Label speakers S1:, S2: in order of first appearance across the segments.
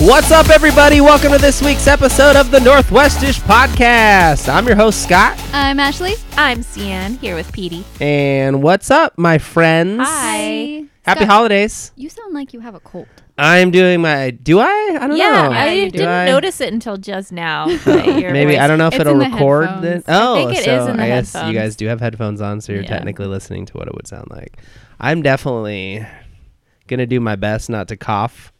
S1: What's up, everybody? Welcome to this week's episode of the Northwestish Podcast. I'm your host, Scott.
S2: I'm Ashley.
S3: I'm Cian here with Petey.
S1: And what's up, my friends?
S3: Hi.
S1: Happy
S2: Scott,
S1: holidays.
S2: You sound like you have a cold.
S1: I'm doing my. Do I? I don't
S3: yeah,
S1: know.
S3: I
S2: you
S1: do.
S3: didn't
S1: I-
S3: notice it until just now. that your
S1: Maybe
S3: voice-
S1: I don't know if
S2: It's
S1: it'll
S2: in the
S1: record.
S2: headphones.
S1: This. Oh,
S3: think it is
S1: so
S3: in the
S1: I guess
S3: headphones.
S1: you guys do have headphones on, so you're
S3: Yeah.
S1: technically listening to what it would sound like. I'm definitely gonna do my best not to cough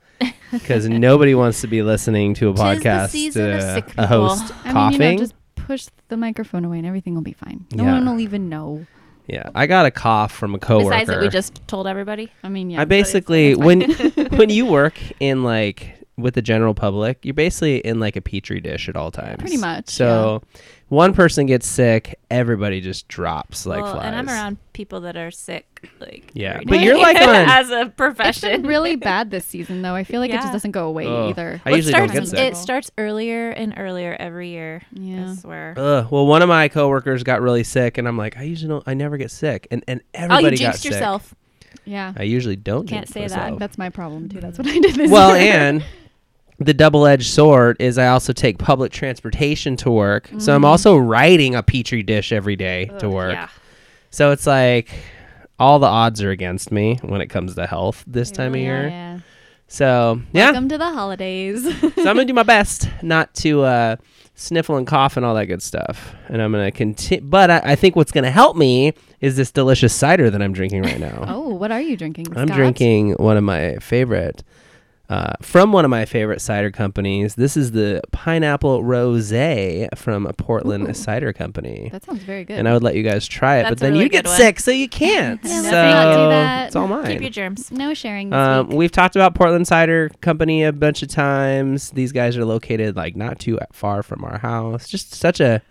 S1: because nobody wants to be listening to a
S3: Tis the
S1: podcast
S3: season of
S1: uh,
S3: sick
S1: a host
S3: people.
S2: I
S1: coughing.
S2: mean, you know, just push the microphone away and everything will be fine. No
S1: Yeah.
S2: one will even know.
S1: yeah, I got a cough from a coworker.
S3: Besides that, we just told everybody.
S2: I mean, yeah.
S1: I
S2: but it's-
S1: basically
S2: it's fine.
S1: when when you work in like with the general public, you're basically in like a petri dish at all times.
S2: Pretty much,
S1: So one person gets sick, everybody just drops like
S3: well,
S1: flies.
S3: and I'm around people that are sick. Like
S1: Yeah,
S3: every
S1: but
S3: day.
S1: you're like on-
S3: as a
S2: it's
S3: profession.
S2: been really bad this season, though. I feel like it
S3: Yeah.
S2: just doesn't go away
S1: Ugh.
S2: either.
S1: I usually don't
S3: starts,
S1: get sick.
S3: It starts earlier and earlier every year.
S2: Yeah.
S3: I swear.
S1: Ugh. Well, one of my coworkers got really sick, and I'm like, I usually don't, I never get sick, and and everybody
S3: oh, you
S1: got
S3: jinxed
S1: sick.
S3: yourself.
S2: Yeah.
S1: I usually don't.
S3: Can't
S1: jinx
S3: say that.
S1: myself.
S2: That's my problem, too. That's what I did this
S1: well,
S2: year.
S1: and the double-edged sword is I also take public transportation to work, so
S2: Mm-hmm.
S1: I'm also riding a petri dish every day to work.
S3: Yeah.
S1: So it's like all the odds are against me when it comes to health this
S2: They
S1: time
S2: really
S1: of
S2: are.
S1: year.
S2: Yeah.
S1: So yeah,
S2: Welcome to the holidays.
S1: so I'm gonna do my best not to uh, sniffle and cough and all that good stuff, and I'm gonna continue. But I, I think what's gonna help me is this delicious cider that I'm drinking right now.
S2: oh, what are you drinking?
S1: I'm
S2: Scott?
S1: drinking one of my favorite. Uh, from one of my favorite cider companies. This is the Pineapple Rose from Portland Cider Company.
S2: That sounds very good.
S1: and I would let you guys try it, but
S3: That's a
S1: then
S3: really
S1: you get
S3: good one.
S1: sick, so you can't.
S2: Yeah,
S1: so
S2: let's not do that.
S1: it's all
S3: Keep your
S1: mine.
S3: germs.
S2: no sharing this
S1: Um,
S2: week.
S1: we've talked about Portland Cider Company a bunch of times. These guys are located like not too far from our house. Just such a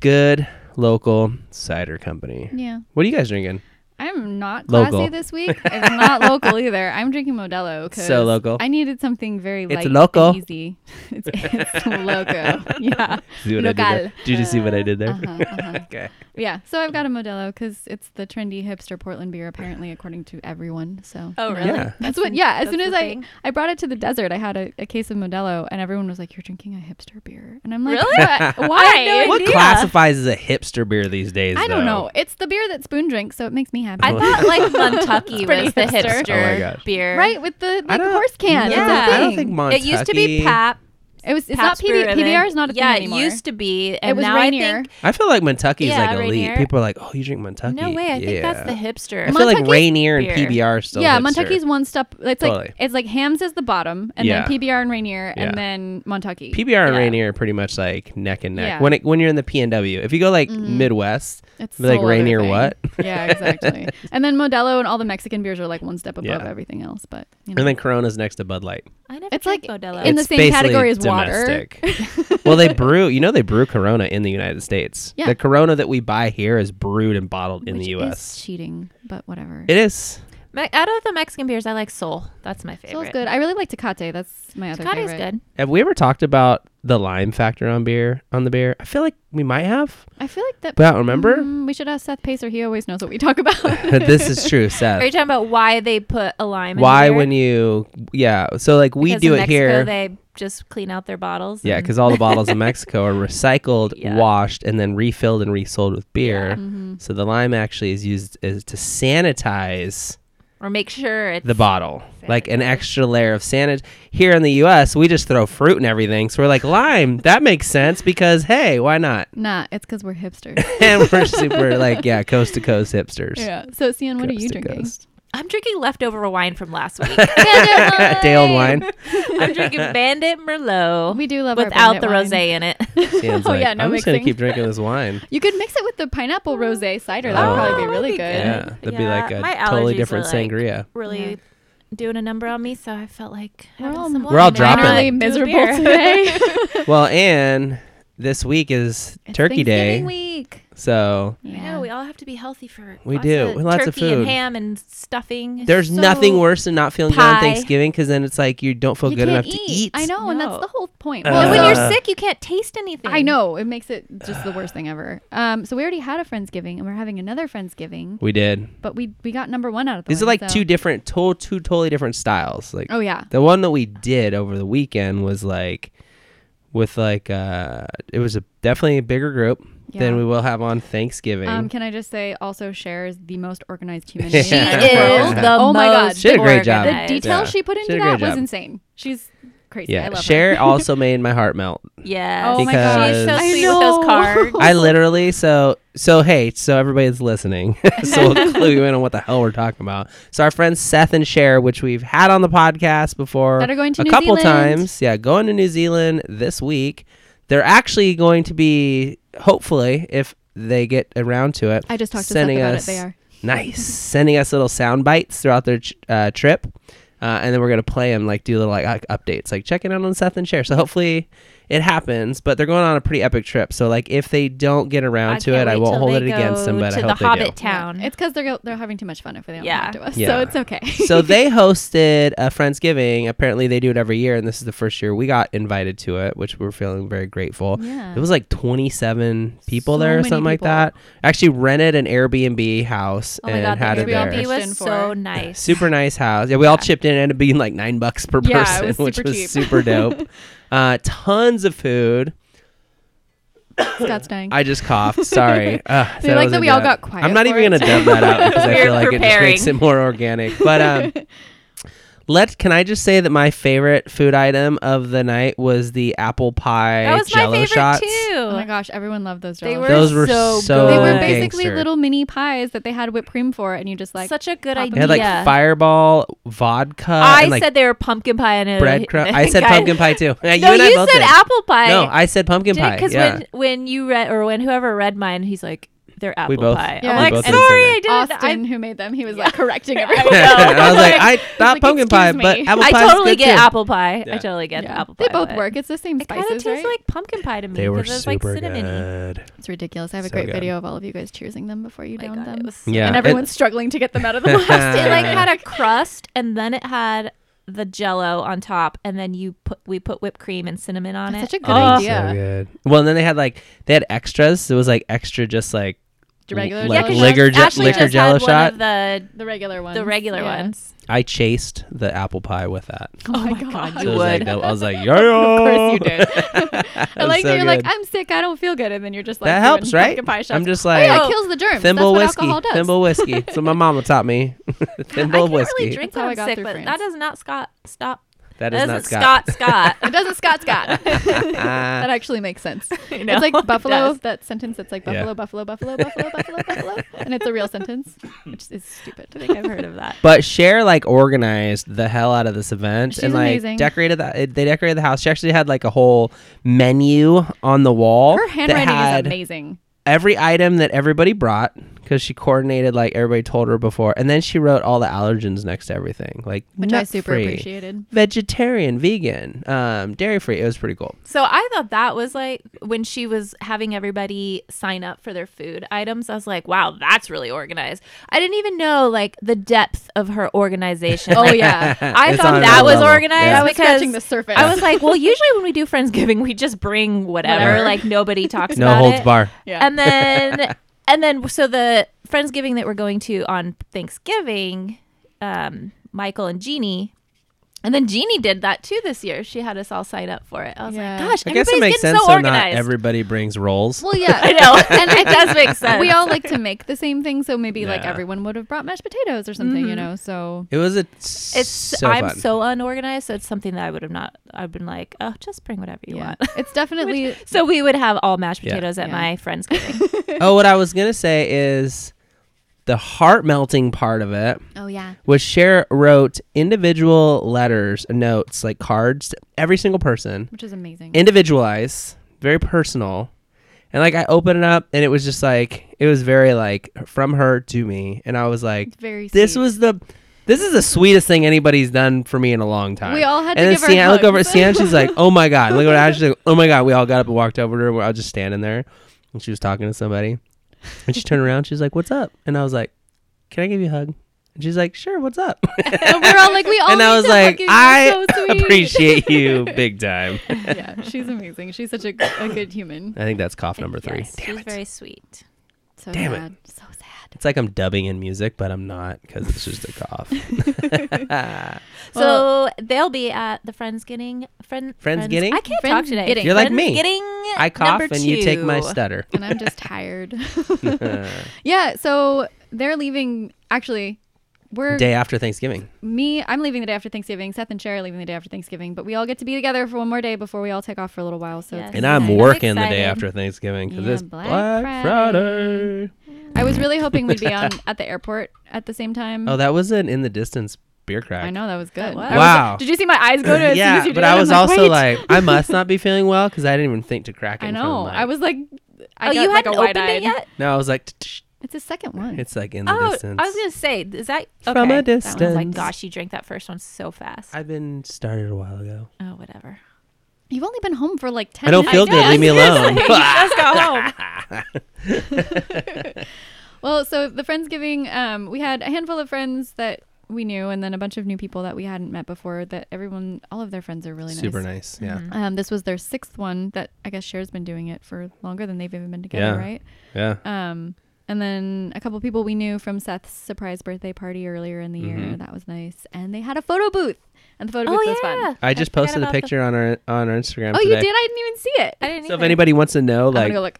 S1: good local cider company.
S2: Yeah.
S1: What are you guys drinking?
S2: I'm not classy
S1: Local.
S2: this week. It's not local either. I'm drinking Modelo because
S1: So local.
S2: I needed something very
S1: It's
S2: light and
S1: local.
S2: easy. it's, it's loco. Yeah,
S1: See what I did
S2: Local.
S1: there? Did you see what I did there?
S2: Uh-huh, uh-huh.
S1: Okay.
S2: yeah. So I've got a Modelo because it's the trendy hipster Portland beer, apparently, according to everyone. So
S3: Oh,
S2: you know,
S3: really?
S1: Yeah.
S2: That's what. Yeah. As
S3: That's
S2: soon
S3: the
S2: as I
S3: thing?
S2: I brought it to the desert, I had a, a case of Modelo, and everyone was like, "You're drinking a hipster beer," and I'm like,
S3: Really?
S2: "What? Why?
S3: Why?
S2: No
S1: What
S2: idea."
S1: classifies as a hipster beer these days?
S2: I don't
S1: though?
S2: know. It's the beer that Spoon drinks, so it makes me happy.
S3: I thought like Kentucky
S2: pretty
S3: was the
S2: hipster.
S3: hipster,
S1: Oh my gosh.
S3: beer.
S2: right with the
S1: I
S2: like
S1: don't-
S2: horse
S1: no,
S2: can. It's a
S3: Yeah.
S2: thing.
S1: I don't think Montucky.
S3: It used to be Pap.
S2: It was. It's not PD, PBR is not a
S3: yeah,
S2: thing anymore.
S3: it used to be, and
S2: it was
S3: now I
S2: Rainier.
S3: think
S1: I feel like Montucky is
S3: Yeah,
S1: like elite.
S3: Rainier.
S1: People are like, oh, you drink Montucky?
S3: no way. I think
S1: Yeah.
S3: that's the hipster.
S1: I feel like
S2: Montucky's
S1: Rainier
S3: beer.
S1: and PBR are still.
S2: yeah,
S1: hipster.
S2: Montucky's one step. It's like
S1: Totally.
S2: it's like Hams is the bottom, and
S1: Yeah.
S2: then PBR and Rainier,
S1: Yeah.
S2: and then Montucky.
S1: PBR and
S2: Yeah.
S1: Rainier are pretty much like neck and neck.
S2: Yeah.
S1: When it, when you're in the P and W, if you go like Midwest,
S2: It's
S1: Be like,
S2: whole other
S1: Rainier
S2: thing.
S1: what?
S2: yeah, exactly. And then Modelo and all the Mexican beers are like one step above
S1: Yeah.
S2: everything else. But you know.
S1: and then Corona's next to Bud Light.
S3: I never
S2: It's
S3: drank
S2: like
S3: Modelo.
S2: in the
S1: It's
S2: same
S1: basically
S2: category as
S1: domestic. well, they brew. You know, they brew Corona in the United States.
S2: Yeah.
S1: The Corona that we buy here is brewed and bottled in
S2: which
S1: the
S2: is
S1: U.S.
S2: cheating, but whatever.
S1: It is.
S3: Me- out of the Mexican beers, I like Sol. That's my favorite.
S2: Soul's good. I really like Tecate. That's my other
S3: Tecate's
S2: favorite.
S3: good.
S1: Have we ever talked about the lime factor on beer on the beer? I feel like we might have,
S2: I feel like that.
S1: but I don't remember.
S2: Mm, we should ask Seth Pacer. He always knows what we talk about.
S1: this is true,
S3: Mm. Are you
S1: Seth.
S3: talking about why they put a lime?
S1: Why
S3: in beer?
S1: when you yeah? So like we
S3: Because
S1: do
S3: in
S1: it
S3: Mexico,
S1: here.
S3: They just clean out their bottles.
S1: yeah,
S3: and-
S1: because all the bottles in Mexico are recycled,
S3: Yeah.
S1: washed, and then refilled and resold with beer.
S2: Mm-hmm.
S1: So the lime actually is used as to sanitize
S3: or make sure it's
S1: the bottle, like an extra layer of sanit. Here in the U.S., we just throw fruit and everything, so we're like lime. That makes sense because hey, why not?
S2: nah, it's because we're hipsters.
S1: And we're super like yeah, coast to coast hipsters.
S2: yeah. So, Sian, what are
S1: Coast
S2: you
S1: to
S2: drinking?
S1: coast.
S3: I'm drinking leftover wine from last week.
S1: Day old wine.
S3: I'm drinking Bandit Merlot.
S2: We do love our
S3: Oh, without
S2: Bandit
S3: the
S2: wine.
S3: rosé in it.
S1: Dan's
S2: Oh,
S1: like,
S2: yeah, no
S1: I'm just gonna
S2: mixing."
S1: keep drinking this wine.
S2: You could mix it with the pineapple rosé cider. That would
S1: Oh,
S2: probably be
S3: that'd
S2: really
S3: be
S2: good.
S3: good.
S1: Yeah, that'd be like
S3: Yeah,
S1: a
S3: my
S1: totally
S3: allergies
S1: different
S3: are, like,
S1: sangria.
S3: Really
S2: Yeah.
S3: doing a number on me, so I felt like
S2: We're
S3: having
S2: all-
S3: some
S1: We're all
S3: wine.
S1: dropping.
S2: Minorly
S1: Do
S3: Not
S2: miserable
S3: beer.
S2: today.
S1: Well, and this week is
S2: It's
S1: Turkey Day.
S2: Thanksgiving week.
S1: So
S3: Yeah, we all have to be healthy for
S1: We
S3: lots
S1: do.
S3: Of
S1: Lots of
S3: turkey
S1: food.
S3: and ham and stuffing.
S1: there's
S2: So-
S1: nothing worse than not feeling good on
S3: Pie.
S1: Thanksgiving because then it's like you don't feel
S2: you
S1: good
S2: can't
S1: enough
S2: eat.
S1: to eat.
S2: I know, and that's
S3: No.
S2: the whole point.
S1: Uh,
S3: Well, when
S1: Uh,
S3: you're sick, you can't taste anything.
S2: I know it makes it just the worst thing ever. Um, so we already had a friendsgiving, and we're having another friendsgiving,
S1: We did.
S2: but we we got number one out of the.
S1: These
S2: way,
S1: are like
S2: so-
S1: two different, to- two totally different styles. Like
S2: Oh yeah,
S1: the one that we did over the weekend was like with like uh it was a definitely a bigger group than
S2: Yeah.
S1: we will have on Thanksgiving.
S2: Um, can I just say, also shares the most organized human
S1: She
S2: being.
S3: She
S1: Yeah.
S3: is
S1: Yeah.
S3: the
S2: oh my god.
S3: most
S1: She did a great job.
S2: The
S3: organized.
S2: detail
S1: Yeah.
S2: she put
S1: She
S2: into
S1: did a
S2: that
S1: great
S2: was
S1: job.
S2: insane. She's crazy. I
S1: yeah,
S2: love
S1: Cher
S2: her.
S1: also made my heart melt.
S3: Yes.
S1: Oh my gosh.
S3: She's so
S1: I
S3: sweet with
S2: know.
S3: those cards.
S1: I literally so so hey so everybody that's listening so we'll clue you in on what the hell we're talking about. So our friends Seth and Cher, which we've had on the podcast before,
S2: That are going to
S1: a
S2: New
S1: couple
S2: Zealand.
S1: times. Yeah, going to New Zealand this week. They're actually going to be hopefully if they get around to it.
S2: I just talked to Seth
S1: sending
S2: about
S1: us
S2: it. They are.
S1: Nice. Sending us little sound bites throughout their ch- uh, trip. Uh, and then we're going to play them, like do little like, like updates, like checking out on Seth and Cher. So hopefully it happens, but they're going on a pretty epic trip. So like if they don't get around to
S3: can't
S1: it, I
S3: wait
S1: won't
S3: till
S1: hold it
S3: they
S1: against them,
S3: go
S1: but I
S3: to
S1: hope
S3: the
S1: they
S3: Hobbit
S2: Yeah.
S3: town.
S2: It's because they're go- they're having too much fun if they don't
S3: Yeah.
S2: talk to us.
S1: Yeah.
S2: So it's okay.
S1: do. so they hosted a Friendsgiving. Apparently they do it every year. And this is the first year we got invited to it, which we're feeling very grateful.
S2: yeah.
S1: It was like 27 people
S2: So
S1: there or
S2: many
S1: something like
S2: people.
S1: that. Actually rented an Airbnb house
S3: oh my
S1: and
S3: god,
S1: had
S3: the
S1: it there.
S3: Airbnb
S2: Christian
S3: was
S2: for-
S3: so nice.
S1: Super nice house. Yeah, we all
S3: Yeah.
S1: chipped in. It ended up being like nine bucks per
S2: Yeah, it
S1: person,
S2: was
S1: which
S2: super
S1: was
S2: cheap.
S1: super dope. uh, tons of food.
S2: Scott's dying.
S1: I just coughed. Sorry. Uh,
S2: They like that we all got quiet
S1: I'm not
S2: for
S1: even gonna
S2: it.
S1: dub that out because I
S3: We were
S1: feel like it just
S3: preparing.
S1: makes it more organic. But um, let can I just say that my favorite food item of the night was the apple pie
S3: That was my
S1: Jello
S3: favorite
S1: shots.
S3: too.
S2: oh my gosh, everyone loved those.
S3: They
S2: Jello
S3: were
S2: shots.
S1: Those were
S3: so
S1: so
S2: They
S3: good.
S2: were
S1: Oh,
S2: basically
S1: gangster.
S2: little mini pies that they had whipped cream for, and you just like
S3: Such a good
S2: Pop-
S3: idea.
S1: They had like fireball, vodka.
S3: I
S1: and, like,
S3: said they were pumpkin pie and
S1: breadcrumb. I said
S3: guys-
S1: pumpkin pie too. Yeah,
S3: No,
S1: and I
S3: you
S1: both
S3: said
S1: did.
S3: apple pie.
S1: No, I said pumpkin pie.
S3: Because
S1: yeah.
S3: when when you read or when whoever read mine, he's like, "They're apple
S1: both-
S3: pie."
S2: Yeah.
S3: I'm
S2: we
S3: like,
S1: both
S3: "Sorry,
S1: did the same
S3: I didn't." I,
S2: Austin, who made them, he was like correcting everyone.
S1: I was like, I thought
S2: like,
S1: pumpkin pie,
S2: "Excuse
S1: but
S2: me."
S1: apple
S3: I
S1: pie.
S3: totally get
S1: too.
S3: apple pie.
S1: Yeah.
S3: I totally get
S2: Yeah.
S3: apple pie.
S2: They both
S3: but
S2: work. It's the same
S3: It kind of
S2: spices,
S3: tastes
S2: right?
S3: like pumpkin pie to me.
S1: They were
S3: 'cause it's like
S1: super
S3: cinnamon.
S1: good.
S2: it's ridiculous. I have a
S1: So
S2: great
S1: good.
S2: video of all of you guys cheersing them before you
S3: Oh my
S2: downed
S3: God,
S2: them.
S3: it was
S1: Yeah,
S2: and
S1: it-
S2: everyone's struggling to get them out of the last.
S3: it like
S1: Uh.
S3: had a crust and then it had the jello on top and then you put we put whipped cream and cinnamon on
S2: That's
S3: it.
S2: such a good
S3: Oh,
S2: idea. Yeah.
S1: So good. Well, and then they had like they had extras. It was like extra, just like
S2: regular
S1: like
S2: jello
S1: liquor,
S2: shots?
S1: je-
S3: Ashley
S1: liquor
S3: just
S1: jello
S3: had
S1: shot.
S3: One of the
S2: The regular ones.
S3: the regular
S2: Yeah.
S3: ones.
S1: I chased the apple pie with that.
S2: Oh, my god,
S3: God,
S1: So it
S3: you
S1: was
S3: would.
S1: like that- I was like, yo,
S2: Of course you did. I like
S1: so
S2: that you're like,
S1: good.
S2: I'm sick, I don't feel good, and then you're just like
S1: that
S2: doing
S1: helps, right?
S2: pumpkin Pie shots.
S1: I'm just
S2: oh,
S1: like
S2: yeah, it kills the germs.
S1: thimble
S2: That's
S1: whiskey,
S2: what alcohol does.
S1: thimble whiskey. So my mama taught me
S3: I
S1: thimble
S3: can't
S1: whiskey.
S3: really drink
S2: That's how
S3: when
S2: I
S3: I'm
S2: got
S3: sick,
S2: through
S3: but
S2: France.
S3: that does not Scott stop.
S1: That is
S3: That
S1: not
S3: doesn't
S1: Scott.
S3: Scott Scott.
S2: It doesn't Scott Scott.
S1: Ah.
S2: that actually makes sense.
S3: You know?
S2: It's like
S3: It
S2: buffalo.
S3: does.
S2: that sentence that's like
S1: Yeah.
S2: buffalo, buffalo, buffalo, buffalo, buffalo, buffalo, and it's a real sentence, which is stupid.
S3: I think I've heard of that.
S1: But Cher like organized the hell out of this event
S2: She's
S1: and like
S2: amazing.
S1: decorated that. They decorated the house. She actually had like a whole menu on the wall.
S2: Her
S1: that
S2: handwriting
S1: had
S2: is amazing.
S1: Every item that everybody brought because she coordinated like everybody told her before, and then she wrote all the allergens next to everything, like
S2: which I
S1: nut
S2: super
S1: free,
S2: appreciated.
S1: vegetarian, vegan, um, dairy free. It was pretty cool.
S3: So I thought that was like when she was having everybody sign up for their food items. I was like, wow, that's really organized. I didn't even know like the depth of her organization.
S2: Oh
S3: Like,
S2: yeah,
S3: I
S1: It's
S3: thought
S1: on
S3: that
S1: another
S3: was
S1: level.
S3: organized
S1: Yeah.
S2: I was
S3: because
S2: scratching the surface.
S3: I was like, well, usually when we do Friendsgiving, we just bring whatever.
S2: Whatever.
S3: Like nobody talks
S1: No
S3: about
S1: holds
S3: it.
S1: bar.
S2: yeah.
S3: And then and then so the Friendsgiving that we're going to on Thanksgiving, um, Michael and Jeannie. And then Jeannie did that too this year. She had us all sign up for it. I was
S2: Yeah.
S3: like, gosh,
S1: I guess it
S3: everybody's
S1: makes
S3: getting
S1: sense.
S3: so
S1: So not
S3: organized.
S1: everybody brings rolls.
S2: well, yeah,
S3: I know. and it does make sense.
S2: We all like to make the same thing, so maybe like
S1: Yeah.
S2: everyone would have brought mashed potatoes or something, you
S1: Mm-hmm.
S2: know. So
S1: it was a
S3: it's
S1: so
S3: I'm
S1: fun.
S3: so unorganized, so it's something that I would have not I've been like, oh, just bring whatever you
S2: yeah,
S3: want.
S2: it's definitely
S3: So we would have all mashed
S1: Yeah.
S3: potatoes at
S2: Yeah.
S3: my friend's giving.
S1: oh, what I was gonna say is the heart melting part of it
S2: oh yeah,
S1: was Cher wrote individual letters, notes, like cards to every single person,
S2: which is amazing.
S1: individualized, very personal. And like I opened it up and it was just like it was very like from her to me and I was like
S2: It's very
S1: this
S2: sweet.
S1: was the This is the sweetest thing anybody's done for me in a long time.
S2: We all had to
S1: and
S2: give her
S1: then Sienna, I look over at
S2: hugs.
S1: Sienna, she's like, "Oh my god!" Look at Ashley, like, "Oh my god!" We all got up and walked over to her. I was just standing there, and she was talking to somebody, and she turned around, she's like, "What's up?" And I was like, "Can I give you a hug?" And she's like, "Sure, what's up?"
S2: And we're all like, we all.
S1: and I
S2: need
S1: was
S2: to
S1: like,
S2: hug Oh, you. You're
S1: "I
S2: so sweet."
S1: appreciate you big time."
S2: yeah, she's amazing. She's such a, a good human.
S1: I think that's cough number three.
S3: Yes,
S1: Damn
S3: she's
S1: it.
S3: very sweet.
S2: So
S1: Damn it.
S2: sad. So sad.
S1: It's like I'm dubbing in music, but I'm not because it's just a cough.
S3: so they'll be at the Friendsgiving. Friend,
S1: Friendsgiving?
S3: I can't talk today.
S2: Friendsgiving.
S1: You're like me.
S3: Friendsgiving
S1: I cough
S3: number
S1: and you take my
S3: two.
S1: stutter.
S2: And I'm just tired. yeah. So they're leaving. Actually, we're
S1: Day after Thanksgiving.
S2: me. I'm leaving the day after Thanksgiving. Seth and Cher are leaving the day after Thanksgiving. But we all get to be together for one more day before we all take off for a little while. So
S3: Yes.
S2: it's
S1: And I'm
S3: Nice.
S1: working the day
S3: Excited.
S1: after Thanksgiving because
S2: Yeah,
S1: it's
S2: Black
S1: Black, Friday.
S2: I was really hoping we'd be on at the airport at the same time.
S1: Oh, that was an in the distance beer crack.
S2: I know that was
S3: That
S2: good.
S3: was.
S2: I was-
S1: Wow.
S2: did you see my eyes go to? As soon as
S1: yeah,
S2: you did
S1: but
S2: it?
S1: I
S2: I'm
S1: was also
S2: wait.
S1: like, I must not be feeling well because I didn't even think to crack it.
S2: I
S1: in
S2: know.
S1: front of
S2: I
S1: Mike.
S2: was like, I got
S3: oh, you
S2: like a
S3: hadn't opened
S2: wide-eyed-
S3: it yet?
S1: No, I was like, "Tch, tch,
S2: It's the second one.
S1: it's like in the
S3: Oh,
S1: distance.
S3: I was gonna say, is that okay.
S1: From a
S3: That one's like,
S1: distance.
S3: gosh, you drank that first one so fast.
S1: I've been started a while ago.
S3: oh, whatever.
S2: You've only been home for like ten.
S1: I don't
S2: minutes.
S1: feel good. Leave me alone. Ah,
S3: Let's go home.
S2: Well, so the friendsgiving, um, we had a handful of friends that we knew, and then a bunch of new people that we hadn't met before. That everyone, all of their friends are really
S1: Super nice. Yeah.
S2: Um, this was their sixth one that I guess Cher's been doing it for longer than they've even been
S1: Yeah.
S2: together, right?
S1: Yeah.
S2: Um, and then a couple people we knew from Seth's surprise birthday party earlier in the year.
S1: Mhm.
S2: That was nice, and they had a photo booth, and the photo
S3: Oh
S2: booth was
S3: yeah.
S2: fun.
S1: I just
S3: forgot
S1: posted a
S3: about the-
S1: picture on our on our Instagram.
S2: Oh,
S1: today.
S2: you did! I didn't even see it.
S3: I didn't.
S1: So if
S3: either.
S1: anybody wants to know,
S2: I'm gonna
S1: like
S2: go look.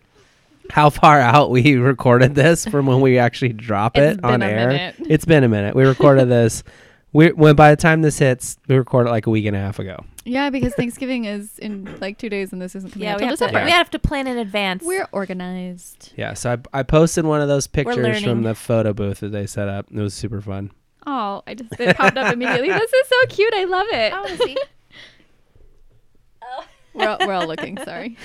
S1: how far out we recorded this from when we actually drop
S2: It's
S1: it
S2: been
S1: on
S2: a
S1: air,
S2: minute.
S1: it's been a minute. We recorded this. We when by the time this hits, we recorded like a week and a half ago.
S2: Yeah, because Thanksgiving is in like two days, and this isn't coming
S3: yeah,
S2: out
S3: we
S2: till
S3: have, to,
S2: December.
S3: we have to plan in advance.
S2: We're organized.
S1: Yeah, so I, I posted one of those pictures
S3: learning.
S1: from the photo booth that they set up. It was super fun.
S2: Oh, I just it popped up immediately. This is so cute. I love it.
S3: oh, see.
S2: We're all, we're all looking. Sorry.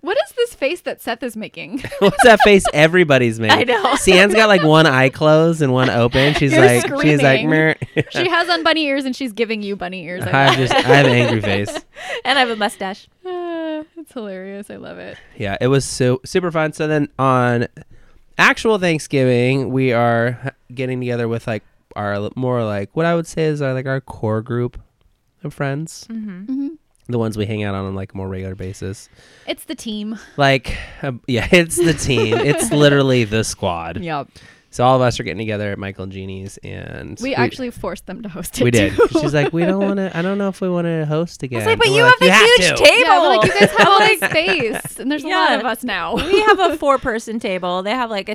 S2: what is this face that Seth is making?
S1: What's that face everybody's made?
S3: I know.
S1: Sienna's got like one eye closed and one open. She's
S2: You're
S1: like she's like
S2: screaming.
S1: "Mer."
S2: she has on bunny ears, and she's giving you bunny ears.
S1: I
S2: I
S1: have
S2: love
S1: just I have an angry face.
S3: and I have a mustache.
S2: it. Uh, it's hilarious. I love it.
S1: Yeah, it was so super fun. So then on actual Thanksgiving, we are h- getting together with like our l- more like what I would say is our, like our core group of friends,
S2: Mm-hmm.
S1: the ones we hang out on on like a more regular basis.
S2: It's the team.
S1: Like, um, yeah, it's the team. it's literally the squad.
S2: Yep.
S1: So all of us are getting together at Michael and Jeannie's, and
S2: We, actually forced them to host it.
S1: we did.
S2: too.
S1: She's like, we don't want to. I don't know if we want to host again.
S3: It's like, but
S1: And
S3: you
S1: we're
S3: have the
S1: "You
S3: huge
S1: to."
S3: table.
S2: Yeah, we're like, you guys have all this space, and there's a lot
S3: Yeah.
S2: of us now.
S3: we have a four-person table. They have like a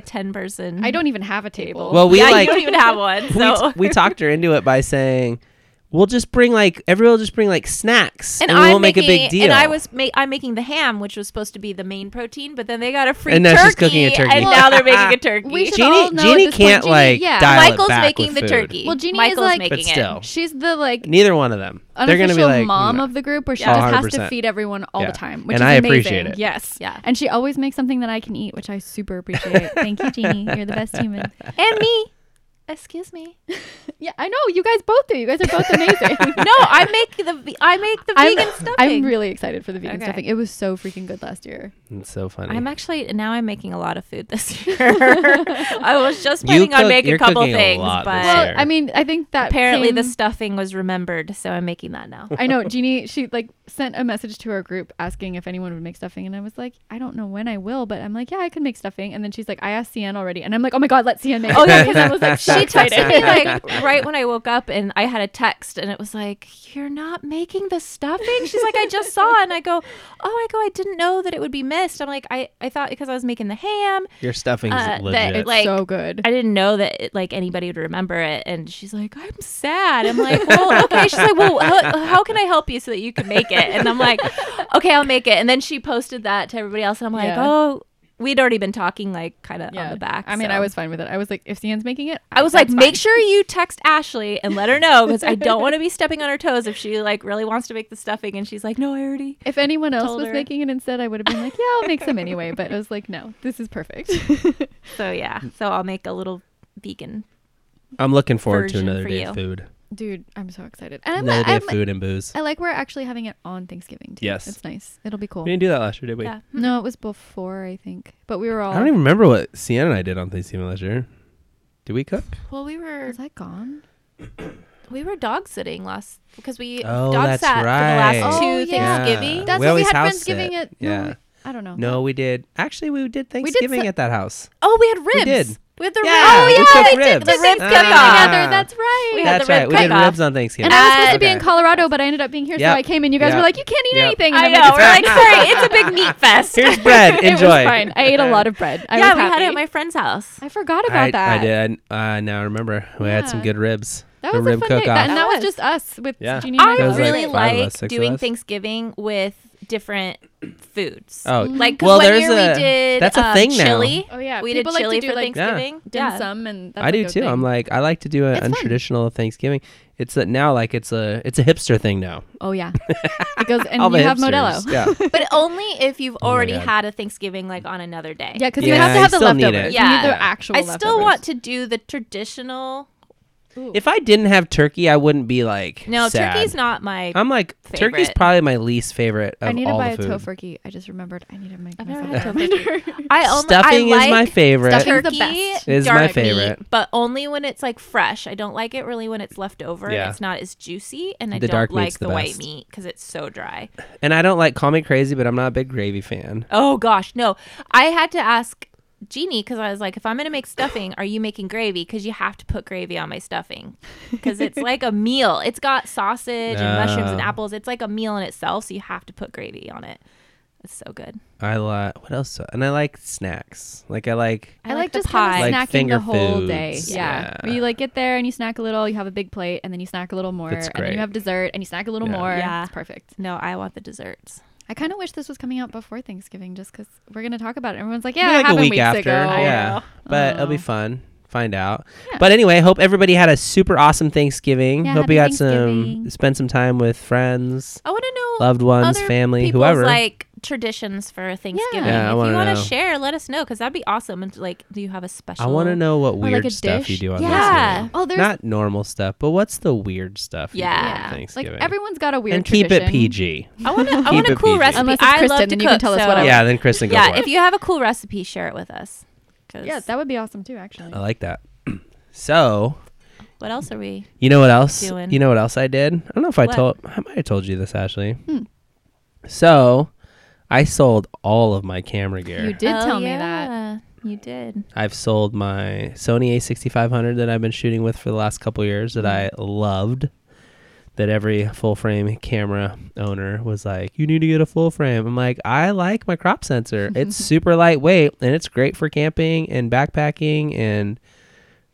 S3: ten-person.
S2: I don't even have a table.
S1: Well, we
S3: yeah,
S1: like
S3: you don't even have one.
S1: we,
S3: So
S1: we talked her into it by saying, "We'll just bring like everyone will just bring like snacks, and, we
S3: I'm
S1: won't make a big
S3: making-
S1: deal."
S3: And I was ma- I'm making the ham, which was supposed to be the main protein, but then they got a free
S1: And now
S3: turkey,
S1: she's cooking a turkey.
S3: and now they're making a turkey.
S2: We should
S3: "Oh,
S2: all
S1: Jeannie,
S2: know
S1: Jeannie
S2: at this point,
S1: can't
S2: Jeannie-
S1: like
S2: yeah.
S1: dial it
S3: Michael's
S1: back
S3: making
S1: with
S3: the
S1: food.
S3: turkey.
S2: Well, Jeannie is
S3: Michael's
S2: like-
S3: making
S1: But still.
S3: it.
S2: She's the like
S1: Neither one of them. They're
S2: unofficial
S1: gonna be like
S2: mom
S1: "Mm."
S2: of the group where she
S1: Yeah.
S2: just has to
S1: 100%.
S2: feed everyone all
S1: Yeah.
S2: the time, which
S1: And
S2: is
S1: I
S2: amazing.
S1: appreciate it.
S2: Yes.
S3: Yeah.
S2: And she always makes something that I can eat, which I super appreciate. Thank you, Jeannie. You're the best human.
S3: And me. Excuse me.
S2: Yeah, I know. You guys both do. You guys are both amazing.
S3: No, I make the I make the
S2: I'm,
S3: vegan stuffing.
S2: I'm really excited for the vegan
S3: Okay.
S2: stuffing. It was so freaking good last year.
S1: It's so funny.
S3: I'm actually now I'm making a lot of food this year. I was just planning on
S1: cook-
S3: making
S1: you're
S3: a couple
S1: cooking a
S3: things,
S1: lot this
S3: but
S1: year.
S2: Well, I mean, I think that
S3: apparently
S2: came-
S3: the stuffing was remembered, so I'm making that now.
S2: I know Jeannie. She like sent a message to our group asking if anyone would make stuffing, and I was like, I don't know when I will, but I'm like, yeah, I can make stuffing. And then she's like, I asked Cian already, and I'm like, oh my god, let Cian make.
S3: Oh,
S2: it.
S3: yeah,
S2: because I was like,
S3: she
S2: she
S3: texted
S2: excited.
S3: me like right when I woke up, and I had a text, and it was like, "You're not making the stuffing." She's like, "I just saw," and I go, "Oh, I go, I didn't know that it would be missed." I'm like, "I, I thought because I was making the ham,
S1: Your stuffing's
S3: uh, that-
S1: legit.
S3: like-
S2: so good.
S3: I didn't know that it, like anybody would remember it." And she's like, "I'm sad." I'm like, "Well, okay." She's like, "Well, how, how can I help you so that you can make it?" And I'm like, "Okay, I'll make it." And then she posted that to everybody else, and I'm like,
S2: Yeah.
S3: "Oh." We'd already been talking like kind of on the back.
S2: I mean,
S3: so.
S2: I was fine with it. I was like, if Cian's making it,
S3: I was like,
S2: that's
S3: make
S2: fine."
S3: sure you text Ashley and let her know because I don't want to be stepping on her toes if she like really wants to make the stuffing and she's like, no, I already.
S2: If anyone else
S3: told
S2: was
S3: her.
S2: making it instead, I would have been like, yeah, I'll make some anyway. But I was like, no, this is perfect.
S3: So yeah, so I'll make a little vegan
S1: I'm looking forward to
S3: version
S1: another
S3: for
S1: day
S3: you.
S1: of food.
S2: Dude, I'm so excited. And I'm,
S1: another day of
S2: I'm,
S1: food and booze.
S2: I like we're actually having it on Thanksgiving too.
S1: Yes.
S2: It's nice. It'll be cool.
S1: We didn't do that last year, did we?
S3: Yeah.
S2: No, it was before I think. But we were all
S1: I don't even remember what Sienna and I did on Thanksgiving last year. Did we cook?
S3: Well, we were
S2: was I gone?
S3: we were dog sitting last because we
S1: Oh,
S3: dog
S1: that's
S3: sat for the
S1: right.
S3: last two
S2: Oh, yeah.
S3: Thanksgiving.
S2: That's
S1: We
S2: when we
S1: always
S2: had
S1: house
S2: Friendsgiving
S1: sit.
S2: at no,
S1: yeah.
S2: we- I don't know.
S1: No, we did. Actually, we did
S2: did
S1: Thanksgiving
S2: so-
S1: at that house.
S3: Oh, we had ribs.
S1: did.
S3: We had the
S1: Yeah,
S3: ribs.
S1: we
S3: Oh, yeah.
S1: cooked
S3: we did
S1: ribs.
S3: the ribs
S1: Ah.
S3: cook
S2: together. That's right.
S3: We had
S1: That's
S3: the rib
S1: right. We did
S3: cook-off.
S1: ribs on Thanksgiving.
S2: and I was supposed to be
S1: Okay.
S2: in Colorado, but I ended up being here,
S1: Yep.
S2: so I came and you guys
S1: Yep.
S2: were like, "You can't eat
S1: Yep.
S2: anything." And
S3: I
S2: I'm
S3: know.
S2: like,
S3: We're like, sorry, it's a big meat fest.
S1: Here's bread.
S2: It was
S1: Enjoy.
S2: fine. I ate a lot of bread. I
S3: yeah,
S2: was
S3: we had
S2: happy.
S3: it at my friend's house.
S2: I forgot about
S1: I,
S2: that.
S1: I did. I uh, now I remember. We had some
S2: Yeah.
S1: good ribs.
S2: That
S1: The
S2: was a
S1: rib
S2: fun day,
S1: cook-off.
S2: and that was
S3: That was-
S2: just us with
S1: Yeah.
S2: Jeannie.
S3: I
S2: And
S1: There was, like,
S3: really
S1: five of
S3: like,
S1: us, six of
S3: doing
S1: us.
S3: Thanksgiving with different foods.
S1: Oh,
S3: Like 'cause
S1: Well,
S3: one
S1: there's
S3: year
S1: a-
S3: we did
S1: that's a
S3: um,
S1: thing now.
S3: chili.
S2: Oh yeah,
S3: we did
S2: people like
S3: chili
S2: to do
S3: for
S2: like
S3: Thanksgiving.
S2: dim
S3: Yeah.
S2: sum, and that's
S1: I
S2: like
S1: do
S2: a
S1: too.
S2: Thing.
S1: I'm like I like to do an
S2: It's fun.
S1: untraditional Thanksgiving. It's that now like it's a it's a hipster thing now.
S2: oh yeah, it goes and
S1: All
S2: you
S1: the
S2: have
S1: hipsters.
S2: Modelo.
S1: Yeah.
S3: But only if you've
S1: Oh my
S3: already
S1: God.
S3: had a Thanksgiving like on another day.
S2: Yeah, because
S1: Yeah,
S2: you have to
S1: you
S2: have the
S1: still need
S2: leftovers.
S1: it.
S2: You need
S3: Yeah.
S2: the actual.
S3: I still
S2: leftovers.
S3: want to do the traditional.
S1: if I didn't have turkey, I wouldn't be like
S3: No,
S1: sad.
S3: turkey's not my.
S1: I'm like turkey's
S3: favorite.
S1: probably my least favorite of
S2: I need to
S1: all
S2: buy a
S1: the food.
S2: tofurkey. I just remembered I need to make
S3: I've never
S2: myself
S3: had
S2: a tofurkey.
S3: I only,
S1: Stuffing
S3: I
S1: is my
S3: like
S1: favorite.
S2: Stuffing- Stuffing's the
S3: Turkey
S2: best.
S1: Is
S3: dark
S1: my favorite.
S3: meat, but only when it's like fresh. I don't like it really when it's left over. and
S1: Yeah.
S3: It's not as juicy, and I
S1: The
S3: don't
S1: dark
S3: like
S1: meat's the
S3: the, white
S1: best.
S3: meat because it's so dry.
S1: and I don't like call me crazy, but I'm not a big gravy fan.
S3: Oh gosh, no! I had to ask Jeannie because I was like, if I'm gonna make stuffing, are you making gravy? Because you have to put gravy on my stuffing because it's like a meal. It's got sausage and mushrooms and
S1: No.
S3: apples. It's like a meal in itself, so you have to put gravy on it. It's so good.
S1: I like what else? do I- And I like snacks. Like I like
S2: I like just kind of
S1: Like
S2: snacking
S1: finger
S2: the whole day.
S1: foods.
S2: Yeah.
S1: Yeah.
S2: You like get there and you snack a little, you have a big plate, and then you snack a little more,
S1: That's
S2: and then
S1: great.
S2: you have dessert and you snack a little
S1: Yeah.
S2: more.
S3: Yeah.
S2: It's perfect.
S3: No, I want the desserts.
S2: I kind of wish this was coming out before Thanksgiving just because we're going to talk about it. Everyone's like, yeah,
S1: Maybe
S2: it
S1: like a
S2: happened
S1: week
S2: weeks
S1: after.
S2: ago.
S1: Yeah. But it'll be
S2: Oh.
S1: fun. Find out.
S2: Yeah.
S1: But anyway, hope everybody had a super awesome Thanksgiving.
S2: Yeah,
S1: hope you
S2: happy
S1: got some
S2: Thanksgiving.
S1: spend some time with friends,
S3: I want to know
S1: loved ones,
S3: other
S1: family,
S3: people's,
S1: whoever.
S3: like traditions for Thanksgiving.
S1: Yeah, I
S3: if
S1: wanna
S3: you want
S1: know.
S3: to share, let us know because that'd be awesome. And like, do you have a special?
S1: I want to know what
S2: like,
S1: weird
S2: a
S1: stuff you
S2: dish.
S1: do on
S3: Yeah.
S1: Thanksgiving.
S2: Oh, there's.
S1: Not normal stuff, but what's the weird stuff? you do on
S3: Yeah.
S2: yeah. Like
S1: Thanksgiving?
S2: everyone's got a weird
S1: and keep it
S2: tradition.
S1: PG.
S3: I want to. I
S1: Keep
S3: want a
S1: it
S3: cool
S1: PG.
S3: recipe.
S2: Unless it's
S3: I love
S2: Kristen,
S3: to
S2: then
S3: cook.
S2: you can tell us
S3: so.
S2: what I
S1: Yeah. Then Kristen goes.
S3: yeah. If you have a cool recipe, share it with us. 'Cause
S2: Yeah, that would be awesome too, actually.
S1: I like that. so
S3: what else are we?
S1: You know what else?
S3: doing.
S1: You know what else I did? I don't know if I
S3: What? Hmm.
S1: told. I might have told you this, Ashley. So, I sold all of my camera gear.
S2: you did
S3: Oh,
S2: tell me that.
S3: yeah, You did.
S1: I've sold my Sony A6500 that I've been shooting with for the last couple years that I
S3: Mm-hmm.
S1: loved. That every full frame camera owner was like, "You need to get a full frame." I'm like, "I like my crop sensor. It's super lightweight and it's great for camping and backpacking and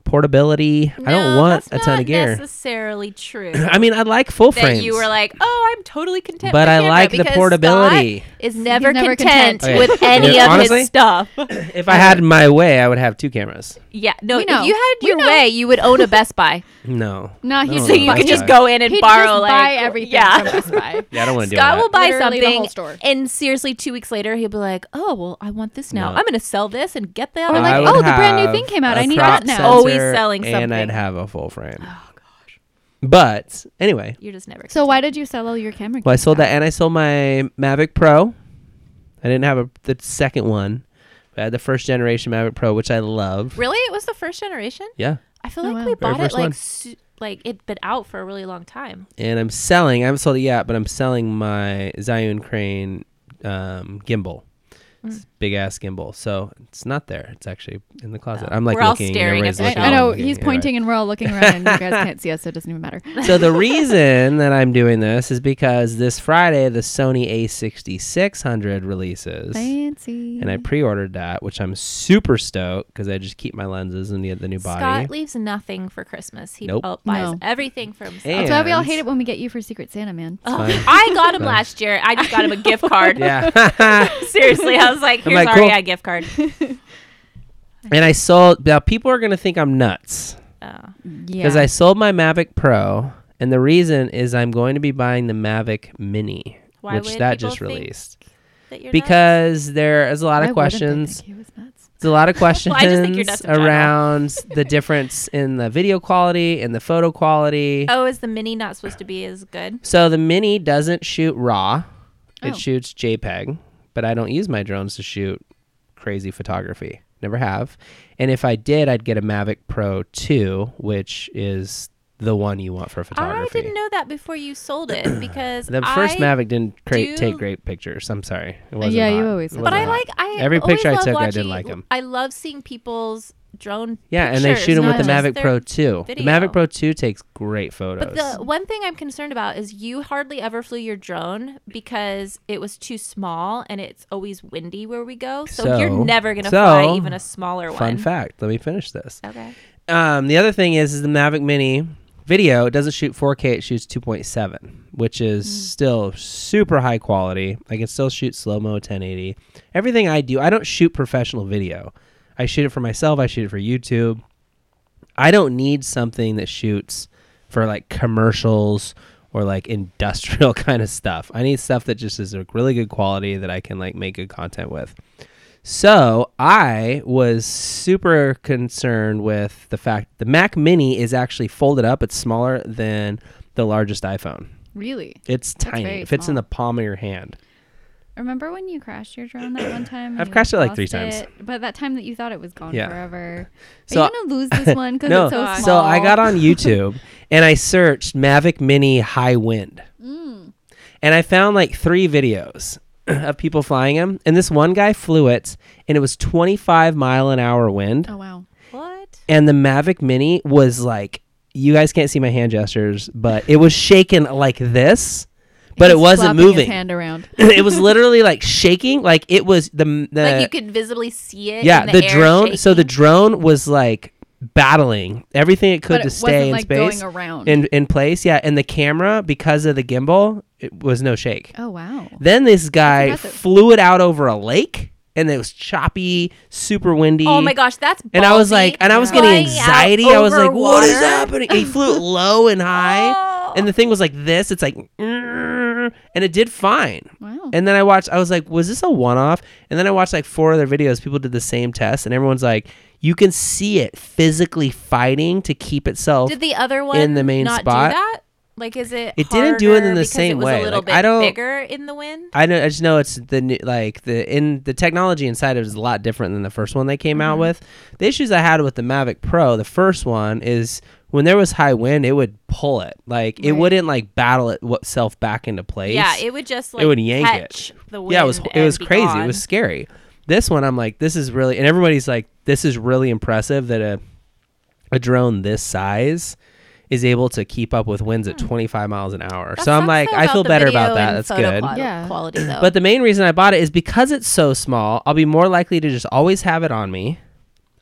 S1: portability. I don't want a ton of gear.
S3: Necessarily true.
S1: I mean, I like full
S3: that
S1: frames.
S3: you were like, oh, I'm totally content.
S1: But
S3: with
S1: I
S3: camera,"
S1: like the
S3: because
S1: portability.
S3: Scott is never,
S2: He's never
S3: content,
S2: content.
S1: Okay.
S3: with any
S1: Yeah,
S3: of
S1: honestly-
S3: his stuff.
S1: If I had my way, I would have two cameras.
S3: Yeah, no.
S2: We
S3: If
S2: know.
S3: you had
S2: We
S3: your
S2: know.
S3: way, you would own a Best Buy,
S1: No.
S2: No, he's
S1: Oh,
S3: so you
S1: Best
S3: could just
S1: Buy.
S3: go in and
S2: He'd
S3: borrow
S2: just
S3: like
S2: buy everything
S3: Yeah,
S2: from Best Buy.
S1: Yeah, I don't want to do
S3: Scott
S1: that.
S3: will buy
S2: Literally the
S3: something,
S2: whole store.
S3: and seriously, two weeks later, he'll be like, "Oh, well, I want this now.
S1: No.
S3: I'm gonna sell this and get that."
S2: Or
S3: I'm
S2: like,
S1: I
S2: oh,
S1: would
S2: the brand new
S1: have
S2: thing came out.
S1: a
S2: I need
S1: crop
S2: that now.
S1: sensor
S3: Always selling
S1: And I'd
S3: something.
S1: have a full frame. Oh gosh. But anyway,
S3: you're just never.
S2: So why did you sell all your camera?
S1: well, I
S2: gear,
S1: sold
S2: Scott?
S1: that, and I sold my Mavic Pro. I didn't have a, the second one. I had the first generation Mavic Pro, which I love.
S3: Really, it was the first generation.
S1: Yeah,
S3: I feel
S2: Oh,
S3: like
S2: wow.
S3: we
S1: Very
S3: bought it
S1: first one.
S3: like su- like it'd been out for a really long time.
S1: and I'm selling. I haven't sold it yet, but I'm selling my Zion Crane um, gimbal. Big ass gimbal. So it's not there. It's actually in the closet.
S3: Oh.
S1: I'm like
S3: We're all
S1: looking.
S3: staring at
S1: everybody's
S3: the
S1: looking,
S2: I, I
S1: I'm
S2: know
S1: looking,
S2: he's
S1: yeah, right.
S2: pointing and we're all looking around and you guys can't see us, so it doesn't even matter.
S1: So the reason that I'm doing this is because this Friday the Sony A6600 releases,
S2: Fancy.
S1: and I pre-ordered that, which I'm super stoked because I just keep my lenses and get the new body.
S3: Scott leaves nothing for Christmas. He
S1: Nope.
S3: bu- buys
S2: No.
S3: everything for himself.
S1: And-
S2: That's why we all
S1: hands.
S2: hate it when we get you for Secret Santa, man.
S3: Oh,
S1: fine.
S3: I got him
S1: Fine.
S3: last year. I just got him a gift card.
S1: yeah.
S3: Seriously, I was like,
S1: I'm
S3: "Here's
S1: like,
S3: our
S1: cool.
S3: yeah, gift card."
S1: and I sold. Now people are gonna think I'm nuts
S3: Oh.
S2: Yeah.
S1: because I sold my Mavic Pro, and the reason is I'm going to be buying the Mavic Mini,
S3: Why
S1: which
S3: would
S1: that
S3: people
S1: just
S3: think
S1: released.
S3: that you're nuts?
S1: Because there is a lot of questions.
S2: He was nuts.
S1: It's a lot of questions
S3: Well, I just think you're nuts in general.
S1: around the difference in the video quality and the photo quality.
S3: Oh, is the mini not supposed to be as good?
S1: So the mini doesn't shoot raw.
S2: Oh.
S1: It shoots JPEG, but I don't use my drones to shoot crazy photography. Never have. And if I did, I'd get a Mavic Pro 2, which is the one you want for
S3: I
S1: photography.
S3: didn't know that before you sold it because
S1: the first
S3: I,
S1: Mavic didn't
S3: do-
S1: cra- take great pictures. I'm sorry. It wasn't
S2: Yeah, you
S1: hot.
S2: always
S1: It
S2: said
S3: But
S1: wasn't
S3: I
S1: hot.
S3: like I
S1: Every
S3: always
S1: picture I
S3: love
S1: took, I
S3: watching,
S1: did like 'em.
S3: I love seeing people's drone.
S1: Yeah, and they shoot them
S2: not
S1: with the
S2: just
S1: Mavic Pro 2. The
S3: video.
S1: Mavic Pro 2 takes great photos.
S3: But the one thing I'm concerned about is you hardly ever flew your drone because it was too small and it's always windy where we go. So, you're
S1: So-
S3: never
S1: so,
S3: gonna fly even a smaller
S1: Fun
S3: one.
S1: fact. Let me finish this.
S3: Okay.
S1: Um, the other thing is, is the Mavic Mini video it doesn't shoot 4K. It shoots 2.7, which is still super high quality. I can still shoot slow mo 1080. Everything I do, I don't shoot professional video. I shoot it for myself. I shoot it for YouTube. I don't need something that shoots for like commercials or like industrial kind of stuff. I need stuff that just is a really good quality that I can like make good content with. So I was super concerned with the fact the Mac Mini is actually folded up. It's smaller than the largest iPhone.
S2: Really?
S1: It's tiny.
S2: very
S1: It fits in the
S2: small.
S1: palm of your hand.
S2: Remember when you crashed your drone that one time? and
S1: I've
S2: you
S1: crashed it, like, three
S2: lost
S1: times.
S2: it? But that time that you thought it was gone
S1: Yeah.
S2: forever.
S1: So-
S2: Are you gonna lose this one because it's so small?
S1: I got on YouTube and I searched Mavic Mini High Wind.
S2: Mm.
S1: And I found like three videos of people flying them. And this one guy flew it and it was 25 mile an hour wind.
S2: Oh wow.
S3: What?
S1: and the Mavic Mini was like, you guys can't see my hand gestures, but it was shaking like this, but it
S2: He's
S1: wasn't
S2: flopping his
S1: moving.
S2: hand around.
S1: it was literally like shaking, like it was the the
S3: like you could visibly see it.
S1: Uh, yeah
S3: in
S1: the,
S3: the, air
S1: drone. So the
S3: shaking.
S1: drone was like battling everything it could
S2: But
S1: to
S2: it
S1: stay in
S2: wasn't like
S1: space
S2: going around.
S1: in in place. Yeah, and the camera because of the gimbal, it was no shake.
S2: Oh wow.
S1: Then this guy
S2: impressive.
S1: flew it out over a lake, and it was choppy, super windy.
S3: Oh my gosh, that's
S1: And I was
S3: ballsy.
S1: like, and I was getting
S3: Flying out
S1: anxiety. I was
S3: over
S1: like, what is
S3: water.
S1: happening? And he flew it low and high.
S3: Oh.
S1: And the thing was like this. It's like, "Mm," and it did fine.
S2: Wow.
S1: And then I watched, I was like, was this a one off? And then I watched like four other videos. People did the same test, and everyone's like, you can see it physically fighting to keep itself.
S3: Did the other one
S1: in the main
S3: not
S1: spot.
S3: do that? Like, is it?
S1: It didn't do it in
S3: harder
S1: the
S3: because
S1: same
S3: it was
S1: way.
S3: A little
S1: Like,
S3: bit
S1: I don't-
S3: bigger in the wind.
S1: I know. I just know it's the new, like the in the technology inside of it is a lot different than the first one they came
S3: Mm-hmm.
S1: out with. The issues I had with the Mavic Pro, the first one, is when there was high wind, it would pull it. Like it
S2: Right.
S1: wouldn't like battle it itself back into place.
S3: Yeah, it would just like
S1: would yank it.
S3: catch the wind.
S1: yeah, it was it
S3: and
S1: was
S3: be
S1: crazy.
S3: gone.
S1: It was scary. This one, I'm like, this is really, and everybody's like, this is really impressive that a a drone this size is able to keep up with winds
S3: Hmm.
S1: at 25 miles an hour.
S3: That
S1: so I'm
S3: sucks,
S1: like,
S3: though,
S1: I feel
S3: the
S1: better
S3: video
S1: about that.
S3: and
S1: That's
S3: photo
S1: good.
S3: qual-
S2: Yeah.
S3: quality though.
S1: But the main reason I bought it is because it's so small, I'll be more likely to just always have it on me.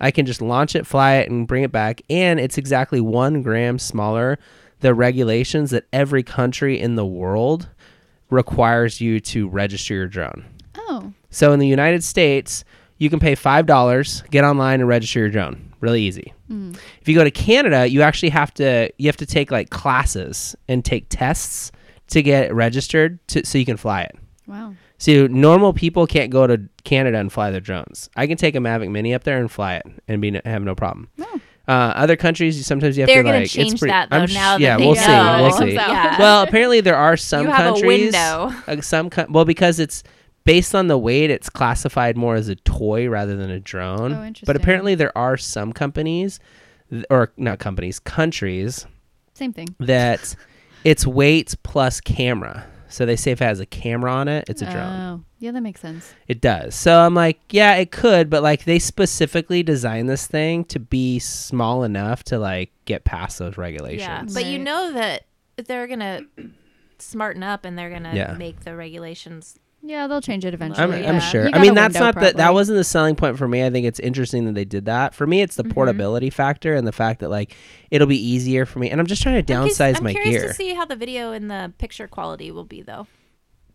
S1: I can just launch it, fly it, and bring it back. And it's exactly one gram smaller. The regulations that every country in the world requires you to register your drone.
S2: Oh.
S1: So in the United States, you can pay $5, get online and register your drone. Really easy. If you go to Canada, you actually have to you have to take like classes and take tests to get registered to, so you can fly it.
S2: Wow.
S1: So normal people can't go to Canada and fly their drones. I can take a Mavic Mini up there and fly it and be have no problem.
S2: Wow.
S1: Uh, other countries, you- sometimes you have
S3: they're
S1: to
S3: gonna
S1: like. it's
S3: change
S1: pretty-
S3: that though.
S1: I'm sh-
S3: now
S1: yeah,
S3: that they
S1: we'll
S3: know
S1: see.
S2: know
S1: We'll
S2: it
S1: see.
S2: comes out. Yeah.
S1: Well, apparently there are some
S3: You have a
S1: countries.
S3: window.
S1: uh, some co- well because it's based on the weight, it's classified more as a toy rather than a drone.
S2: Oh,
S1: But
S2: interesting.
S1: apparently there are some companies, th- or not companies, countries
S2: Same thing.
S1: that it's weight plus camera. So they say if it has a camera on it,
S3: Uh,
S1: it's a drone.
S2: Oh. Yeah, that makes sense.
S1: It does. So I'm like, yeah, it could, but like they specifically designed this thing to be small enough to like get past those
S3: yeah,
S1: regulations.
S3: but you
S2: Right.
S3: know that they're gonna smarten up and they're gonna
S1: Yeah.
S3: make the regulations.
S2: Yeah, they'll change it eventually.
S1: I'm,
S3: Really
S1: I'm
S2: but you
S1: sure. I
S2: got
S1: mean,
S2: a
S1: that's
S2: window
S1: not the, that
S2: probably.
S1: wasn't the selling point for me. I think it's interesting that they did that. For me, it's
S3: Mm-hmm.
S1: the portability factor and the fact that like it'll be easier for me. And I'm just trying to
S3: I'm curious-
S1: downsize
S3: I'm
S1: my
S3: curious
S1: gear.
S3: to see how the video and the picture quality will be though,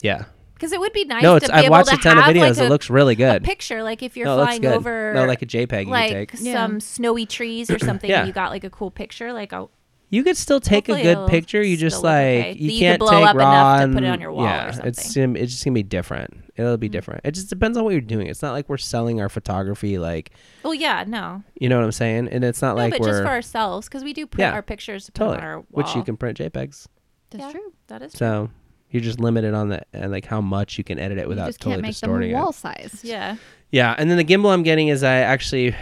S1: Yeah.
S3: because it would be nice.
S1: No, it's
S3: to be
S1: I've
S3: able
S1: watched
S3: to
S1: a ton of
S3: have,
S1: videos.
S3: Like a,
S1: it looks really
S3: a
S1: good.
S3: picture, like if you're
S1: No, it looks
S3: flying
S1: good.
S3: over
S1: No, like a JPEG you could
S3: like
S1: take.
S2: Yeah.
S3: some snowy trees or something
S1: Yeah.
S3: and you got like a cool picture like oh, I'll,
S1: You could still take
S3: Hopefully
S1: a
S3: it'll
S1: good picture. You
S3: still
S1: just
S3: look
S1: like
S3: okay.
S1: you
S3: You could
S1: can't
S3: blow
S1: take
S3: up
S1: raw
S3: enough to
S1: and
S3: put it on your wall or
S1: yeah, it's
S3: something. Mm-hmm.
S1: gonna- it's just gonna be different. It'll be different. It just depends on what you're doing. It's not like we're selling our photography, like
S3: Well, yeah, no,
S1: you know what I'm saying. And it's not
S3: no,
S1: like
S3: but
S1: we're
S3: just for ourselves because we do print
S1: Yeah.
S3: our pictures to put
S1: totally,
S3: on our wall.
S1: which you can print JPEGs.
S2: That's
S3: Yeah.
S2: true.
S3: That is true.
S1: So you're just limited on the and like how much you can edit it
S2: you
S1: without
S2: just
S1: totally
S2: can't make
S1: distorting
S2: them wall
S1: it.
S2: sized.
S3: Yeah.
S1: Yeah, and then the gimbal I'm getting is I actually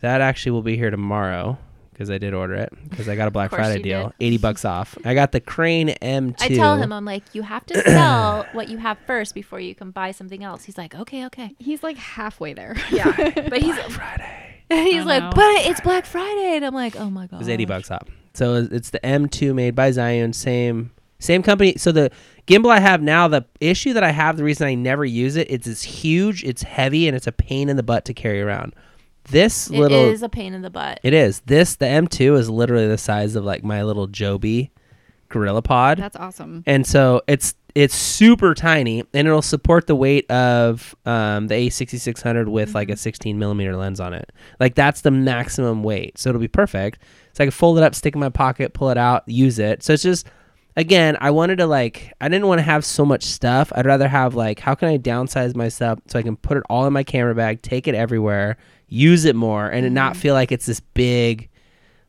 S1: that actually will be here tomorrow because I did order it because I got a Black
S3: course
S1: Friday
S3: you
S1: deal,
S3: did.
S1: eighty bucks off. I got the Crane M2.
S3: I tell him, I'm like, you have to sell what you have first before you can buy something else. He's like, okay, okay.
S2: He's like halfway there.
S3: but he's
S1: Friday.
S3: he's
S2: I
S3: like,
S2: know.
S3: but it's Black Friday, and I'm like, oh my god.
S1: It was eighty bucks off. So it's- it's the M2 made by Zion, same same company. So the gimbal I have now, the issue that I have, the reason I never use it, it's it's huge, it's heavy, and it's a pain in the butt to carry around. This
S3: It
S1: little
S3: is a pain in the butt.
S1: It is. This the M2 is literally the size of like my little Joby Gorilla Pod.
S2: That's awesome.
S1: and so it's it's super tiny and it'll support the weight of um, the A6600 with like
S2: Mm-hmm.
S1: a 16 millimeter lens on it. Like that's the maximum weight. So it'll be perfect. So I can fold it up, stick it in my pocket, pull it out, use it. So it's just again, I wanted to like I didn't want to have so much stuff. I'd rather have like how can I downsize my stuff so I can put it all in my camera bag, take it everywhere, use it more and it not feel like it's this big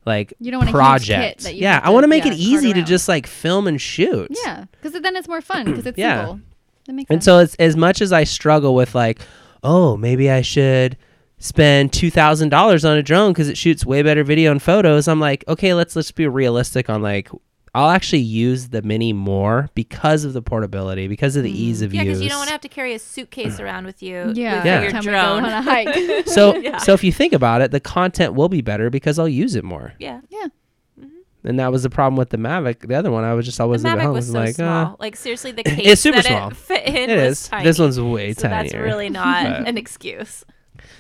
S1: like
S2: Mm-hmm. You don't want a huge
S1: project.
S2: kit that you
S1: yeah,
S2: have
S1: I want to
S2: to,
S1: make
S2: yeah,
S1: it
S2: cart
S1: easy to
S2: around.
S1: just like film and shoot.
S2: Yeah, because then it's more fun because it's
S1: Yeah.
S2: simple. That makes
S1: And
S2: sense.
S1: so it's as much as I struggle with like, oh, maybe I should spend two thousand dollars on a drone because it shoots way better video and photos. I'm like, okay, let's let's be realistic on like, I'll actually use the mini more because of the portability, because of the ease of
S3: Mm. Yeah,
S1: use.
S3: because you don't want to have to carry a suitcase around with you.
S2: yeah,
S3: for
S1: Yeah.
S3: Your
S2: Time we go
S3: drone.
S2: on a hike.
S1: so
S3: Yeah.
S1: so if you think about it, the content will be better because I'll use it more.
S3: yeah.
S2: yeah,
S1: And that was the problem with the Mavic. The other one, I was just
S3: The
S1: always leaving
S3: Mavic
S1: home.
S3: was so
S1: I was like, uh,
S3: small. Like seriously, the case
S1: it's super
S3: that
S1: small.
S3: it fit in
S1: it
S3: was
S1: is.
S3: tiny.
S1: This one's way
S3: so
S1: tinier.
S3: that's really not
S1: But-
S3: an excuse.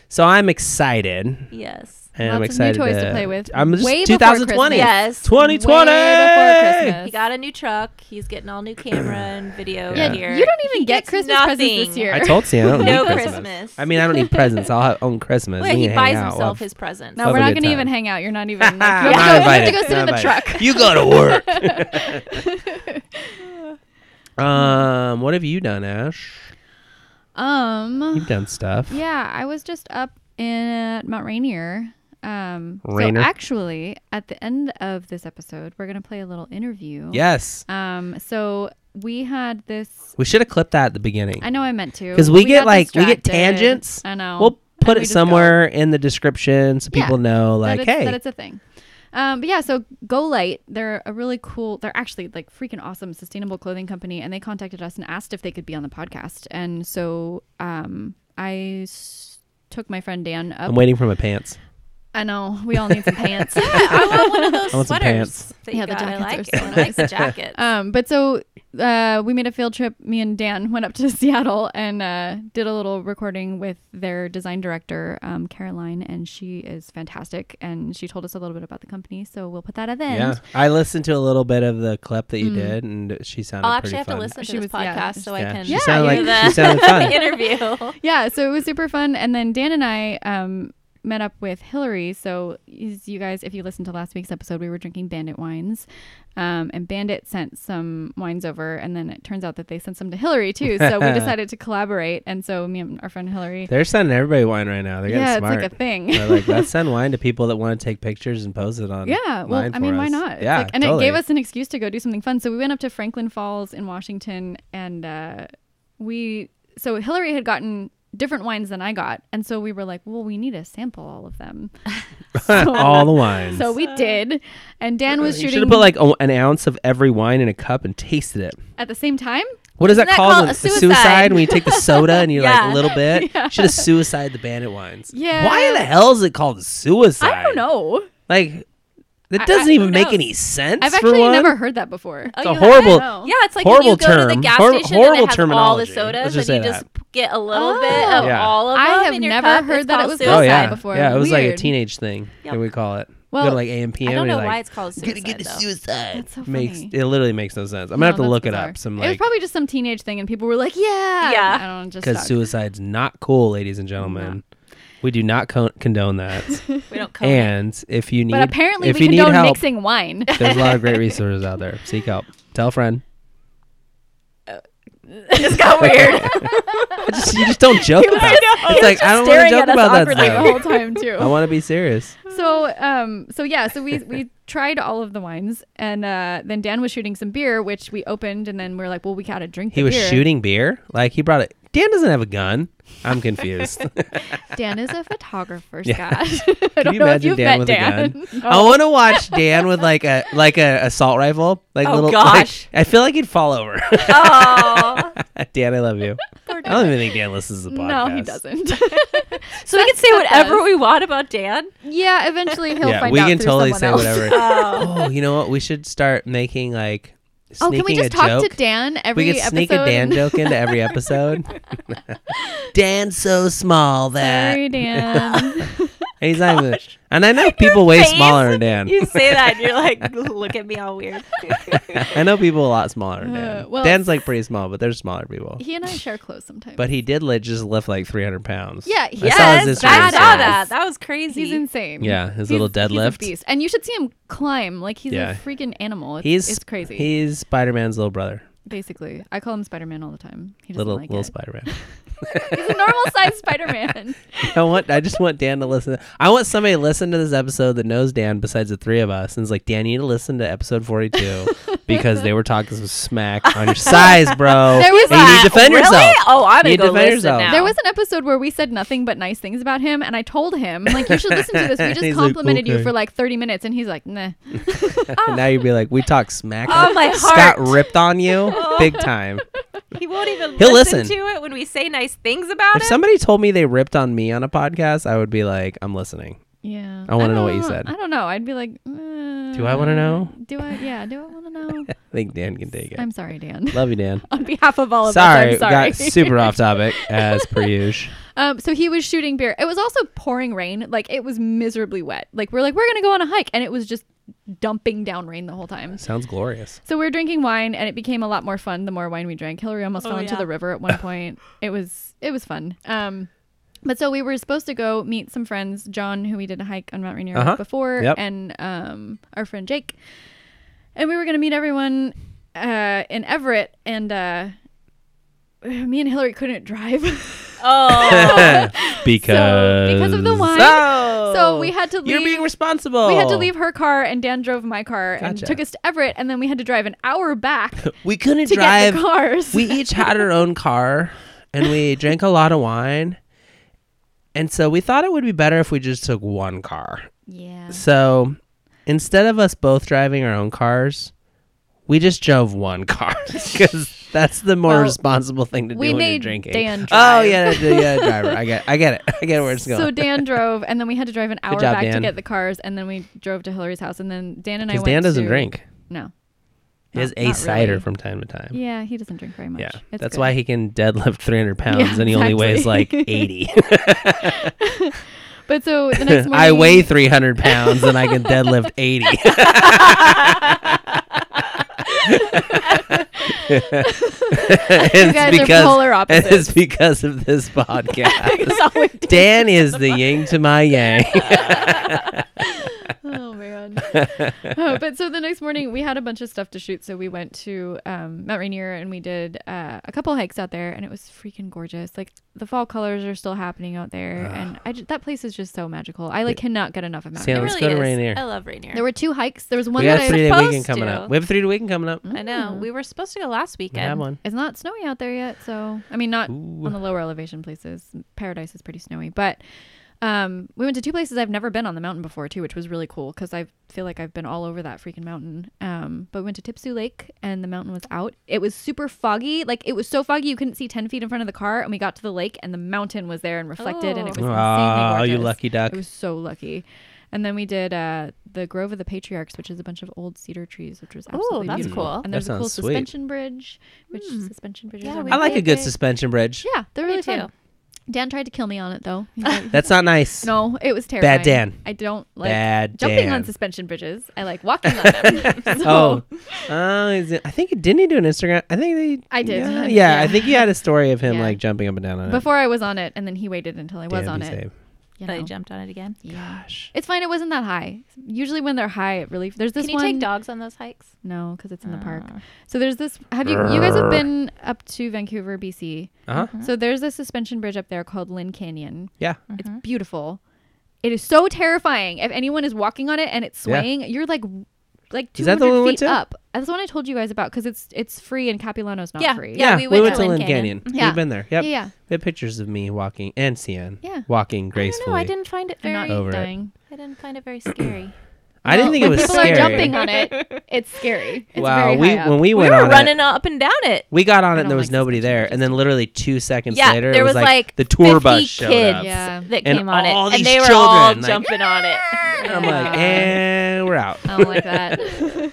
S1: so I'm excited.
S3: Yes.
S1: and I'm
S2: Lots of new
S1: excited
S2: toys to play with.
S1: I'm just
S2: Way before
S1: 2020.
S2: Christmas.
S3: Yes.
S1: 2020.
S2: Way before Christmas.
S3: He got a new truck. He's getting all new camera and video
S1: Yeah.
S3: gear.
S2: You don't even
S3: He
S2: get
S3: gets
S2: Christmas presents
S3: nothing.
S2: this year.
S1: I told you I don't
S3: No
S1: need Christmas.
S3: Christmas.
S1: I mean, I don't need presents. I'll have own Christmas.
S3: Well,
S1: We
S3: he
S1: can hang
S3: buys
S1: out.
S3: himself
S1: We'll-
S3: his presents.
S2: no,
S1: Have
S2: we're
S1: a
S2: not
S1: good
S2: going to even
S1: time.
S2: hang out. You're not even. Like,
S1: I'm
S2: you,
S1: not
S2: have to go, you have to
S1: invited.
S2: go sit
S1: Not
S2: in the
S1: invited.
S2: truck.
S1: You go to work. um, what have you done, Ash?
S2: Um.
S1: You've done stuff.
S2: Yeah, I was just up in Mount Rainier. Um,
S1: Rainier.
S2: So actually, at the end of this episode, we're going to play a little interview.
S1: Yes.
S2: Um. So we had this.
S1: We should have clipped that at the beginning
S2: I know I meant to.
S1: 'Cause we get,
S2: got
S1: like, we get
S2: distracted.
S1: tangents.
S2: I know.
S1: we'll
S2: And
S1: put
S2: we
S1: it
S2: just go.
S1: somewhere in the description so
S2: Yeah.
S1: people know, like,
S2: that it's,
S1: hey,
S2: that it's a thing. Um, but yeah, so Go Light, they're a really cool, they're actually like freaking awesome sustainable clothing company, and they contacted us and asked if they could be on the podcast. And so um, I s- took my friend Dan up.
S1: I'm waiting for my pants.
S2: I know we all need some pants.
S3: I want one of those
S1: I want some
S3: sweaters.
S1: pants.
S3: That you
S2: Yeah, the
S3: got. I
S2: jackets
S3: like
S2: are
S3: it.
S2: so
S3: I like the jacket.
S2: Um, but so uh, we made a field trip. Me and Dan went up to Seattle and uh, did a little recording with their design director, um, Caroline, and she is fantastic. And she told us a little bit about the company, so we'll put that at the end.
S1: Yeah, I listened to a little bit of the clip that you
S2: Mm.
S1: did, and she sounded.
S3: I'll
S1: pretty
S3: actually have
S1: fun.
S3: to listen
S2: She
S3: to this
S2: was- yeah.
S3: podcast so I
S1: Yeah,
S3: can
S1: she
S2: Yeah,
S1: sounded
S2: you
S1: like
S3: know
S1: she
S3: the-
S1: sounded fun.
S3: interview.
S2: yeah, so it was super fun. And then Dan and I um, met up with Hillary. So, is- you guys, if you listened to last week's episode, we were drinking Bandit wines. Um, and Bandit sent some wines over. And then it turns out that they sent some to Hillary, too. So, we decided to collaborate. And so, me and our friend Hillary.
S1: They're sending everybody wine right now. They're getting
S2: yeah,
S1: smart. Um,
S2: it's like a thing.
S1: They're like, let's send wine to people that want to take pictures and post it on.
S2: Yeah, well,
S1: line
S2: I
S1: for
S2: mean, why
S1: us.
S2: not? It's
S1: Yeah,
S2: like- and
S1: totally.
S2: it gave us an excuse to go do something fun. So we went up to Franklin Falls in Washington, and uh, we so Hillary had gotten different wines than I got, and so we were like, well, we need to sample all of them. So-
S1: all the wines.
S2: So we did, and Dan was
S1: you should
S2: shooting
S1: have put like a, an ounce of every wine in a cup and tasted it.
S2: at the same time.
S1: What is that,
S3: that
S1: called?
S3: called
S1: when-
S3: a
S1: the
S3: suicide?
S1: when you take the soda and you're like
S3: Yeah.
S1: a little bit. Should have suicide the bandit wines.
S2: Yeah.
S1: Why in the hell is it called suicide?
S2: I don't know.
S1: Like,
S2: I-
S1: that doesn't
S2: I-
S1: even
S2: who
S1: make
S2: knows?
S1: any sense.
S2: I've
S1: for
S2: actually
S1: one.
S2: never heard that before.
S3: Oh,
S1: It's a
S3: you
S1: horrible-
S2: No.
S3: Haven't? Yeah, it's like when
S1: horrible
S3: you go to
S1: term.
S3: the gas
S1: Hor-
S3: station
S1: horrible
S3: and it has all the
S1: terminology.
S3: sodas,
S1: Let's just
S3: and
S1: say
S3: you just
S1: that.
S3: get a little
S2: Oh.
S3: bit of
S1: Yeah.
S3: all of them.
S2: I have
S3: in your
S2: never
S3: cup.
S2: heard
S3: It's
S2: that it
S3: called
S2: was
S3: suicide.
S1: Oh yeah,
S2: before.
S1: yeah. It was like a
S2: Weird.
S1: teenage thing
S3: Yep.
S1: that we call it.
S2: Well,
S1: we go to like AMPM.
S3: I don't know
S1: like,
S3: why it's called
S1: Gotta
S3: suicide.
S1: get to
S3: though.
S1: suicide.
S2: That's so
S1: makes
S2: funny.
S1: it literally makes no sense. I'm
S2: No,
S1: gonna have to
S2: that's
S1: look it
S2: bizarre.
S1: up. Some
S2: it was
S1: like
S2: probably just some teenage thing, and people were like, "Yeah,
S3: Yeah.
S2: I don't know, just
S1: because
S2: sucked.
S1: suicide's not cool, ladies and gentlemen. We do not con- condone that.
S3: we don't call it.
S1: and if you need,
S2: But apparently,
S1: if
S2: we
S1: you need
S2: condone
S1: help,
S2: mixing wine.
S1: there's a lot of great resources out there. Seek help. Tell a friend.
S3: It's got weird.
S1: I just- you just don't joke
S2: was
S1: about
S2: just-
S1: it. It's like I don't want to joke about that
S2: awkwardly the
S1: stuff.
S2: whole time too.
S1: I want to be serious.
S2: so um so yeah so we we tried all of the wines and uh then dan was shooting some beer which we opened and then we are like well we gotta drink
S1: He
S2: the
S1: was
S2: beer.
S1: shooting beer. Like he brought it. Dan doesn't have a gun. I'm confused.
S2: dan is a photographer
S1: Yeah.
S2: scott i don't
S1: you
S2: know if
S1: imagine
S2: you've
S1: Dan
S2: met
S1: with a
S2: dan
S1: gun? Oh,
S2: No.
S1: I want to watch Dan with like a like a assault rifle. Like
S3: Oh,
S1: little.
S3: gosh.
S1: Like, I feel like he'd fall over.
S3: oh,
S1: Dan, I love you. I don't even think Dan listens to the podcast.
S2: no he doesn't
S3: so we can say whatever
S2: us.
S3: we want about Dan.
S2: yeah eventually he'll
S1: yeah,
S2: find
S1: we
S2: out
S1: can
S2: through
S1: totally
S2: someone
S1: say
S2: else. Uh,
S1: whatever.
S3: Oh,
S1: oh, you know what? We should start making like
S2: oh
S1: sneaking
S2: can we just
S1: a
S2: talk
S1: joke.
S2: to dan every
S1: we could sneak a
S2: episode
S1: Dan
S2: and-
S1: joke into every episode. Dan's so small that,
S2: Sorry, Dan.
S1: and he's not even. And I know people way
S3: face.
S1: smaller than Dan.
S3: you say that, and you're like, look at me, all weird.
S1: I know people a lot smaller than Dan.
S2: Uh, well-
S1: Dan's like pretty small, but there's smaller people.
S2: he and I share clothes sometimes.
S1: But he did like just lift like 300 pounds.
S2: Yeah,
S1: I saw
S2: yes,
S1: his
S3: I
S1: Instagram
S3: saw
S2: badass.
S1: story.
S3: that. That was crazy.
S2: he's insane.
S1: Yeah, his
S2: He's-
S1: little
S2: he's a
S1: deadlift.
S2: beast. and you should see him climb. Like he's
S1: Yeah.
S2: a freaking animal. It's,
S1: He's
S2: it's crazy.
S1: He's Spider Man's little brother,
S2: Basically, I call him Spider Man all the time. He doesn't
S1: little
S2: like
S1: little
S2: it.
S1: Spider Man.
S2: He's a normal sized Spider Man.
S1: I want. I just want Dan to listen. I want somebody to listen to this episode that knows Dan besides the three of us, and is like, Dan, you need to listen to episode forty-two because they were talking some smack on your size, bro.
S2: There was
S1: and you need
S3: Uh,
S1: to defend
S3: really?
S1: yourself.
S3: Oh, I'm
S1: You
S3: gonna
S1: defend
S3: go listen
S1: yourself.
S3: now.
S2: There was an episode where we said nothing but nice things about him, and I told him like you should listen to this. We
S1: He's
S2: just
S1: like,
S2: complimented
S1: "Okay."
S2: you for like thirty minutes, and he's like, nah.
S1: And now you'd be like, we talk smack.
S3: Oh, my
S1: Scott
S3: heart.
S1: ripped on you big time.
S3: he won't even
S1: He'll
S3: listen,
S1: listen.
S3: to it when we say nice things about
S1: If
S3: him.
S1: somebody told me they ripped on me on a podcast, I would be like, I'm listening.
S2: Yeah.
S1: I wanna know what
S2: don't
S1: you said.
S2: I don't know. I'd be like,
S1: Do I wanna
S2: "Uh,
S1: know?"
S2: Do I? Yeah. Do I want to know?
S1: I think Dan can take it.
S2: I'm sorry, Dan.
S1: Love you, Dan.
S2: On behalf of all of
S1: Sorry,
S2: us, I'm
S1: we
S2: sorry.
S1: got super off topic as per usual.
S2: Um, so he was shooting beer. It was also pouring rain. Like it was miserably wet. Like we're like we're gonna go on a hike, and it was just dumping down rain the whole time.
S1: Sounds glorious.
S2: So we were drinking wine, and it became a lot more fun the more wine we drank. Hillary almost fell
S3: Oh,
S2: into
S3: yeah.
S2: the river at one point. it was it was fun. Um, but so we were supposed to go meet some friends, John, who we did a hike on Mount Rainier with
S1: Uh-huh.
S2: before,
S1: Yep.
S2: and um, our friend Jake, and we were gonna meet everyone uh, in Everett, and uh, me and Hillary couldn't drive.
S3: oh,
S1: because
S2: So, because of the wine.
S1: So,
S2: So we had to leave.
S1: You're being responsible.
S2: we had to leave her car, and Dan drove my car and
S1: Oh. Gotcha.
S2: took us to Everett, and then we had to drive an hour back to
S1: We couldn't
S2: get
S1: drive.
S2: the cars.
S1: We each had our own car, and we drank a lot of wine. And so we thought it would be better if we just took one car.
S2: yeah.
S1: So instead of us both driving our own cars, we just drove one car because that's the more
S2: Well,
S1: responsible thing to do
S2: we
S1: when you're
S2: made
S1: drinking.
S2: Dan
S1: Oh
S2: drive.
S1: yeah, yeah, yeah, driver. I get, I get it. I get where it's
S2: So
S1: going.
S2: Dan drove, and then we had to drive an hour
S1: job,
S2: back to
S1: Dan.
S2: get the cars, and then we drove to Hillary's house, and then Dan and I
S1: Because
S2: went.
S1: Dan doesn't
S2: to-
S1: drink.
S2: No.
S1: He has
S2: Not-
S1: a
S2: not
S1: cider
S2: really.
S1: from time to time.
S2: Yeah, he doesn't drink very much.
S1: Yeah,
S2: It's
S1: that's
S2: good.
S1: why he can deadlift 300 pounds
S2: Yeah,
S1: and he only weighs like
S2: exactly.
S1: 80.
S2: But so the next morning,
S1: I weigh 300 pounds and I can deadlift 80.
S2: You guys
S1: it's
S2: are
S1: because
S2: polar opposites.
S1: it's because of this podcast.
S2: That's all we do.
S1: Dan is the yin to my yang.
S2: oh man. oh, but so the next morning we had a bunch of stuff to shoot, so we went to um, Mount Rainier and we did uh, a couple hikes out there, and it was freaking gorgeous. Like the fall colors are still happening out there, and
S1: Ah.
S2: I ju- that place is just so magical. I like cannot get enough of Mount
S1: Sam-
S2: Rainier.
S1: let's go to Rainier.
S3: I love Rainier.
S2: There were two hikes. There was one
S1: we got
S2: that
S1: a
S2: I
S1: three day
S3: supposed
S1: weekend coming
S3: to.
S1: up. We have a three day weekend coming up.
S2: Mm,
S3: I know. We were supposed to go last
S1: We
S3: weekend.
S1: have one.
S2: It's not snowy out there yet, so I mean, not
S1: Ooh.
S2: on the lower elevation places. Paradise is pretty snowy, but um, we went to two places I've never been on the mountain before too, which was really cool because I feel like I've been all over that freaking mountain. Um, but we went to Tipsu Lake and the mountain was out. It was super foggy, like it was so foggy you couldn't see ten feet in front of the car, and we got to the lake and the mountain was there and reflected, and it was insanely gorgeous.
S1: Oh, you lucky duck.
S2: It was so lucky. And then we did uh, the Grove of the Patriarchs, which is a bunch of old cedar trees, which was absolutely
S3: that's
S2: beautiful.
S3: cool. Hmm.
S2: And
S1: That
S2: there's a cool
S1: sounds sweet.
S2: suspension bridge, which suspension bridges
S3: Yeah,
S2: are
S3: we
S2: my
S1: I like a
S3: Wait,
S1: good
S3: wait.
S1: suspension bridge.
S2: yeah, they're
S3: Me
S2: really
S3: too.
S2: fun. Dan tried to kill me on it though. He's like-
S1: That's not nice.
S2: no, it was terrifying.
S1: Dan.
S2: I don't like
S1: Bad
S2: jumping
S1: Dan.
S2: on suspension bridges. I like walking on them. so,
S1: Oh, oh, is it- I think it didn't he do an Instagram? I think they.
S2: I did.
S1: Yeah,
S2: I-
S1: yeah, I
S2: yeah.
S1: think he had a story of him
S2: Yeah.
S1: like jumping up and down on it.
S2: Before I was on it, and then he waited until I was
S1: Damn,
S2: on
S1: he's
S2: it.
S1: safe.
S2: you
S3: that I
S2: know.
S3: jumped on it again.
S2: Yeah.
S1: Gosh.
S2: It's fine. It wasn't that high. Usually when they're high, it really there's this
S3: Can you
S2: one.
S3: take dogs on those hikes?
S2: No, because it's in the park.
S1: Ah.
S3: Oh.
S2: So there's this. Have you you guys have been up to Vancouver, BC?
S1: Uh
S3: Uh-huh.
S1: huh.
S2: So there's a suspension bridge up there called Lynn Canyon.
S1: Yeah.
S2: It's
S3: Uh-huh.
S2: beautiful. It is so terrifying. If anyone is walking on it and it's
S1: Yeah.
S2: swaying, you're like like
S1: Is that the
S2: 200
S1: one we went
S2: feet
S1: to?
S2: up. That's the one I told you guys about because it's it's free and Capilano's not
S3: Yeah,
S2: free.
S3: yeah. we went to
S1: Lynn
S3: Lynn
S1: Canyon.
S3: Canyon.
S2: Yeah.
S1: We've been there. Yep.
S2: Yeah, yeah.
S1: We have pictures of me walking and Cian
S2: Yeah.
S1: walking
S3: I don't
S1: gracefully.
S3: know. I didn't find it
S2: I'm
S3: very.
S2: not
S1: Over it.
S2: dying.
S3: I didn't find it very scary.
S1: I didn't think it
S2: when
S1: was
S2: people
S1: scary.
S2: are jumping on it. it's scary it's
S1: wow.
S2: very
S1: we
S2: high up.
S1: when we
S3: we
S1: went
S3: were
S1: on it,
S3: running up and down it.
S1: we got on
S2: I
S1: it and there
S2: don't
S1: was
S2: like
S1: nobody
S2: suspension
S1: there,
S2: bridges.
S1: and then literally two seconds
S3: Yeah,
S1: later,
S3: there
S1: it was,
S3: was, like,
S1: the tour
S3: 50
S1: bus showed up,
S3: kids
S2: Yeah.
S3: that
S1: And
S3: came on
S1: all
S3: it,
S1: these
S3: and they were all
S1: children, like-
S3: jumping on it.
S1: and I'm like, "Eh."
S2: Yeah.
S1: and we're out.
S2: I don't like that.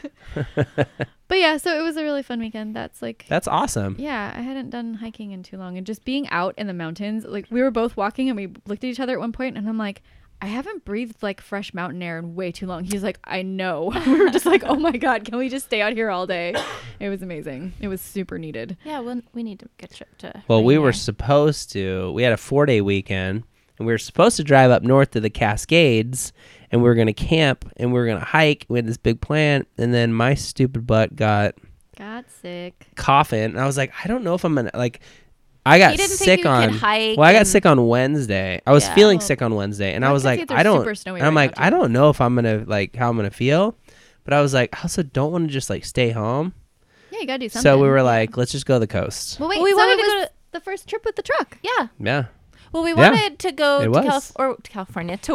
S2: but yeah, so it was a really fun weekend. That's like
S1: That's awesome.
S2: yeah, I hadn't done hiking in too long and just being out in the mountains, like we were both walking and we looked at each other at one point and I'm like, I haven't breathed like fresh mountain air in way too long. He's like, I know. we were just like, oh my God, can we just stay out here all day? It was amazing. It was super needed.
S3: Yeah, we'll, we need to get a trip to.
S1: Well, we were
S3: Rainier.
S1: supposed to. We had a four day weekend, and we were supposed to drive up north to the Cascades, and we were going to camp, and we were going to hike. We had this big plan, and then my stupid butt got
S2: Got sick.
S1: coughing, and I was like, I don't know if I'm gonna like. I got
S3: He didn't think
S1: sick
S3: you could
S1: on.
S3: hike
S1: well, I got
S3: and-
S1: sick on Wednesday. I was
S3: Yeah.
S1: feeling
S2: Well,
S1: sick on Wednesday, and I was
S2: North
S1: like,
S2: Texas
S1: I
S2: are
S1: don't.
S2: super snowy
S1: and I'm
S2: right
S1: like,
S2: now,
S1: I
S2: too.
S1: don't know if I'm gonna like how I'm gonna feel, but I was like, I also don't want to just like stay home.
S2: Yeah, you gotta do something.
S1: So we were like, let's just go to the coast.
S2: well, wait,
S3: Well, we
S2: so
S3: wanted
S2: it
S3: to
S2: was
S3: go to-
S2: the first trip with the truck.
S3: Yeah.
S1: Yeah.
S3: Well, we
S1: Yeah.
S3: wanted to go
S1: It
S3: to
S1: was.
S3: Calif- or to California to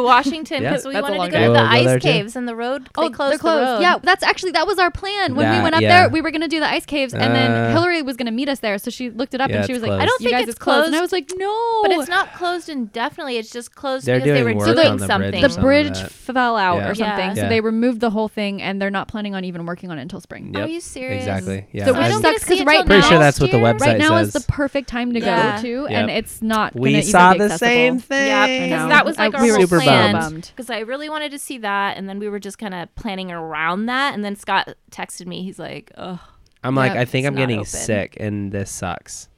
S3: Washington
S1: Yeah.
S3: because we
S2: That's a
S3: wanted
S2: long Oh,
S3: to go
S1: drive.
S3: to the
S1: We'll go there,
S3: ice
S1: too.
S3: caves and the road. they closed
S2: they're closed.
S3: The road.
S2: Yeah, that's actually that was our plan when
S1: That-
S2: we went up
S1: yeah.
S2: there. We were gonna do the ice caves, and
S1: Uh,
S2: then Hillary was gonna meet us there. So she looked it up
S1: Yeah,
S2: and she
S1: it's
S2: was like, "I
S1: closed.
S2: don't
S3: You
S2: think
S3: guys,
S2: it's
S3: it's
S2: closed." And I
S3: closed.
S2: was like, "No,
S3: but it's not closed indefinitely. It's just closed
S1: They're
S3: because they were
S1: doing work
S3: doing
S1: on the bridge
S3: something.
S1: or
S2: The
S1: something.
S2: bridge
S1: that.
S2: fell out
S1: Yeah.
S2: or something,
S3: Yeah.
S2: so
S1: Yeah.
S2: they removed the whole thing, and they're not planning on even working on it until spring.
S1: Yep.
S3: Are you serious?
S1: Exactly. Yeah.
S2: So
S3: I
S2: which
S3: don't
S1: I'm-
S3: get
S2: sucks
S3: to see
S2: because
S3: it
S2: right
S3: till
S2: now,
S1: Pretty sure that's what the
S3: next year?
S1: website
S2: right now is the
S1: says.
S2: perfect time to
S3: Yeah.
S2: go to,
S1: Yep.
S2: and it's not.
S1: we
S2: gonna
S1: saw
S2: even be
S1: the same
S2: accessible.
S1: thing.
S3: Yeah,
S2: I
S3: because
S2: know.
S3: that was like
S2: I-
S3: our
S2: we were
S3: whole
S1: super
S3: plan.
S1: bummed.
S2: bummed.
S3: Because I really wanted to see that, and then we were just kind of planning around that. And then Scott texted me. He's like, "Oh,
S1: I'm like,
S2: Yep,
S1: I think
S3: it's
S1: I'm
S3: not
S1: getting
S3: open.
S1: sick, and this sucks.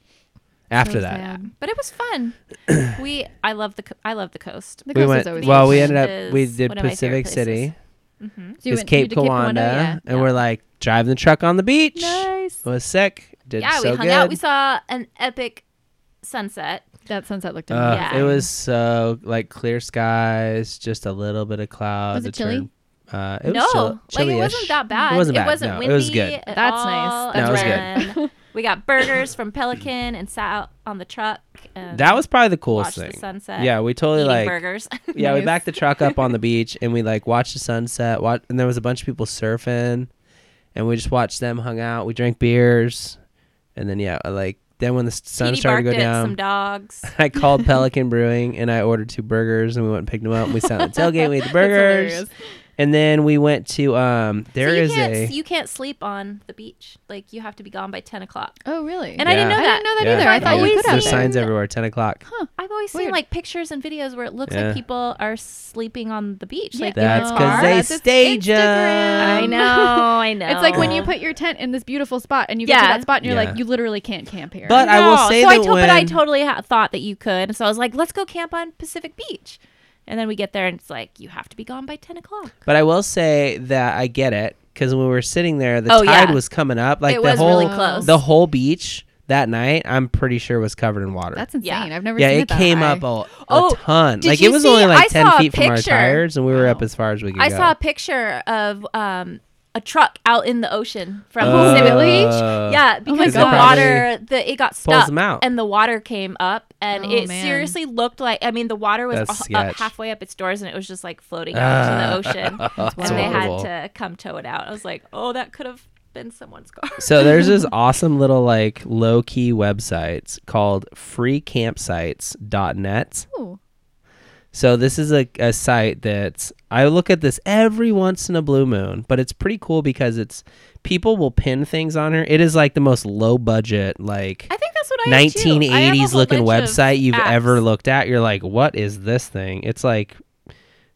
S1: After
S2: So
S1: that,
S2: sad.
S3: but it was fun. we, I love the, co- I love the coast.
S2: The
S1: we
S2: coast
S1: went.
S2: is always
S1: Well,
S2: good.
S1: we
S3: beach
S1: ended up.
S3: is
S1: We did
S3: one of my favorite
S1: Pacific City.
S2: So you
S1: It's
S2: went- you
S1: Cape
S2: did Cape
S1: Kiwanda,
S2: Kiwanda, yeah.
S1: and we're like driving the truck on the beach.
S2: Nice.
S1: It was sick. Did
S3: yeah,
S1: so
S3: we hung
S1: good.
S3: out. We saw an epic sunset.
S2: That sunset looked
S1: Uh,
S2: amazing.
S1: It
S3: Yeah.
S1: was so like clear skies, just a little bit of clouds.
S2: Was it chilly?
S1: turned- uh, it
S3: no,
S1: was chill-
S3: like it
S1: chilly-ish.
S3: wasn't that bad.
S1: It wasn't bad. no,
S3: windy.
S1: it was good.
S3: at
S2: That's
S3: all.
S2: nice. That's
S1: No, it was
S3: And then we got burgers from Pelican and sat out on the truck. And
S1: That was probably the coolest
S3: watched the
S1: thing.
S3: sunset,
S1: Yeah, we totally
S3: eating
S1: like.
S3: burgers.
S1: Yeah, we
S2: Nice.
S1: backed the truck up on the beach and we like watched the sunset. Watch, and there was a bunch of people surfing, and we just watched them hung out. We drank beers, and then yeah, like then when the s- sun
S3: Petey
S1: started to
S3: barked
S1: go
S3: at
S1: down,
S3: some dogs.
S1: I called Pelican Brewing and I ordered two burgers and we went and picked them up. And we sat on the tailgate. We ate the burgers,
S2: hilarious.
S1: and then we went to um. There
S3: so you
S1: is
S3: can't,
S1: a
S3: you can't sleep on the beach. Like you have to be gone by ten o'clock.
S2: Oh really?
S3: And I didn't
S1: Yeah.
S3: know
S2: I
S3: that.
S2: didn't know that
S1: Yeah,
S2: either. I thought
S1: yeah,
S2: you
S3: always
S2: could have
S1: There's
S3: been-
S1: signs everywhere. Ten o'clock.
S3: I've always seen
S2: Weird.
S3: like pictures and videos where it looks
S1: Yeah.
S3: like people are sleeping on the beach.
S2: Yeah.
S3: Like in
S1: That's
S3: their
S1: because
S3: car.
S1: they
S2: That's its
S1: stage 'em.
S2: Instagram.
S3: I know. I know.
S2: It's like when you put your tent in this beautiful spot and you get to
S3: Yeah.
S2: that spot and you're
S1: Yeah.
S2: like, you literally can't camp here.
S1: But I will
S3: No,
S1: say
S3: so
S1: that
S3: I to-
S1: when
S3: but I totally ha- thought that you could, so I was like, let's go camp on Pacific Beach, and then we get there and it's like you have to be gone by ten o'clock.
S1: But I will say that I get it because when we were sitting there, the
S3: Oh, yeah.
S1: tide was coming up. Like
S3: it
S1: the
S3: was
S1: whole
S3: really close.
S1: the whole beach that night. I'm pretty sure was covered in water.
S2: that's
S3: Yeah.
S2: insane. I've never
S1: yeah,
S2: seen it,
S1: it
S2: that
S1: came
S2: high.
S1: up a, a
S3: Oh,
S1: ton.
S3: did
S1: Like
S3: you
S1: it was
S3: see-
S1: only like
S3: I
S1: ten
S3: saw a
S1: feet from our
S3: picture. Oh.
S1: tires, and we were up
S2: Wow.
S1: as far as we could
S3: I
S1: go.
S3: saw a picture of um, a truck out in the ocean from
S1: Oh.
S3: Pacific
S1: Oh.
S3: Beach. Yeah,
S2: my
S3: because the
S2: God.
S3: water, the it got stuck,
S1: them out.
S3: and the water came up, and
S2: Oh,
S3: it
S2: man.
S3: seriously looked like I mean the water was
S1: That's
S3: a-
S1: sketch.
S3: up halfway up its doors, and it was just like floating out in the ocean,
S1: That's
S3: and they
S1: horrible.
S3: had to come tow it out. I was like, oh, that could have been someone's car.
S1: So there's this awesome little like low key website called freecampsites.net.
S2: Ooh.
S1: So this is a, a site that I look at this every once in a blue moon, but it's pretty cool because it's people will pin things on her. It is like the most low budget like
S3: I think that's what I had, too. I have a
S1: 1980s
S3: whole
S1: looking
S3: bunch of
S1: website you've
S3: apps. Oh,
S1: ever looked at. You're like, what is this thing? It's like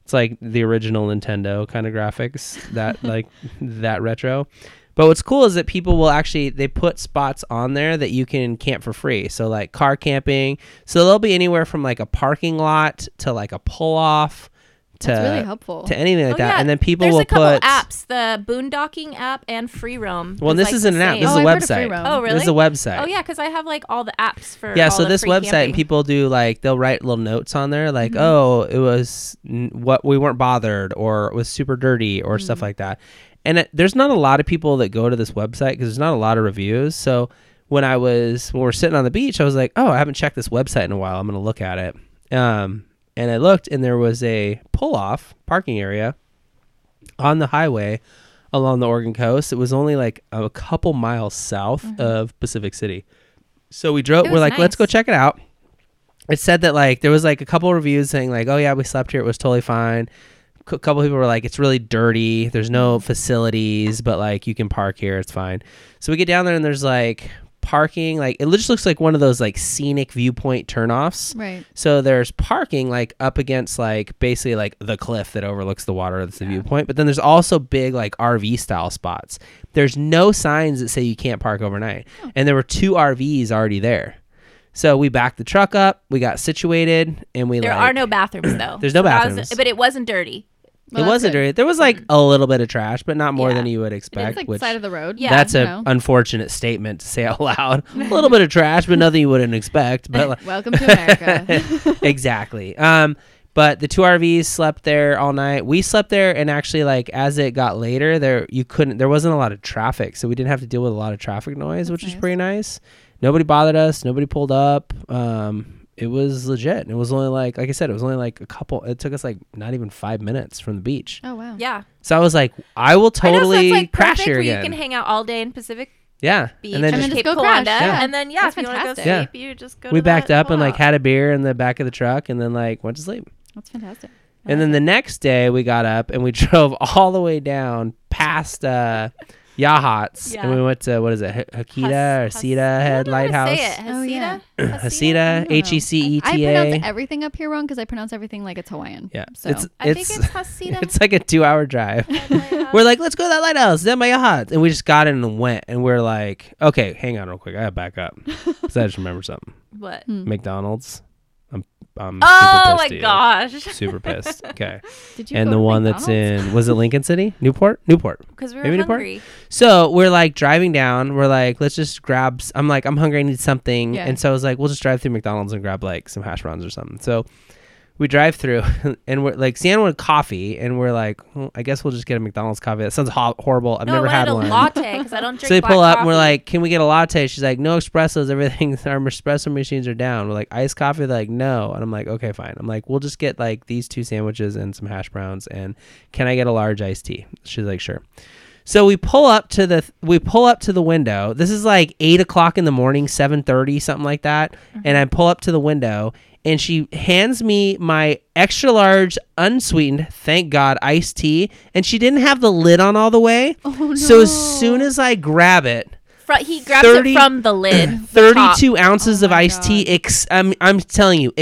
S1: it's like the original Nintendo kind of graphics that like that retro. But what's cool is that people will actually they put spots on there that you can camp for free. So like car camping. So they'll be anywhere from like a parking lot to like a pull off to
S2: That's really helpful.
S1: to anything like
S3: Oh,
S1: that.
S3: yeah.
S1: And then people
S3: There's
S1: will
S3: a couple
S1: put
S3: apps, the Boondocking app and Free Roam.
S1: Well,
S3: is,
S1: this
S3: like,
S1: isn't
S3: the
S1: an app.
S3: same.
S1: This is a
S2: Oh, I've heard of
S1: website.
S2: Free Roam.
S3: Oh, really?
S1: This is a website.
S3: Oh yeah, because I have like all the apps for
S1: Yeah,
S3: all
S1: so
S3: the
S1: this
S3: free
S1: website
S3: camping.
S1: people do like they'll write little notes on there like,
S3: Mm-hmm.
S1: "Oh, it was n- what we weren't bothered or it was super dirty or
S3: Mm-hmm.
S1: stuff like that." And it, there's not a lot of people that go to this website because there's not a lot of reviews. So when I was when we are sitting on the beach, I was like, "Oh, I haven't checked this website in a while. I'm gonna look at it." Um, and I looked, and there was a pull off parking area on the highway along the Oregon coast. It was only like a couple miles south of Pacific City. So we drove.
S3: Mm-hmm. It
S1: We're
S3: was
S1: like, let's go
S3: nice.
S1: check it out. It said that like there was like a couple reviews saying like, oh yeah, we slept here. It was totally fine. A couple people were like, it's really dirty. There's no
S3: Mm-hmm.
S1: facilities, but like you can park here. It's fine. So we get down there and there's like parking. Like it just looks like one of those like scenic viewpoint turnoffs.
S2: Right.
S1: So there's parking like up against like basically like the cliff that overlooks the water. That's the viewpoint. But then there's also big like RV style spots. There's no signs that say you can't park overnight.
S2: Oh.
S1: And there were two RVs already there. So we backed the truck up. We got situated, and we
S3: There
S1: like,
S3: are no bathrooms though.
S1: There's no
S3: So that was-
S1: bathrooms.
S3: but it wasn't dirty.
S1: it
S2: Well, that's
S1: wasn't
S2: good.
S1: dirty. There was like a little bit of trash, but not more
S3: Yeah.
S1: than you would
S2: It's
S1: expect.
S2: like
S1: which
S2: side of the road.
S3: Yeah.
S1: that's
S2: you
S1: an
S2: know?
S1: unfortunate statement to say out loud. a little bit of trash, but nothing you wouldn't expect. But like,
S2: Welcome to America.
S1: exactly. Um, but the two RVs slept there all night. We slept there, and actually, like as it got later, there you couldn't. There wasn't a lot of traffic, so we didn't have to deal with a lot of traffic noise, which was
S2: nice.
S1: pretty nice. Nobody bothered us. Nobody pulled up. Um, it was legit. It was only like, like I said, it was only like a couple. It took us like not even five minutes from the beach.
S2: oh wow.
S3: Yeah.
S1: So I was like, I will
S3: I know, so
S1: totally
S3: it's like
S1: crash
S3: perfect
S1: here
S3: where
S1: again.
S3: you can hang out all day in Pacific
S1: yeah,
S3: Beach
S1: and then
S2: And
S1: just
S2: then
S3: Cape
S2: just go
S3: Kalanda,
S2: crash. Yeah.
S3: and then yeah,
S2: That's
S3: if you want to go sleep,
S2: fantastic.
S3: you just go.
S1: we
S3: to the
S1: backed up and like
S3: pull-out.
S1: had a beer in the back of the truck, and then like went to sleep.
S2: That's fantastic.
S1: And then the next day we got up and we drove all the way down past uh Yahats and
S3: Yeah.
S1: we went to what is it H- Hakita
S3: Hus-
S1: or
S3: Hus-
S1: Sita
S3: I
S1: Head
S3: don't know how to
S1: Lighthouse
S3: Say it.
S2: Oh, yeah.
S3: Hasita?
S1: Hasita
S2: don't know.
S1: H E C E
S2: I
S1: T
S2: pronounce
S1: A
S2: everything up here wrong because I pronounce everything like it's Hawaiian.
S1: yeah
S2: So
S1: it's
S3: I think
S1: it's
S3: it's Hasita.
S1: it's like a two hour drive
S3: Lighthouse.
S1: we're like let's go to that lighthouse then my Yahats and we just got in and went and we're like okay hang on real quick I gotta back up because I just remember something
S3: what?
S1: McDonald's I'm I'm
S3: Mm-hmm.
S1: super
S3: Oh my
S1: pissed at you.
S3: gosh!
S1: super pissed okay
S2: did you
S1: and
S2: go
S1: the
S2: to
S1: one
S2: McDonald's?
S1: that's in was it Lincoln City Newport Newport
S3: Because we were
S1: Maybe to park?
S3: hungry.
S1: So we're like driving down. We're like, let's just grab. s- I'm like, I'm hungry. I need something.
S2: Yeah.
S1: And so I was like, we'll just drive through McDonald's and grab like some hash browns or something. So we drive through, and we're like, Sienna wanted coffee, and we're like, well, I guess we'll just get a McDonald's coffee. That sounds ho- horrible. I've
S3: No,
S1: never
S3: I
S1: had
S3: wanted
S1: one.
S3: a latte because I don't drink.
S1: So they
S3: black
S1: pull up and we're
S3: coffee.
S1: like, "Can we get a latte?" She's like, "No espressos. Everything. Our espresso machines are down." We're like, "Iced coffee?" They're like, "No." And I'm like, "Okay, fine." I'm like, "We'll just get like these two sandwiches and some hash browns." And can I get a large iced tea? She's like, "Sure." So we pull up to the we pull up to the window. This is like eight o'clock in the morning, seven thirty, something like that.
S3: Mm-hmm.
S1: And I pull up to the window, and she hands me my extra large, unsweetened, thank God, iced tea. And she didn't have the lid on all the way.
S2: Oh,
S1: So as
S2: no.
S1: soon as I grab it,
S3: Fro- he grabs
S1: 30
S3: it from the lid. the top.
S1: 32 ounces
S2: Oh
S1: of
S2: my
S1: iced tea.
S2: God.
S1: Ex- I'm, I'm telling you,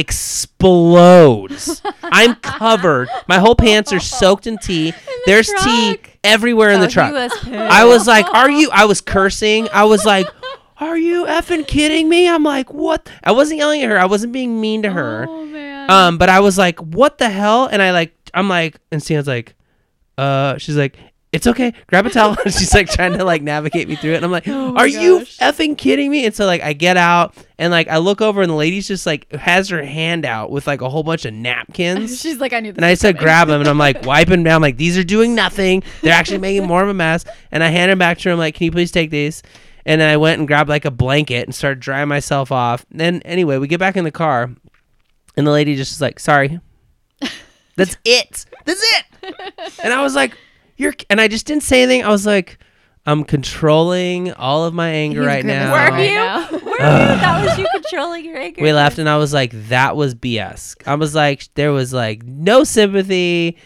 S1: explodes. I'm covered. My whole pants are soaked in tea. There's tea
S2: truck.
S1: everywhere in
S3: Oh,
S1: the
S3: he
S1: truck.
S3: was
S1: I was like, "Are you?" I was cursing. I was like, "Are you effing kidding me?" I'm like, "What?" I wasn't yelling at her. I wasn't being mean to her.
S2: Oh man.
S1: Um, but I was like, "What the hell?" And I like, I'm like, and Sienna's like, "Uh," she's like, "It's okay, grab a towel." And she's like trying to like navigate me through it. And I'm like,
S2: Oh my
S1: "Are you
S2: gosh.
S1: effing kidding me?" And so like I get out and like I look over and the lady's just like has her hand out with like a whole bunch of napkins.
S2: She's like, I knew this.
S1: And I
S2: was
S1: said,
S2: coming.
S1: grab them. And I'm like, wiping them down. I'm like, these are doing nothing. They're actually making more of a mess. And I hand them back to her. I'm like, can you please take these? And then I went and grabbed like a blanket and started drying myself off. Then, anyway, we get back in the car. And the lady just is like, sorry. That's it. That's it. And I was like, you're, and I just didn't say anything. I was like, I'm controlling all of my anger
S2: He's
S1: right
S2: grimacing
S1: now.
S2: Right
S3: Were you?
S2: now.
S3: Were you? That was you controlling your anger.
S1: We left, and I was like, that was BS. I was like, there was like no sympathy,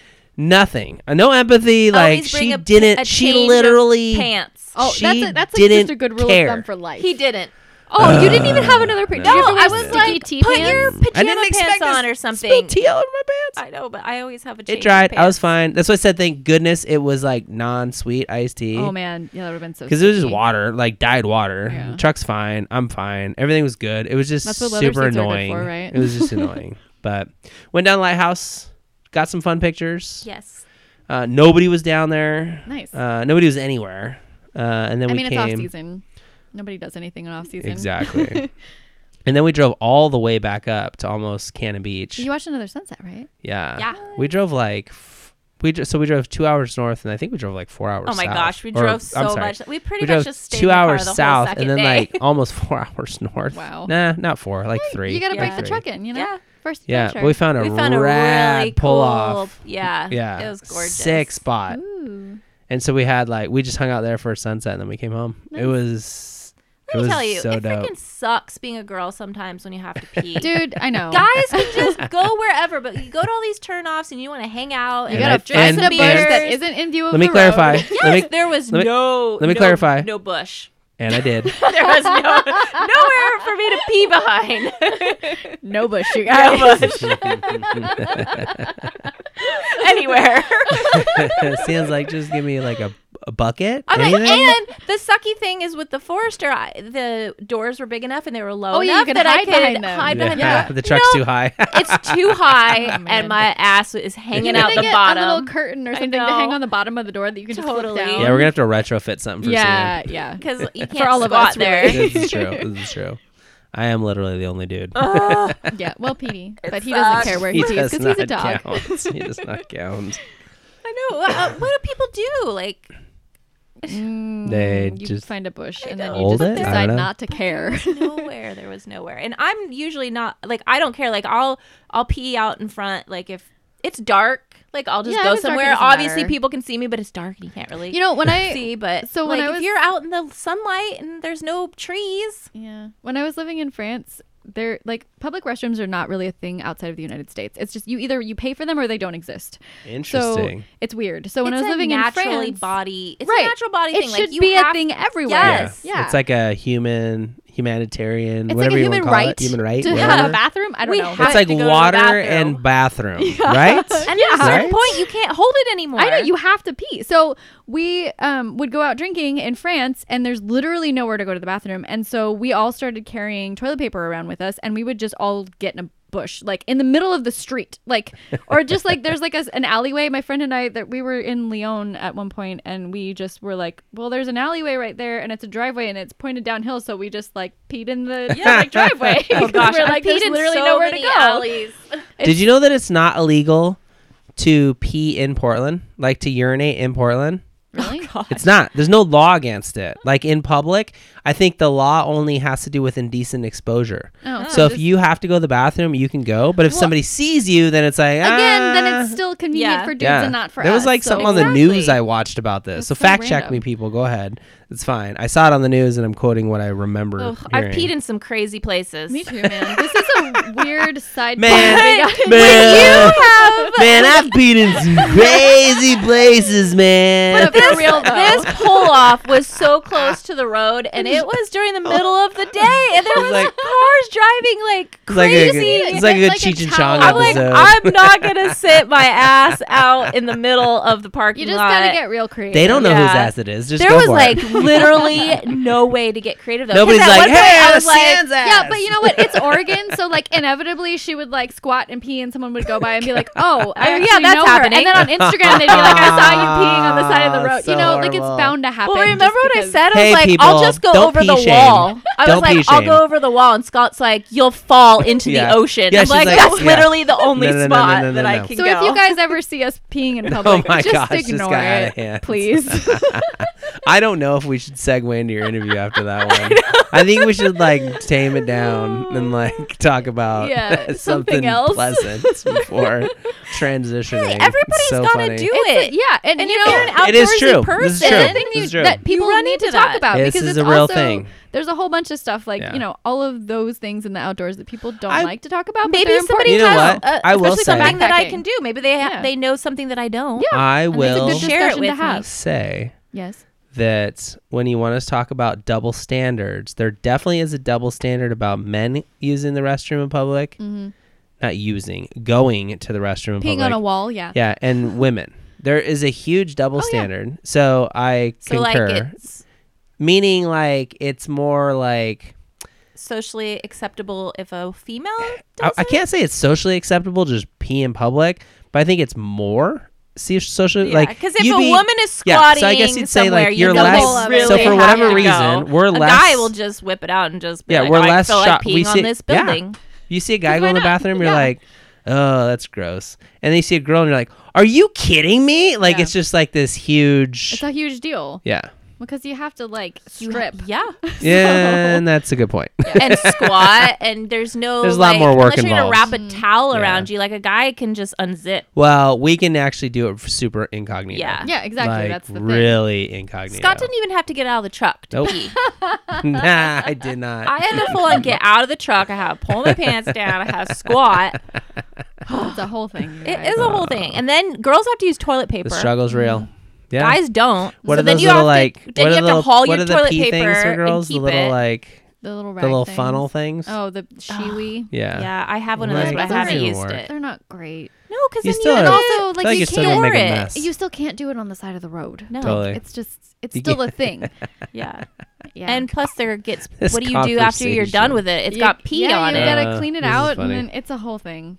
S1: nothing, Uh, no empathy. Like
S3: Always bring
S1: she
S3: a-
S1: didn't.
S3: a
S1: she
S3: change of
S1: literally.
S3: pants.
S2: Oh,
S1: she
S2: that's a, that's like
S1: didn't
S2: just a good rule
S1: care. Uh,
S2: of thumb for life.
S3: He didn't.
S2: Oh, you didn't even have another picture.
S3: No,
S2: you have to wear
S3: I was
S2: sticky
S3: like,
S2: tea
S3: put
S2: pants?
S3: your pajama
S1: I didn't expect
S3: pants
S1: to
S3: on or
S1: Spilled
S3: something.
S1: tea all over my pants.
S3: I know, but I always have a. change
S1: It
S3: of
S1: dried. I was
S3: pants.
S1: fine. That's why I said thank goodness it was like non-sweet iced tea.
S2: Oh man, yeah, that would have been so.
S1: Because it was just
S2: sticky.
S1: water, like dyed water.
S2: Yeah.
S1: Truck's fine. I'm fine. Everything was good. It was just
S2: That's what leather
S1: super
S2: seats are good
S1: annoying.
S2: for, right?
S1: It was just annoying. But went down to Lighthouse, got some fun pictures.
S3: Yes.
S1: Uh, nobody was down there.
S2: Nice.
S1: Uh, nobody was anywhere. Uh, and then
S2: I
S1: we
S2: mean, it's
S1: came.
S2: off season. Nobody does anything in off season.
S1: Exactly. and then we drove all the way back up to almost Cannon Beach.
S2: You watched another sunset, right?
S1: yeah.
S3: Yeah.
S1: We drove like. f- We dr- so we drove two hours north, and I think we drove like four hours.
S3: Oh my
S1: south.
S3: gosh, we
S1: Or-
S3: drove
S1: I'm
S3: so
S1: sorry.
S3: much. We pretty
S1: we
S3: much
S1: drove
S3: just stayed
S1: two
S3: in the car
S1: hours
S3: the whole
S1: south
S3: second
S1: and then
S3: day.
S1: like almost four hours north.
S2: Wow.
S1: Nah, not four, like three.
S2: You got to
S1: like
S2: break the
S1: three.
S2: truck in, you know.
S3: Yeah.
S2: First
S1: Yeah,
S2: adventure.
S1: but we found a
S3: we found a
S1: rad
S3: really
S1: pull
S3: cool.
S1: off.
S3: Yeah.
S1: Yeah,
S3: It was gorgeous.
S1: Sick spot.
S2: Ooh.
S1: And so we had like we just hung out there for sunset and then we came home. It
S2: Nice.
S1: was.
S3: Let
S1: it
S3: me
S1: was
S3: tell you,
S1: so
S3: it
S1: dope.
S3: freaking sucks being a girl sometimes when you have to pee.
S2: Dude, I
S1: Oh
S2: know.
S3: Guys can just go wherever, but you go to all these turnoffs and you want to hang out and
S2: you
S1: And
S2: got
S1: I-
S2: to dress in a
S1: and-
S2: bush
S1: and-
S2: that isn't in view of
S1: Let me
S2: the
S1: clarify.
S2: road.
S3: Yes,
S1: Let me
S3: there was
S1: let me-
S3: no.
S1: let me
S3: no-
S1: clarify.
S3: No bush.
S1: and I did.
S3: There was no nowhere for me to pee behind.
S2: no bush, you guys.
S3: Anywhere.
S1: Sam's like, just give me like a, a bucket.
S3: I'm like,
S1: anything.
S3: and the sucky thing is with the Forester, I, the doors were big enough and they were low
S2: Oh, yeah, you can
S3: enough that I
S2: hide
S3: could
S2: behind them.
S3: hide behind
S1: yeah,
S3: them.
S1: the truck's
S3: No,
S1: too high.
S3: It's too high,
S2: man.
S3: and my ass is hanging out
S2: they
S3: the
S2: get
S3: bottom.
S2: a little curtain or
S3: I
S2: something to hang
S3: know.
S2: on the bottom of the door that you can
S3: Totally.
S2: just flip down.
S1: yeah, we're gonna have to retrofit something for Sam.
S2: yeah, yeah.
S3: because you can't
S2: For all of
S3: squat
S2: us,
S3: there.
S2: really.
S1: this is true. This is true. I am literally the only dude.
S3: Ugh.
S2: Yeah, well, Petey,
S3: It
S2: but he doesn't
S3: sucks.
S2: care where he,
S1: he
S2: pees
S1: does
S2: because
S1: not
S2: he's a dog.
S1: count. He does not count.
S3: I know. What, uh, what do people do? Like,
S2: Mm,
S1: They
S2: you
S1: just
S2: find a bush and then you
S1: hold
S2: just
S1: it? I
S2: decide
S1: dunno.
S2: not to care.
S3: nowhere. There was nowhere, and I'm usually not like I don't care. Like I'll I'll pee out in front. Like if it's dark, like I'll just
S2: Yeah,
S3: go
S2: if it's dark, it
S3: somewhere.
S2: doesn't
S3: Obviously,
S2: matter.
S3: people can see me, but it's dark and you can't really
S2: you know, when I
S3: see. But
S2: so
S3: so
S2: when
S3: like
S2: I was-
S3: if you're out in the sunlight and there's no trees,
S2: Yeah. When I was living in France, there like public restrooms are not really a thing outside of the United States. It's just you either you pay for them or they don't exist.
S1: Interesting.
S2: So it's weird. So when
S3: it's
S2: I was
S3: a
S2: living in
S3: naturally
S2: France,
S3: body. It's
S2: Right.
S3: a natural body
S2: it
S3: thing.
S2: should
S3: like, you
S2: be a
S3: have-
S2: thing everywhere.
S3: Yes.
S2: Yeah.
S1: It's like a human humanitarian
S2: It's like
S1: whatever
S2: a
S1: you want
S2: human
S1: to call
S2: right,
S1: it. Human right.
S2: to have
S1: whatever.
S2: a bathroom. I don't
S3: We
S2: know.
S3: have-
S1: it's like
S3: to go to the
S1: water
S3: bathroom.
S1: and bathroom, right?
S3: And at a
S1: Yeah.
S3: certain
S1: Right?
S3: point, you can't hold it anymore.
S2: I know you have to pee. So we um, would go out drinking in France, and there's literally nowhere to go to the bathroom. And so we all started carrying toilet paper around with us, and we would just all get in a bush, like in the middle of the street, like or just like there's like a, an alleyway. My friend and I that we were in Lyon at one point, and we just were like, well, there's an alleyway right there, and it's a driveway, and it's pointed downhill, so we just like peed in the like, driveway.
S3: Oh gosh,
S2: we're
S3: I've
S2: like
S3: peed
S2: there's
S3: in
S2: literally
S3: so
S2: nowhere to
S3: many
S2: go.
S3: Alleys.
S1: Did you know that it's not illegal to pee in Portland, like to urinate in Portland?
S3: Oh,
S2: Really?
S1: It's not. There's no law against it. Like in public, I think the law only has to do with indecent exposure.
S2: Oh,
S1: So if
S2: just-
S1: you have to go to the bathroom, you can go. But if
S2: Well-
S1: somebody sees you, then it's like
S2: again, then
S1: "Ah."
S2: it's still convenient
S3: Yeah.
S2: for dudes and not for
S1: there
S2: us.
S1: was like
S2: so-
S1: something on the
S3: Exactly.
S1: news I watched about this. so
S2: so
S1: fact check
S2: random.
S1: me, people. Go ahead. It's fine. I saw it on the news, and I'm quoting what I remember.
S3: Ugh, I've
S1: hearing.
S3: peed in some crazy places.
S2: Me too, man. This is a weird side.
S1: Man.
S2: point we got-
S1: Man,
S3: have-
S1: man, I've peed in some crazy places, man.
S2: But for real though.
S3: This pull off was so close to the road, and it was during the
S2: Oh.
S3: middle of the day, and there
S1: It's
S3: was
S1: like-
S3: cars driving like
S1: It's like a good,
S3: crazy.
S1: it's like a good
S2: Like a
S1: Cheech and
S2: towel.
S1: Chong
S3: I'm like,
S1: episode.
S3: I'm not gonna sit my ass out in the middle of the parking
S2: you just
S3: lot.
S2: gotta get real creative.
S1: they don't know whose
S3: Yeah.
S1: ass it is. Just
S3: there
S1: go
S3: was
S1: for
S3: like
S1: it.
S3: literally no way to get creative. Though, 'Cause
S1: nobody's
S3: at
S1: like,
S3: one point
S1: hey,
S3: I
S1: that's
S3: was like,
S1: Sam's ass.
S2: Yeah, but you know what? It's Oregon, so like inevitably she would like squat and pee, and someone would go by and be like, "Oh, I
S3: Oh, yeah,
S2: actually
S3: that's
S2: know
S3: happening.
S2: her." And then on Instagram they'd be like, "I saw you peeing on the side of the road." you
S1: So
S2: know, like it's
S1: horrible.
S2: bound to happen.
S3: Well, remember
S2: just
S3: what I
S2: because-
S3: said? I was
S1: Hey,
S3: like,
S1: people,
S3: I'll just go
S1: don't
S3: over
S1: pee
S3: the
S1: shame.
S3: wall. I
S1: Don't
S3: was like,
S1: pee
S3: I'll
S1: shame.
S3: go over the wall, and Scott's like, you'll fall into
S1: Yeah.
S3: the ocean.
S1: Yeah,
S3: I'm
S1: she's
S3: like,
S1: like,
S3: that's
S1: yeah.
S3: literally the only
S1: no, no, no,
S3: spot
S1: no, no,
S3: that I
S1: no.
S3: can
S2: So
S3: go.
S2: if you guys ever see us peeing in public,
S1: my
S2: just
S1: gosh, this
S2: ignore
S1: got out of
S2: it,
S1: hand.
S2: please.
S1: I don't know if we should segue into your interview after that one. I think we should like tame it down and like talk about
S2: Yeah,
S1: something,
S2: something else.
S1: pleasant before transitioning.
S3: Hey,
S1: It's
S3: everybody's
S1: so
S3: gotta
S1: funny.
S3: do
S2: It's-
S3: it.
S2: yeah, and,
S3: And
S2: you
S3: if
S2: know,
S3: you're an
S1: It is
S3: outdoorsy
S1: true. This is
S3: person,
S1: true.
S2: That's the thing
S1: This
S2: you,
S1: is true.
S2: that people
S3: run
S2: need
S3: into
S2: to talk
S3: that.
S2: about
S1: This
S2: because
S1: is a
S2: it's
S1: real
S2: also,
S1: thing.
S2: There's a whole bunch of stuff like
S1: Yeah.
S2: you know all of those things in the outdoors that people don't
S1: I-
S2: like to talk about. but
S3: maybe
S2: they're
S3: somebody
S1: You know
S3: has
S1: what?
S3: uh,
S1: I will
S3: especially something
S2: say-
S3: that I
S2: Backpacking.
S3: can do. Maybe they ha-
S2: Yeah.
S3: they know something that I don't.
S2: Yeah.
S1: I
S2: important. And
S1: will
S2: it's a good
S3: Share it
S2: discussion
S3: with
S2: to
S3: me.
S2: have.
S1: say
S2: Yes,
S1: that when you want us to talk about double standards, there definitely is a double standard about men using the restroom in public, not using, going to the restroom in
S2: Peeing
S1: public.
S2: on a wall, yeah.
S1: yeah, and women. There is a huge double
S3: Oh, yeah.
S1: standard. So I
S3: So
S1: concur.
S3: like it's
S1: Meaning, like, it's more like.
S3: socially acceptable if a female
S1: I,
S3: does
S1: I can't say it's socially acceptable to just pee in public, but I think it's more se- socially
S3: Yeah,
S1: like
S3: because if
S1: you
S3: a
S1: be-
S3: woman is
S1: yeah,
S3: squatting
S1: so I guess you'd say, like,
S3: somewhere,
S1: you're
S3: you don't
S2: less-
S3: really
S2: so for
S3: have
S2: whatever
S3: to
S1: reason,
S3: go.
S1: we're
S3: A guy
S1: less-
S3: will just whip it out and just be
S1: Yeah,
S3: like,
S1: we're
S3: "Oh,
S1: less
S3: I feel like
S1: shocked.
S3: peeing
S1: We
S3: on
S1: see-
S3: this
S1: yeah.
S3: building.
S1: You see a guy go
S3: why
S1: in the
S3: not?
S1: bathroom, you're
S3: Yeah.
S1: like, oh, that's gross. And then you see a girl, and you're like, are you kidding me? Like,
S2: Yeah.
S1: it's just like this huge.
S2: It's a huge deal
S1: yeah.
S2: because you have to like
S3: You-
S2: strip.
S3: yeah,
S1: Yeah, and that's a good point.
S3: and squat, and there's no.
S1: There's a lot
S3: like,
S1: more work
S3: unless you're gonna wrap
S1: involved.
S3: a towel
S1: Yeah.
S3: around you, like a guy can just unzip.
S1: well, we can actually do it super incognito.
S3: Yeah.
S2: Yeah, exactly.
S1: Like,
S2: That's the thing.
S1: really incognito.
S3: Scott didn't even have to get out of the truck to
S1: Nope.
S3: pee.
S1: nah, I did not.
S3: I had to full on get out of the truck. I had to pull my pants down. I had to squat.
S2: It's a whole thing. you
S3: It
S2: guys.
S3: is a whole thing. And then girls have to use toilet paper.
S1: the struggle's real. Yeah.
S3: Guys don't.
S1: what
S3: so
S1: are
S3: then
S1: those
S3: you
S1: little
S3: have
S1: like?
S3: To, then
S1: what are
S3: you have
S1: the
S3: to
S1: little,
S3: haul
S1: what
S3: your
S1: are the
S3: toilet
S1: pee
S3: paper
S1: things for girls?
S3: and keep
S1: the little
S3: it.
S1: like
S2: the little rag
S1: the little
S2: things.
S1: funnel things.
S2: Oh, the shiwi.
S1: yeah.
S3: yeah, I have one of
S1: Like,
S3: those, but I
S2: that
S3: haven't
S2: doesn't
S3: used
S1: work.
S3: it.
S2: They're not great.
S3: No, because
S1: You
S3: then
S1: still
S3: you
S1: have-
S3: have
S2: And also,
S3: to
S1: I feel
S2: like
S1: like
S2: you
S1: you're still gonna
S2: can't.
S1: make a
S3: store it.
S1: mess.
S2: You still can't do it on the side of the road.
S3: No.
S1: Totally.
S2: It's just it's
S1: You
S2: still a thing.
S3: Yeah.
S2: Yeah.
S3: And plus, there gets.
S1: This
S3: what do you do after you're done
S1: conversation.
S3: with it? It's
S2: You-
S3: got pee
S2: yeah,
S3: on
S2: you
S1: it.
S2: gotta
S1: Uh,
S2: clean it
S1: this is
S2: out, and
S1: funny.
S2: then it's a whole thing.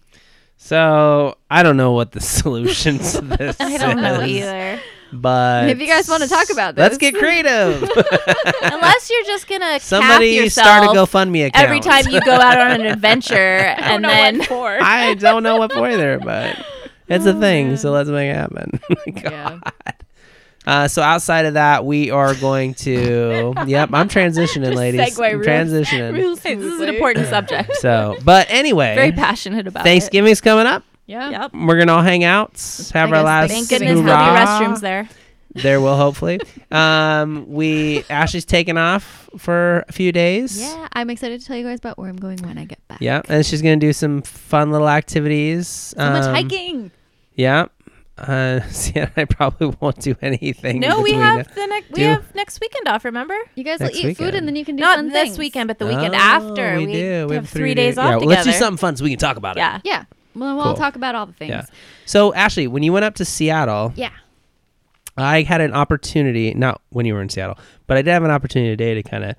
S1: So I don't know what the solution to this
S3: I don't know
S1: is,
S3: either.
S1: But
S2: If you guys wanna talk about
S1: let's
S2: this.
S1: get creative.
S3: Unless you're just gonna cap
S1: Somebody
S3: yourself
S1: start a GoFundMe account
S3: every time you go out on an adventure, and then
S2: for.
S1: I don't know what for either, but it's a thing.
S3: Oh,
S1: So let's make it happen. God.
S2: Yeah.
S1: Uh, so outside of that, we are going to. yep, I'm transitioning, ladies.
S2: segue
S1: I'm
S2: real-
S1: transitioning.
S3: Hey, this is an important subject.
S1: So, but anyway,
S3: Very passionate about it.
S1: Thanksgiving's coming up.
S2: Yeah.
S3: Yep.
S1: We're gonna all hang out, have our
S2: biggest
S1: last
S3: Thank
S2: Thanksgiving
S3: goodness there'll be
S1: hoorah.
S3: restrooms there.
S1: There will hopefully. um, we Ashley's taking off for a few days.
S2: Yeah, I'm excited to tell you guys about where I'm going when I get back.
S1: Yeah, and she's gonna do some fun little activities. So Um,
S2: So much hiking.
S1: Yeah. Uh, Sienna, I probably won't do anything.
S3: No, we
S1: between
S3: have
S1: it.
S3: the next. We
S1: Do-
S3: have next weekend off. Remember?
S2: You guys will
S1: Next
S2: eat food,
S1: weekend.
S2: and then you can do
S3: Not
S2: fun
S3: this
S2: things.
S3: weekend, but the weekend
S1: Oh,
S3: after.
S1: We, do. We
S3: have three days off
S1: Yeah, well, let's do
S3: together.
S1: something fun so we can talk about it.
S3: Yeah.
S2: Yeah. Well, we'll
S1: Cool.
S2: talk about all the things.
S1: Yeah. So Ashley, when you went up to Seattle,
S2: Yeah.
S1: I had an opportunity, not when you were in Seattle, but I did have an opportunity today to kind of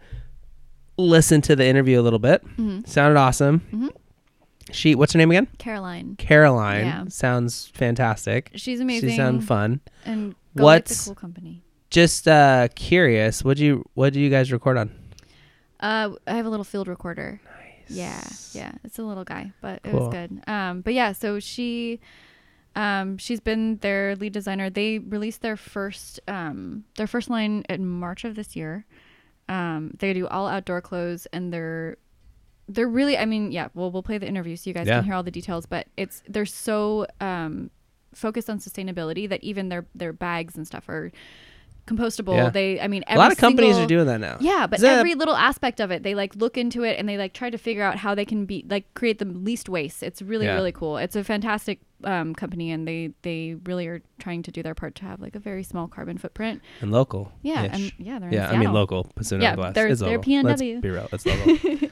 S1: listen to the interview a little bit.
S2: Mm-hmm.
S1: Sounded awesome. She, what's her name again?
S2: Caroline.
S1: Caroline.
S2: Yeah.
S1: Sounds fantastic.
S2: She's amazing.
S1: She sounded fun.
S2: And Go
S1: What's-
S2: What's cool company?
S1: Just uh curious, what you what do you guys record on?
S2: Uh, I have a little field recorder. Yeah, yeah, it's a little guy, but it
S1: Cool.
S2: was good. Um, but yeah, so she, um, she's been their lead designer. They released their first, um, their first line in March of this year. Um, they do all outdoor clothes, and they're they're really. I mean, yeah. Well, we'll play the interview so you guys
S1: Yeah.
S2: can hear all the details. But it's they're so um, focused on sustainability that even their their bags and stuff are compostable.
S1: Yeah.
S2: They, I mean,
S1: a lot
S2: every
S1: of companies are
S2: single-
S1: doing that now.
S2: yeah, but
S1: Is that-
S2: every little aspect of it, they like look into it and they like try to figure out how they can be like create the least waste. It's really
S1: Yeah.
S2: really cool. It's a fantastic um, company, and they they really are trying to do their part to have like a very small carbon footprint.
S1: and local.
S2: Yeah, and yeah, they're in
S1: yeah, I mean
S2: Seattle.
S1: local Pacific
S2: Yeah,
S1: Northwest.
S2: they're-
S1: It's
S2: they're
S1: local. Let's
S2: PNW.
S1: be real, it's local.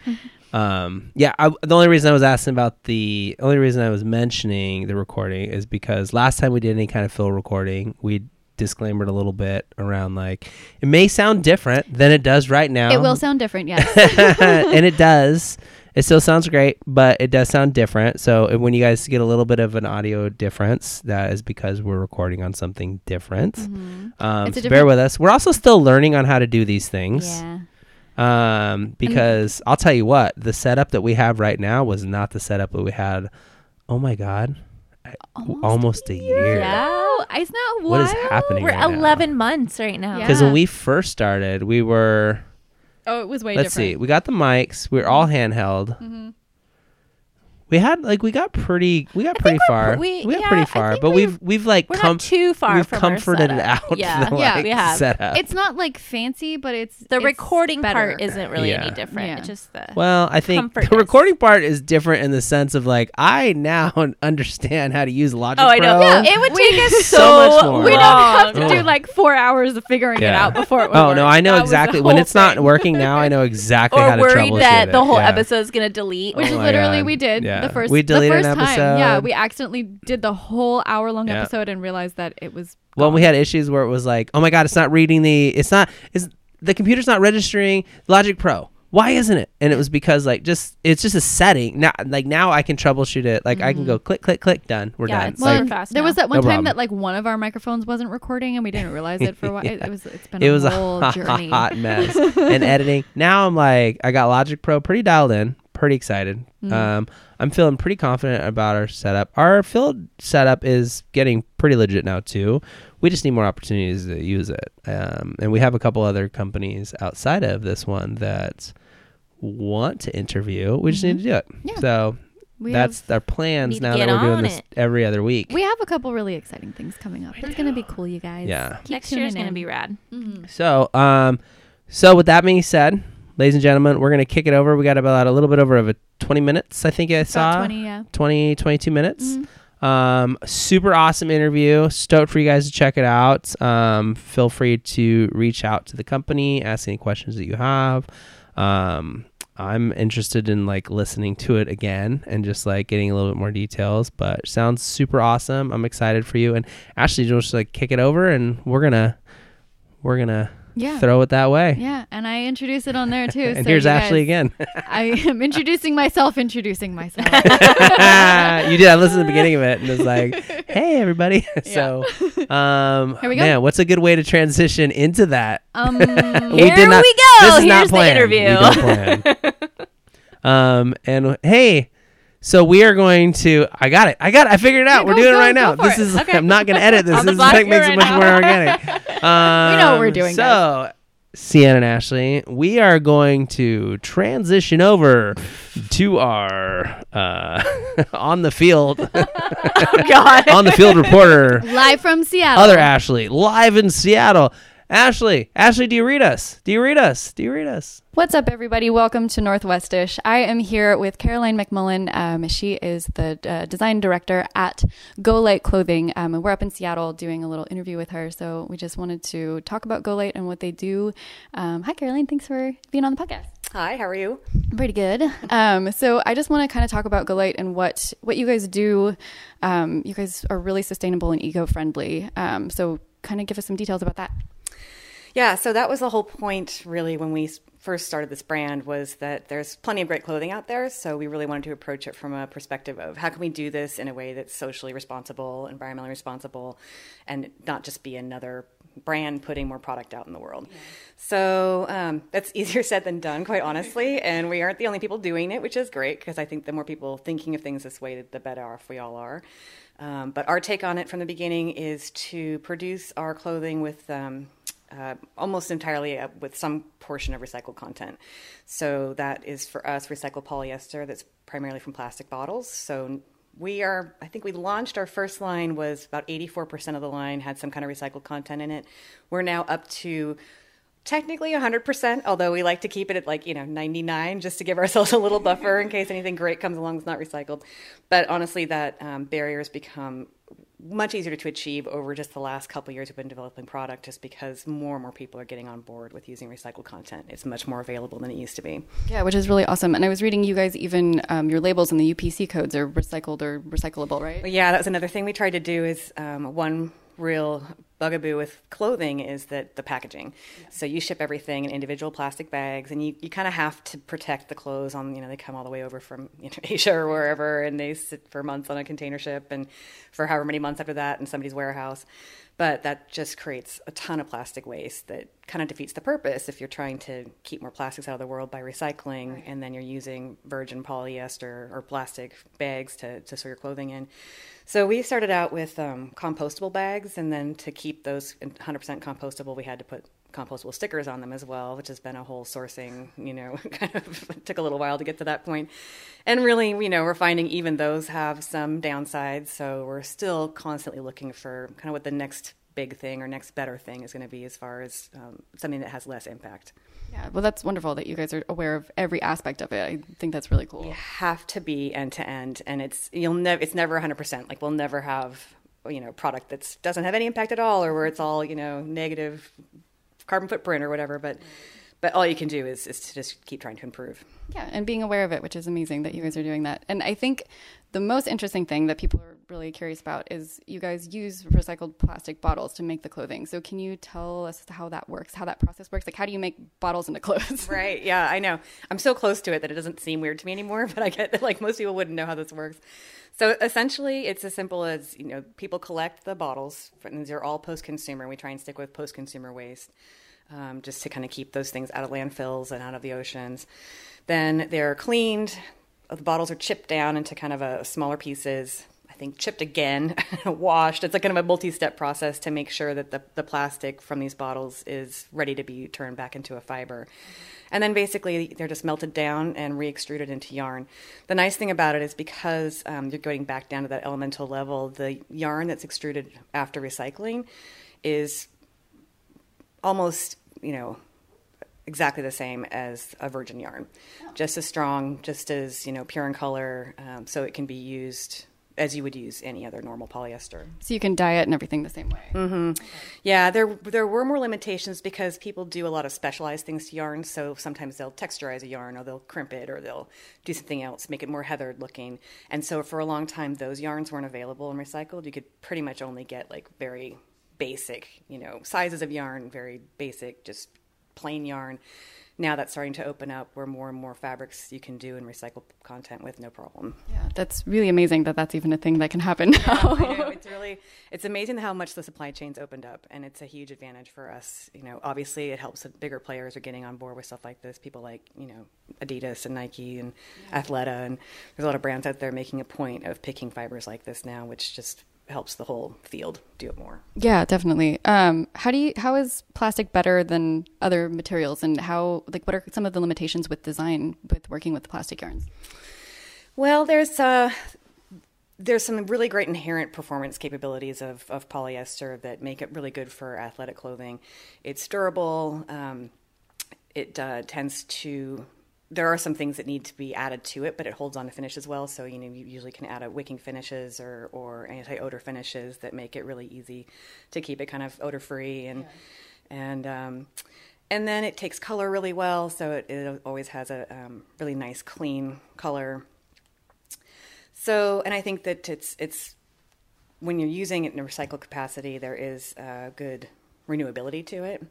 S1: um, yeah, I, the only reason I was asking about the only reason I was mentioning the recording is because last time we did any kind of fill recording, we disclaimed a little bit around like it may sound different than it does right now.
S2: It will sound different, yes.
S1: and it does. It still sounds great, but it does sound different. So uh, when you guys get a little bit of an audio difference, that is because we're recording on something
S2: Mm-hmm.
S1: different. Um,
S2: It's a
S1: so bear
S2: different-
S1: with us. We're also still learning on how to do these things.
S2: yeah,
S1: Um, because I'll tell you what, the setup that we have right now was not the setup that we had. Oh my god, I- w- almost, a year.
S2: Oh, it's not wild.
S1: What is happening?
S3: We're
S1: right now?
S3: 11 months right now.
S2: Yeah.
S1: Because when we first started, we were
S2: Oh, it was way
S1: let's see,
S2: different.
S3: Mm-hmm.
S1: we got the mics. We were all handheld. We had like we got pretty we got pretty
S3: we're
S1: far.
S3: pr- we-
S1: got
S3: yeah,
S1: pretty
S3: I
S1: far,
S3: think
S1: but
S3: we've-
S1: we've we've like
S3: We're
S1: com-
S3: not too far
S1: we've
S3: from
S1: comforted
S3: our
S1: it
S3: setup.
S1: out.
S3: Yeah.
S1: the,
S2: Yeah,
S1: like,
S3: we have.
S1: setup.
S2: It's not like fancy, but it's
S3: the
S2: it's
S3: recording part
S2: better.
S3: isn't really
S1: Yeah.
S3: any different.
S2: Yeah.
S3: It's just the
S1: well, I think the
S3: comfortness.
S1: recording part is different in the sense of like I now understand how to use Logic
S3: Oh, I know.
S1: Pro.
S3: It would
S2: We-
S3: take us
S1: So
S3: so,
S1: much more.
S3: long.
S2: We don't have to
S1: Oh.
S2: do like four hours of figuring it
S1: Yeah.
S2: out before it would
S1: Oh no,
S2: work.
S1: I know
S2: That was the
S1: exactly when
S2: whole
S1: it's not
S2: thing.
S1: working now. I know exactly how
S3: or
S1: to
S3: worried
S1: troubleshoot
S3: that
S1: it.
S3: the whole
S1: Yeah.
S3: episode is going to delete.
S2: Which
S1: Oh my
S2: literally
S1: God.
S2: we did
S1: Yeah.
S2: the first
S1: We deleted an
S2: the first time. Yeah,
S1: episode.
S2: we accidentally did the whole hour long
S1: Yeah.
S2: episode and realized that it was
S1: Well, we had issues where it was like, oh my god, it's not reading the, it's not, is the computer's not registering Logic Pro. Why isn't it? And it was because like just it's just a setting. Now like now I can troubleshoot it. Like I can go click click click done. We're
S3: Mm-hmm. Yeah,
S1: done.
S3: it's
S1: Like,
S3: super fast
S2: there was
S3: now.
S2: that one
S1: No
S2: time
S1: problem.
S2: that like one of our microphones wasn't recording and we didn't realize it for a while. It- It was it's been
S1: it
S2: a
S1: was a
S2: whole journey.
S1: hot mess and editing. Now I'm like I got Logic Pro pretty dialed in, pretty excited.
S2: Mm-hmm.
S1: Um, I'm feeling pretty confident about our setup. Our field setup is getting pretty legit now too. We just need more opportunities to use it, um, and we have a couple other companies outside of this one that want to interview. We just need to do it.
S2: Mm-hmm. Yeah.
S1: So.
S2: We
S1: That's
S2: have-
S1: our plans
S3: need to
S1: now that
S3: get
S1: we're doing
S3: on
S1: this
S3: it.
S1: every other week.
S2: We have a couple really exciting things coming up. It's gonna be cool, you guys.
S1: Yeah.
S2: Keep
S3: Next year is
S2: tuning
S3: going to
S2: in. Mm-hmm.
S3: be rad.
S1: So, um, so with that being said, ladies and gentlemen, we're gonna kick it over. We got about a little bit over of a twenty minutes. I think I
S2: About
S1: saw
S2: 20, yeah. Mm-hmm.
S1: 20, 22 minutes. Um, super awesome interview. Stoked for you guys to check it out. Um, feel free to reach out to the company, ask any questions that you have. Um, I'm interested in like listening to it again and just like getting a little bit more details, but sounds super awesome. I'm excited for you. And Ashley, you'll just like kick it over and we're gonna, we're gonna
S2: Yeah.
S1: throw it that way.
S2: Yeah, and I introduce it on there too.
S1: and
S2: so
S1: here's
S2: you
S1: Ashley
S2: guys-
S1: again.
S2: I am introducing myself, introducing myself.
S1: you did. I listened to the beginning of it and was like, "Hey, everybody!" so, um,
S2: Here we go.
S1: man, what's a good way to transition into that?
S2: Um,
S1: we
S3: Here
S1: did not.
S3: we go.
S1: This is not
S3: Here's the
S1: planned. We
S3: interview.
S1: don't plan. um, and hey, so we are going to. I got it. I got it. I figured it out.
S2: Yeah,
S1: We're
S2: go-
S1: doing
S2: go-
S1: it right
S2: go
S1: now.
S2: for
S1: This
S2: it.
S1: is.
S2: Okay.
S1: I'm not going to edit this.
S3: On the
S1: This
S3: block
S1: like, makes
S3: here
S1: it
S3: right
S1: much
S3: now.
S1: more organic. Um,
S2: know what we're doing,
S1: So.
S2: guys.
S1: Sienna and Ashley, we are going to transition over to our uh, on the field
S3: God.
S1: on the field reporter,
S2: live from Seattle.
S1: other Ashley, live in Seattle. Ashley, Ashley, do you read us? Do you read us? Do you read us?
S4: What's up, everybody? Welcome to Northwestish. I am here with Caroline McMullen. Um, she is the uh, design director at Go Light Clothing, um, and we're up in Seattle doing a little interview with her. So we just wanted to talk about Go Light and what they do. Um, hi, Caroline. Thanks for being on the podcast.
S5: Hi, how are you?
S4: Pretty good. Um, so I just want to kind of talk about Golite and what what you guys do. Um, you guys are really sustainable and eco friendly. Um, so kind of give us some details about that.
S5: Yeah, so that was the whole point, really, when we s- first started this brand was that there's plenty of great clothing out there. So we really wanted to approach it from a perspective of how can we do this in a way that's socially responsible, environmentally responsible, and not just be another brand putting more product out in the world. So um, that's easier said than done, quite honestly. And we aren't the only people doing it, which is great because I think the more people thinking of things this way, the better off we all are. Um, but our take on it from the beginning is to produce our clothing with um, uh, almost entirely uh, with some portion of recycled content. So that is for us recycled polyester that's primarily from plastic bottles. So we are, I think we launched our first line was about 84% of the line had some kind of recycled content in it. We're now up to technically 100%, although we like to keep it at like, you know, 99 just to give ourselves a little buffer in case anything great comes along that's not recycled. But honestly, that um, barrier has become much easier to achieve over just the last couple years we've been developing product just because more and more people are getting on board with using recycled content. It's much more available than it used to be.
S4: Yeah, which is really awesome. And I was reading you guys even um, your labels and the UPC codes are recycled or recyclable, right?
S5: Yeah, that was another thing we tried to do is um, one real bugaboo with clothing is that the packaging. So you ship everything in individual plastic bags and you, you kind of have to protect the clothes on, you know, they come all the way over from you know, Asia or wherever and they sit for months on a container ship and for however many months after that in somebody's warehouse. But that just creates a ton of plastic waste that kind of defeats the purpose if you're trying to keep more plastics out of the world by recycling and then you're using virgin polyester or plastic bags to, to sew your clothing in. So we started out with um, compostable bags, and then to keep those 100% compostable, we had to put compostable stickers on them as well, which has been a whole sourcing, you know, kind of took a little while to get to that point. And really, you know, we're finding even those have some downsides. So we're still constantly looking for kind of what the next big thing or next better thing is going to be as far as um, something that has less impact.
S2: Yeah, well, that's wonderful that you guys are aware of every aspect of it. I think that's really cool.
S5: You have to be end to end, and it's you'll never it's never 100. percent Like we'll never have you know product that doesn't have any impact at all, or where it's all you know negative carbon footprint or whatever. But but all you can do is is to just keep trying to improve.
S2: Yeah, and being aware of it, which is amazing that you guys are doing that. And I think the most interesting thing that people are really curious about is you guys use recycled plastic bottles to make the clothing. So can you tell us how that works, how that process works? Like how do you make bottles into clothes?
S5: Right. Yeah, I know. I'm so close to it that it doesn't seem weird to me anymore, but I get that like most people wouldn't know how this works. So essentially, it's as simple as, you know, people collect the bottles, and they're all post-consumer. We try and stick with post-consumer waste. Um, just to kind of keep those things out of landfills and out of the oceans. Then they're cleaned. The bottles are chipped down into kind of a smaller pieces. I think chipped again, washed. It's like kind of a multi-step process to make sure that the, the plastic from these bottles is ready to be turned back into a fiber. And then basically they're just melted down and re-extruded into yarn. The nice thing about it is because um, you're going back down to that elemental level, the yarn that's extruded after recycling is almost you know exactly the same as a virgin yarn just as strong just as you know pure in color um, so it can be used as you would use any other normal polyester
S2: So you can dye it and everything the same way.
S5: yeah there there were more limitations because people do a lot of specialized things to yarn so sometimes they'll texturize a yarn or they'll crimp it or they'll do something else make it more heathered looking and so for a long time those yarns weren't available and recycled you could pretty much only get like very basic, you know, sizes of yarn, very basic, just plain yarn. Now that's starting to open up where more and more fabrics you can do and recycle content with no problem.
S2: Yeah, that's really amazing that that's even a thing that can happen now.
S5: I know, it's really it's amazing how much the supply chain's opened up and it's a huge advantage for us. You know, obviously it helps that bigger players are getting on board with stuff like this. People like, you know, Adidas and Nike and Athleta and there's a lot of brands out there making a point of picking fibers like this now, which just helps the whole field do it more.
S2: Yeah, definitely. Um, how do you how is plastic better than other materials and how like what are some of the limitations with design with working with plastic yarns?
S5: Well, there's uh, there's some really great inherent performance capabilities of, of polyester that make it really good for athletic clothing. It's durable. Um, it uh, tends to there are some things that need to be added to it, but it holds on to finish as well. So you know you usually can add a wicking finishes or or anti odor finishes that make it really easy to keep it kind of odor free and and um, and then it takes color really well. So it, it always has a um, really nice clean color. So, and I think that it's it's when you're using it in a recycle capacity, there is uh, good renewability to it.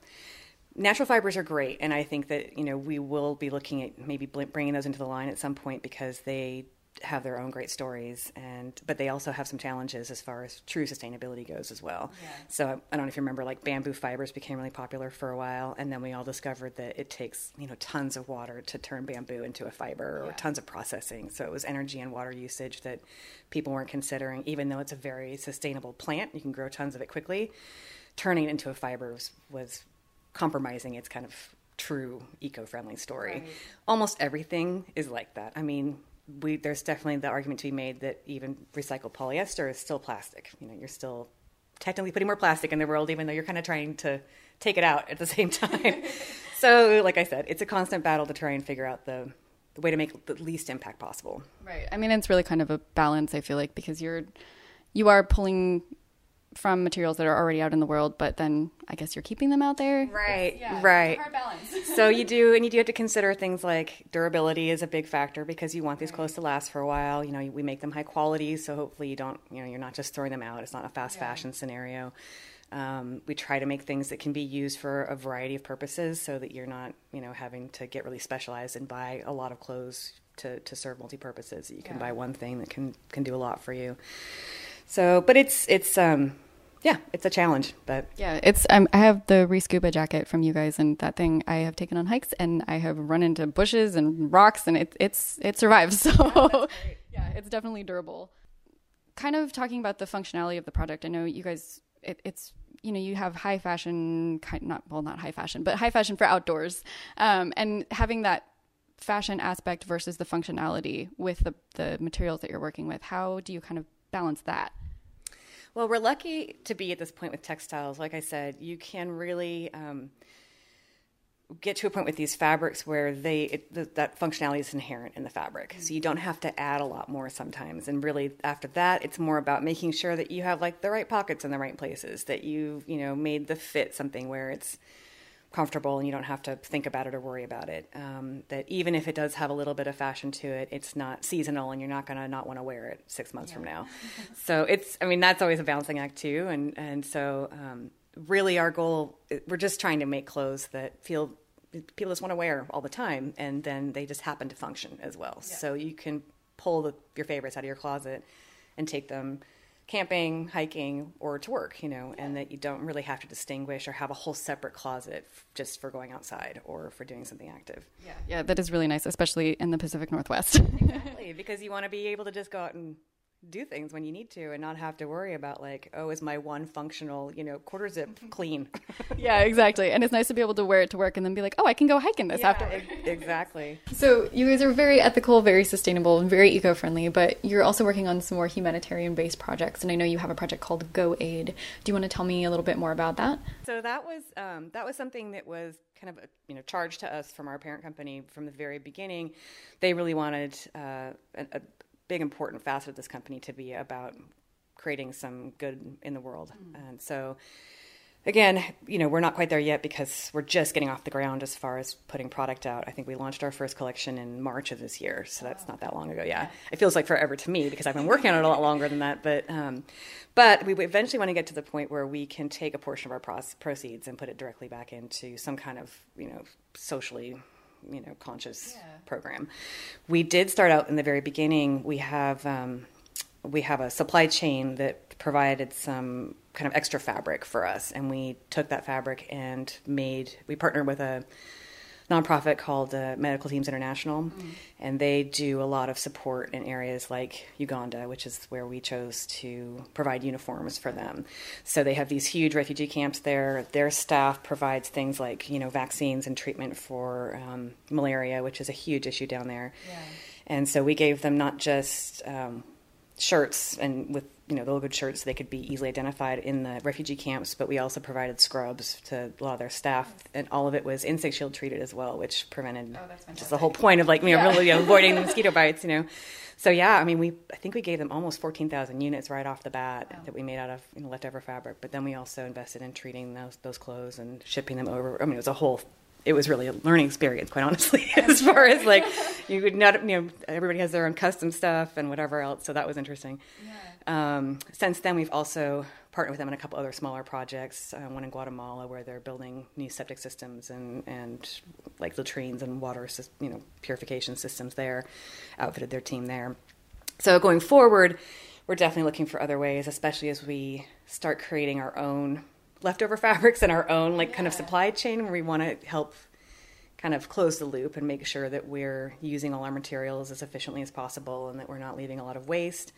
S5: Natural fibers are great, and I think that you know we will be looking at maybe bl- bringing those into the line at some point because they have their own great stories, and but they also have some challenges as far as true sustainability goes as well. So I don't know if you remember, like bamboo fibers became really popular for a while, and then we all discovered that it takes you know tons of water to turn bamboo into a fiber or tons of processing. So it was energy and water usage that people weren't considering, even though it's a very sustainable plant. You can grow tons of it quickly. Turning it into a fiber was, was compromising its kind of true eco-friendly story. Almost everything is like that. I mean, we, there's definitely the argument to be made that even recycled polyester is still plastic. You know, you're still technically putting more plastic in the world, even though you're kind of trying to take it out at the same time. so, like I said, it's a constant battle to try and figure out the, the way to make the least impact possible.
S2: Right. I mean, it's really kind of a balance. I feel like because you're you are pulling from materials that are already out in the world, but then I guess you're keeping them out there.
S5: Right, right.
S2: balance.
S5: so you do and you do have to consider things like durability is a big factor because you want these clothes to last for a while you know we make them high quality so hopefully you don't you know you're not just throwing them out it's not a fast fashion scenario um, we try to make things that can be used for a variety of purposes so that you're not you know having to get really specialized and buy a lot of clothes to, to serve multi-purposes you can buy one thing that can can do a lot for you so but it's it's um yeah it's a challenge but
S2: Yeah, it's um, I have the Rescuba jacket from you guys, and that thing I have taken on hikes, and I have run into bushes and rocks, and it it's it survives. So yeah, it's definitely durable. Kind of talking about the functionality of the product. I know you guys, it, it's
S4: you know you have high fashion, kind not well not high fashion, but high fashion for outdoors, um, and having that fashion aspect versus the functionality with the the materials that you're working with. How do you kind of balance that?
S5: Well, we're lucky to be at this point with textiles. Like I said, you can really um, get to a point with these fabrics where they it, th- that functionality is inherent in the fabric, so you don't have to add a lot more sometimes. And really, after that, it's more about making sure that you have like the right pockets in the right places, that you've you know made the fit something where it's comfortable and you don't have to think about it or worry about it. Um, that even if it does have a little bit of fashion to it, it's not seasonal and you're not going to not want to wear it six months from now. so it's, I mean, that's always a balancing act too. And, and so um, really our goal, we're just trying to make clothes that feel people just want to wear all the time and then they just happen to function as well. So you can pull the, your favorites out of your closet and take them camping, hiking, or to work, you know, and that you don't really have to distinguish or have a whole separate closet f- just for going outside or for doing something active.
S4: Yeah, yeah, that is really nice, especially in the Pacific Northwest.
S5: Exactly, because you want to be able to just go out and do things when you need to and not have to worry about like, oh, is my one functional, you know, quarter zip clean?
S4: yeah, exactly. And it's nice to be able to wear it to work and then be like, oh, I can go hike in this after.
S5: exactly.
S4: So you guys are very ethical, very sustainable, and very eco-friendly, but you're also working on some more humanitarian-based projects, and I know you have a project called Go Aid. Do you want to tell me a little bit more about that?
S5: So that was um, that was something that was kind of a, you know charged to us from our parent company from the very beginning. They really wanted uh, a, a big important facet of this company to be about creating some good in the world, and so. Again, you know, we're not quite there yet because we're just getting off the ground as far as putting product out. I think we launched our first collection in March of this year, so that's not that long ago. Yeah, it feels like forever to me because I've been working on it a lot longer than that. But, um, but we eventually want to get to the point where we can take a portion of our pros- proceeds and put it directly back into some kind of, you know, socially you know conscious program we did start out in the very beginning we have um, we have a supply chain that provided some kind of extra fabric for us and we took that fabric and made we partnered with a nonprofit called uh, medical teams international and they do a lot of support in areas like uganda which is where we chose to provide uniforms for them so they have these huge refugee camps there their staff provides things like you know vaccines and treatment for um, malaria which is a huge issue down there and so we gave them not just um, shirts and with you know the logoed shirts so they could be easily identified in the refugee camps but we also provided scrubs to a lot of their staff and all of it was insect shield treated as well which prevented just the whole point of like you know really avoiding the mosquito bites you know so yeah i mean we i think we gave them almost 14000 units right off the bat that we made out of you know, leftover fabric but then we also invested in treating those those clothes and shipping them over i mean it was a whole it was really a learning experience, quite honestly, as far as like you would not, you know, everybody has their own custom stuff and whatever else. So that was interesting. Um, since then, we've also partnered with them on a couple other smaller projects. Uh, one in Guatemala where they're building new septic systems and and like latrines and water, sys- you know, purification systems there. Outfitted their team there. So going forward, we're definitely looking for other ways, especially as we start creating our own leftover fabrics and our own like kind of supply chain where we want to help kind of close the loop and make sure that we're using all our materials as efficiently as possible and that we're not leaving a lot of waste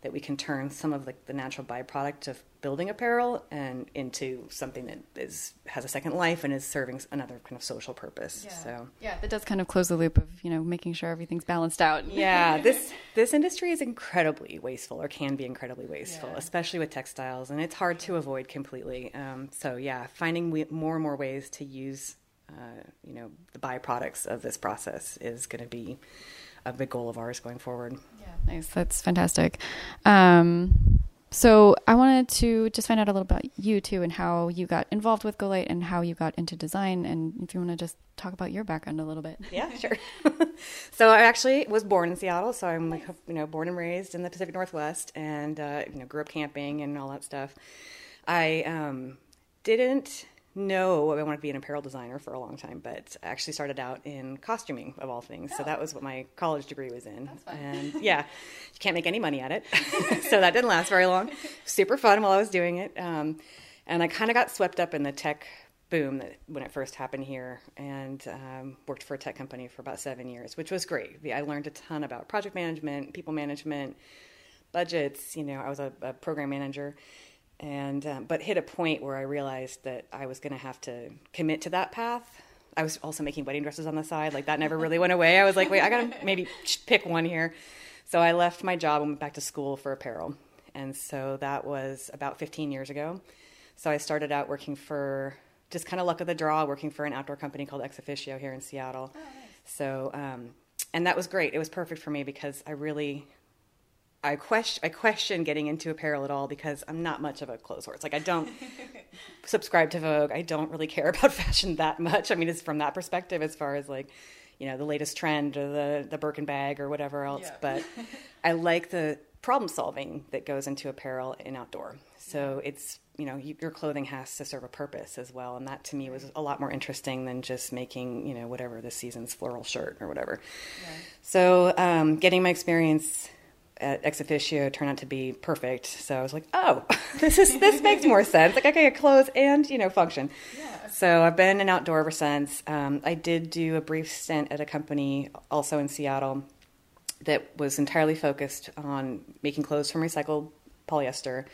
S5: that we can turn some of like the natural byproduct of building apparel and into something that is has a second life and is serving another kind of social purpose so
S4: Yeah, that does kind of close the loop of, you know, making sure everything's balanced out.
S5: yeah this this industry is incredibly wasteful or can be incredibly wasteful especially with textiles and it's hard to avoid completely um, so yeah finding we- more and more ways to use uh, you know the byproducts of this process is going to be a big goal of ours going forward
S4: Nice. That's fantastic. Um, so I wanted to just find out a little about you too and how you got involved with GoLite and how you got into design and if you want to just talk about your background a little bit.
S5: yeah sure so i actually was born in seattle so i'm like you know born and raised in the pacific northwest and uh, you know grew up camping and all that stuff i um, didn't know i wanted to be an apparel designer for a long time but i actually started out in costuming of all things so that was what my college degree was in and yeah you can't make any money at it so that didn't last very long super fun while i was doing it um, and i kind of got swept up in the tech boom that when it first happened here and um, worked for a tech company for about seven years which was great i learned a ton about project management people management budgets you know i was a, a program manager and um, but hit a point where I realized that I was going to have to commit to that path. I was also making wedding dresses on the side, like that never really went away. I was like, wait, I got to maybe pick one here. So I left my job and went back to school for apparel, and so that was about 15 years ago. So I started out working for just kind of luck of the draw, working for an outdoor company called Ex Officio here in Seattle. So, um, and that was great. It was perfect for me because I really I question I question getting into apparel at all because I'm not much of a clothes horse. Like I don't subscribe to Vogue. I don't really care about fashion that much. I mean, it's from that perspective as far as like, you know, the latest trend or the the Birkin bag or whatever else. But I like the problem solving that goes into apparel and outdoor. So it's you know you, your clothing has to serve a purpose as well, and that to me was a lot more interesting than just making you know whatever the season's floral shirt or whatever. So um, getting my experience at ex officio turned out to be perfect. So I was like, oh, this is this makes more sense. Like I can get clothes and you know function. So I've been an outdoor ever since. Um, I did do a brief stint at a company also in Seattle that was entirely focused on making clothes from recycled polyester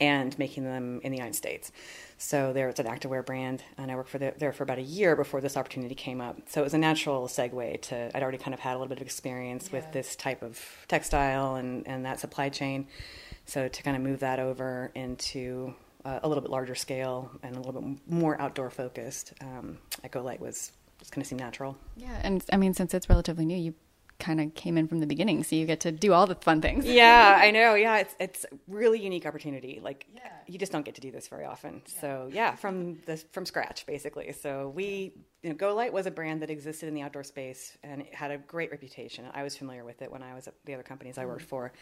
S5: and making them in the United States. So there, it's an activewear brand, and I worked for the, there for about a year before this opportunity came up. So it was a natural segue to I'd already kind of had a little bit of experience with this type of textile and and that supply chain. So to kind of move that over into uh, a little bit larger scale and a little bit more outdoor focused, um, Echo Light was just going to seem natural.
S4: Yeah, and I mean, since it's relatively new, you kind of came in from the beginning, so you get to do all the fun things.
S5: yeah, I know. Yeah, it's it's a really unique opportunity. Like you just don't get to do this very often. So yeah, from the from scratch basically. So we you know, Go Light was a brand that existed in the outdoor space and it had a great reputation. I was familiar with it when I was at the other companies I worked for.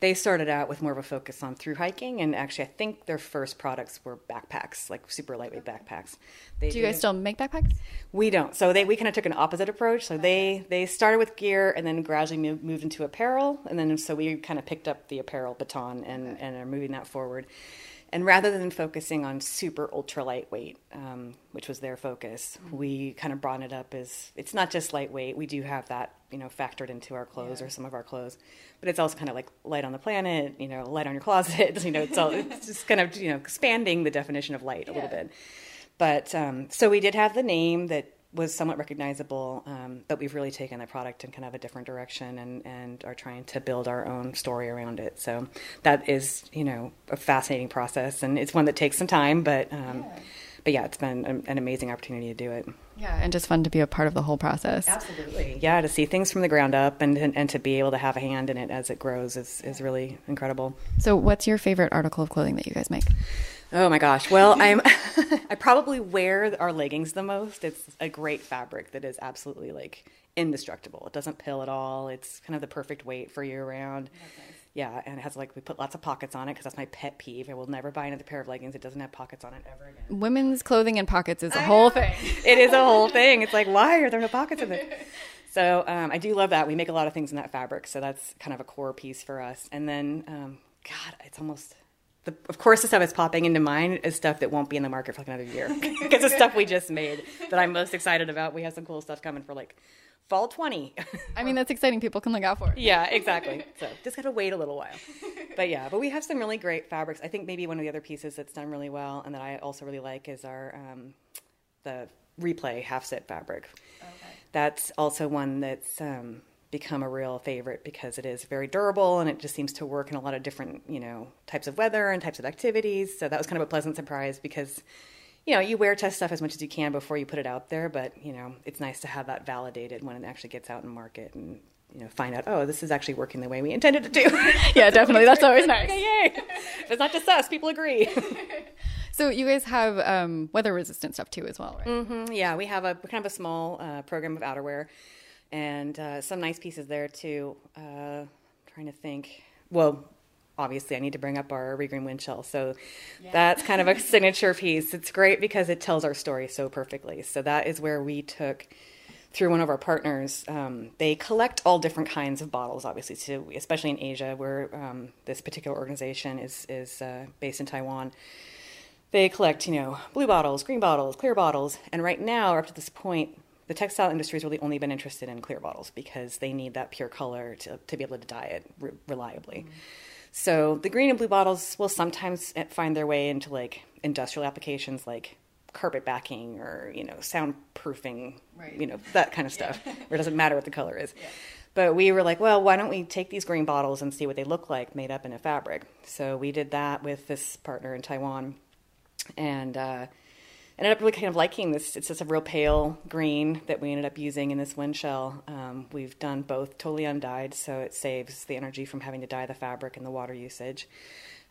S5: They started out with more of a focus on through hiking, and actually, I think their first products were backpacks, like super lightweight backpacks. They
S4: Do you guys still make backpacks?
S5: we don't. So they we kind of took an opposite approach. So they they started with gear and then gradually moved, moved into apparel, and then so we kind of picked up the apparel baton and and are moving that forward. And rather than focusing on super ultra lightweight, um, which was their focus, we kind of brought it up as it's not just lightweight. We do have that you know factored into our clothes or some of our clothes, but it's also kind of like light on the planet, you know, light on your closet. You know, it's all it's just kind of you know expanding the definition of light a little bit. But um, so we did have the name that was somewhat recognizable, um, but we've really taken the product in kind of a different direction and, and are trying to build our own story around it. So that is, you know, a fascinating process and it's one that takes some time, but, um, but yeah, it's been an, an amazing opportunity to do it.
S4: Yeah, and just fun to be a part of the whole process.
S5: Absolutely. Yeah. To see things from the ground up and, and, and to be able to have a hand in it as it grows is, is really incredible.
S4: So, what's your favorite article of clothing that you guys make?
S5: Oh my gosh. Well, I'm I probably wear our leggings the most. It's a great fabric that is absolutely like indestructible. It doesn't pill at all. It's kind of the perfect weight for year round. Yeah, and it has like we put lots of pockets on it because that's my pet peeve. I will never buy another pair of leggings that doesn't have pockets on it ever again
S4: Women's clothing and pockets is a whole thing.
S5: it is a whole thing. It's like, why are there no pockets in there? So um, I do love that. We make a lot of things in that fabric, so that's kind of a core piece for us. And then, um, God, it's almost. The, of course, the stuff that's popping into mind is stuff that won't be in the market for like another year because it's stuff we just made that I'm most excited about. We have some cool stuff coming for like fall 20.
S4: I mean, that's exciting. People can look out for it.
S5: Yeah, exactly. So just gotta wait a little while. But yeah, but we have some really great fabrics. I think maybe one of the other pieces that's done really well and that I also really like is our um, the replay half set fabric. That's also one that's um, become a real favorite because it is very durable and it just seems to work in a lot of different you know types of weather and types of activities. So that was kind of a pleasant surprise because. You know, you wear test stuff as much as you can before you put it out there, but you know, it's nice to have that validated when it actually gets out in market and you know, find out, oh, this is actually working the way we intended it to.
S4: Yeah, definitely. That's always nice.
S5: Yay! If it's not just us, people agree.
S4: So, you guys have um, weather resistant stuff too, as well, right?
S5: yeah, we have a kind of a small uh, program of outerwear, and uh, some nice pieces there too. Uh, trying to think. Well, obviously, I need to bring up our Regreen wind shell. So that's kind of a signature piece. It's great because it tells our story so perfectly. So that is where we took through one of our partners. Um, they collect all different kinds of bottles, obviously, so especially in Asia, where um, this particular organization is is uh, based in Taiwan they collect, you know, blue bottles, green bottles, clear bottles, and right now, up to this point, the textile industry has really only been interested in clear bottles because they need that pure color to, to be able to dye it re- reliably. So the green and blue bottles will sometimes eh, find their way into like industrial applications like carpet backing or, you know, soundproofing, you know, that kind of stuff where it doesn't matter what the color is. But we were like, well, why don't we take these green bottles and see what they look like made up in a fabric? So we did that with this partner in Taiwan and uh, ended up really kind of liking this. It's just a real pale green that we ended up using in this wind shell. Um, we've done both totally undyed, so it saves the energy from having to dye the fabric and the water usage.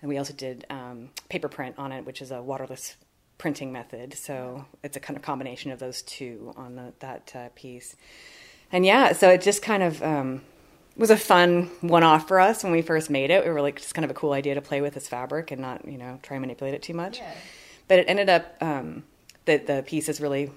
S5: And we also did um, paper print on it, which is a waterless printing method. So it's a kind of combination of those two on the, that uh, piece. And yeah, so it just kind of um, was a fun one-off for us when we first made it. We were like, just kind of a cool idea to play with this fabric and not, you know, try and manipulate it too much. But it ended up um, that the pieces really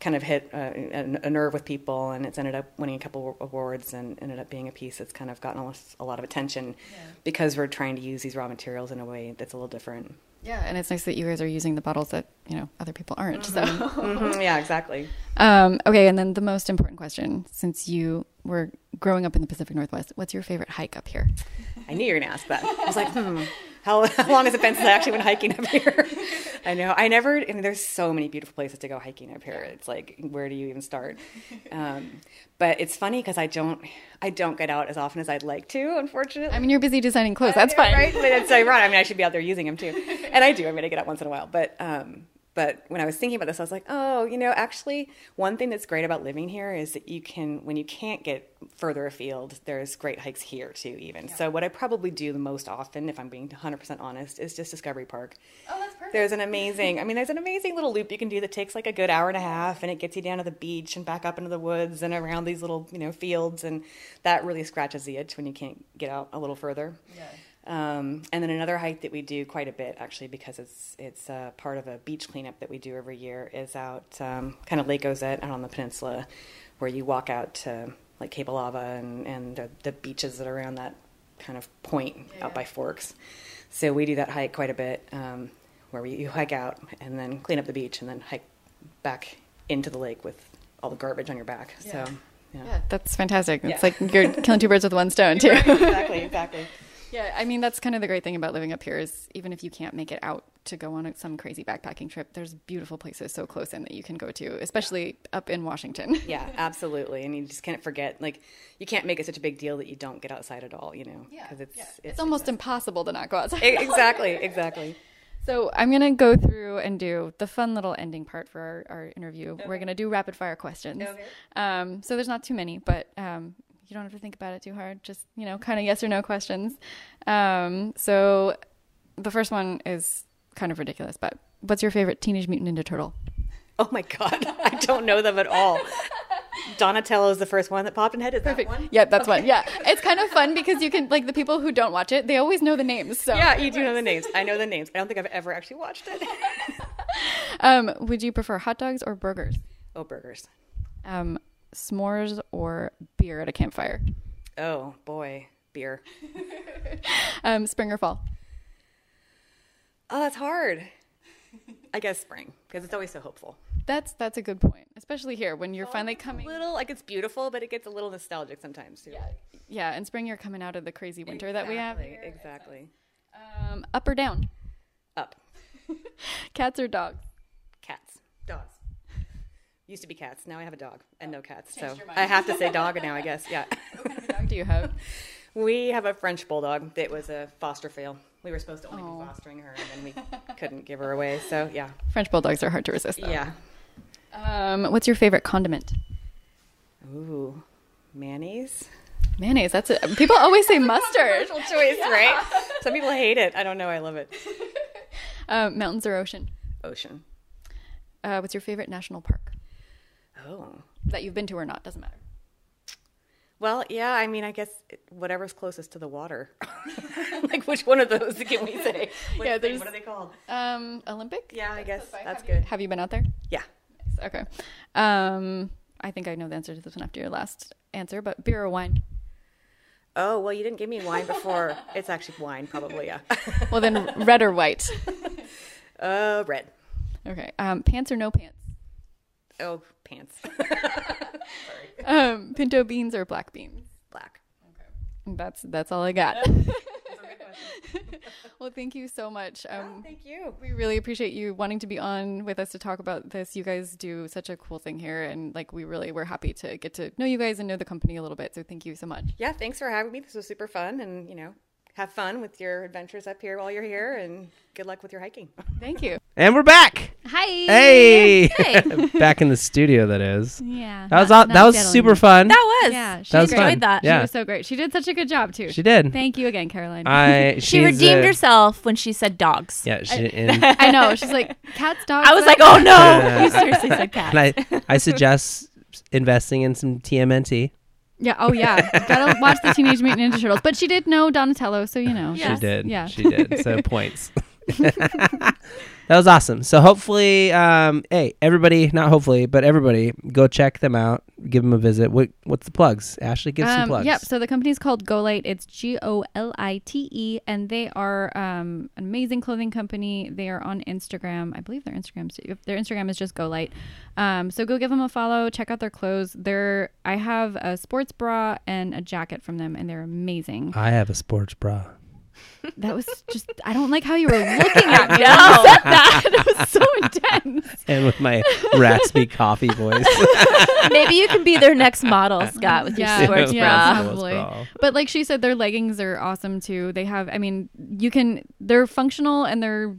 S5: kind of hit uh, a, a nerve with people, and it's ended up winning a couple awards and ended up being a piece that's kind of gotten us a lot of attention because we're trying to use these raw materials in a way that's a little different.
S2: Yeah, and it's nice that you guys are using the bottles that you know other people aren't. So,
S4: Mm-hmm.
S5: Mhm, yeah, exactly.
S2: um, okay, and then the most important question, since you were growing up in the Pacific Northwest, what's your favorite hike up here?
S5: I knew you were going to ask that. I was like, hmm, how, how long has it been since I actually went hiking up here? I know. I never, I mean, there's so many beautiful places to go hiking up here. It's like, where do you even start? Um, but it's funny because I don't, I don't get out as often as I'd like to, unfortunately.
S2: I mean, you're busy designing clothes. That's fine.
S5: Right? But it's ironic. I mean, I should be out there using them too. And I do. I mean, I get out once in a while. But, um, but when I was thinking about this, I was like, oh, you know, actually, one thing that's great about living here is that you can, when you can't get further afield, there's great hikes here too, even. So, what I probably do the most often, if I'm being 100% honest, is just Discovery Park. Oh, that's perfect. There's an amazing, I mean, there's an amazing little loop you can do that takes like a good hour and a half and it gets you down to the beach and back up into the woods and around these little, you know, fields. And that really scratches the itch when you can't get out a little further. Um, and then another hike that we do quite a bit, actually, because it's it's uh, part of a beach cleanup that we do every year, is out um, kind of Lake Ozette out on the peninsula, where you walk out to like Cable Lava and and the, the beaches that are around that kind of point out by Forks. So we do that hike quite a bit, um, where we, you hike out and then clean up the beach and then hike back into the lake with all the garbage on your back. So yeah,
S2: Yeah, that's fantastic. It's
S5: Yeah.
S2: like you're killing two birds with one stone too.
S5: exactly, exactly.
S2: Yeah, I mean that's kind of the great thing about living up here is even if you can't make it out to go on some crazy backpacking trip, there's beautiful places so close in that you can go to, especially up in Washington.
S5: Yeah, absolutely. And you just can't forget, like, you can't make it such a big deal that you don't get outside at all, you know? Yeah. Because it's, it's,
S2: It's almost impossible to not go outside.
S5: e- exactly, exactly.
S2: So I'm gonna go through and do the fun little ending part for our, our interview. We're gonna do rapid fire questions. Um, so there's not too many, but um, you don't have to think about it too hard. Just you know, kind of yes or no questions. Um, so the first one is kind of ridiculous, but what's your favorite Teenage Mutant Ninja Turtle?
S5: Oh my God. I don't know them at all. Donatello is the first one that popped in head. Is Perfect. that one?
S2: Yep, that's one. Yeah, it's kind of fun because you can like the people who don't watch it, they always know the names. So
S5: Yeah, you do know the names. I know the names. I don't think I've ever actually watched it.
S2: um, would you prefer hot dogs or burgers?
S5: Oh, burgers.
S2: Um, s'mores or beer at a campfire?
S5: Oh, boy. Beer.
S2: Um, spring or fall?
S5: Oh, that's hard. I guess spring, because it's always so hopeful.
S2: That's that's a good point, especially here when you're finally coming.
S5: little, like, it's beautiful, but it gets a little nostalgic sometimes, too. Yeah,
S2: Yeah, in spring you're coming out of the crazy winter that we have. here.
S5: Exactly.
S2: Um, up or down?
S5: Up.
S2: Cats or dogs?
S5: Cats. Dogs. Used to be cats. Now I have a dog and no cats. So I have to say dog now, I guess. Yeah.
S2: Dog do you have?
S5: We have a French bulldog that was a foster fail. We were supposed to only be fostering her and then we couldn't give her away. So yeah.
S2: French bulldogs are hard to resist. Though.
S5: Yeah.
S2: Um, what's your favorite condiment?
S5: Ooh. Mayonnaise?
S2: Mayonnaise. That's it. People always say mustard.
S5: Controversial choice, right? Some people hate it. I don't know. I love it.
S2: Um, mountains or ocean?
S5: Ocean.
S2: Uh, what's your favorite national park
S5: Oh.
S2: that you've been to or not? Doesn't matter.
S5: Well, yeah, I mean, I guess it- whatever's closest to the water. like, which one of those can we say? What,
S2: Yeah,
S5: yeah,
S2: there's-
S5: what are they called?
S2: Um, Olympic.
S5: Yeah, I guess that's
S2: have
S5: good.
S2: You, have you been out there?
S5: Yeah.
S2: Okay. Um, I think I know the answer to this one after your last answer, but beer or wine?
S5: Oh, well, you didn't give me wine before. it's actually wine, probably, yeah.
S2: Well, then red or white.
S5: Uh, red.
S2: Okay. Um, pants or no pants?
S5: Oh, pants.
S2: Um, pinto beans or black beans?
S5: Black.
S2: That's that's all I got.
S4: Well, thank you so much. Um,
S5: Thank you.
S4: we really appreciate you wanting to be on with us to talk about this. You guys do such a cool thing here, and like we really were happy to get to know you guys and know the company a little bit. So thank you so much.
S5: Yeah, thanks for having me. This was super fun, and you know, have fun with your adventures up here while you're here, and good luck with your hiking.
S4: Thank you.
S1: And we're back.
S2: Hi.
S1: Hey, back in the studio. That is.
S2: Yeah.
S1: That was
S2: not-
S1: aw-
S2: not
S1: that was
S2: dead on
S1: super
S2: you.
S1: fun.
S3: That was.
S2: Yeah, she
S1: That was
S2: enjoyed
S1: fun.
S2: that.
S1: Yeah.
S2: She was so great. She did such a good job too.
S1: She did.
S2: Thank you again, Caroline.
S1: I
S3: She
S1: she's
S3: redeemed
S1: a-
S3: herself when she said dogs.
S1: Yeah, she, and,
S2: I know. She's like cats, dogs.
S3: I was like,
S2: what?"
S3: oh no.
S1: uh,
S3: you seriously said
S1: and
S3: cat.
S1: I I suggest investing in some TMNT.
S2: yeah, oh yeah. Gotta watch the Teenage Mutant Ninja Turtles. But she did know Donatello, so you know.
S3: Yes.
S1: She did.
S2: Yeah.
S1: She did. So points. that was awesome. So hopefully, um, hey, everybody, not hopefully, but everybody, go check them out. Give them a visit. What, what's the plugs? Ashley, give some plugs.
S2: Um, Yep. So the company's called GoLite. It's G O L I T E, and they are um, an amazing clothing company. They are on Instagram. I believe their Instagram's their Instagram is just GoLite. Um, so go give them a follow. Check out their clothes. They're I have a sports bra and a jacket from them, and they're amazing.
S1: I have a sports bra.
S2: That was just I don't like how you were looking at me. when you
S3: No.
S2: said that it was so intense.
S1: And with my raspy coffee voice.
S3: Maybe you can be their next model, Scott, with
S2: Yeah.
S3: your sports
S2: Yeah.
S3: bra.
S1: Sports bra.
S2: But like she said, their leggings are awesome too. They have, I mean, you can, they're functional and they're,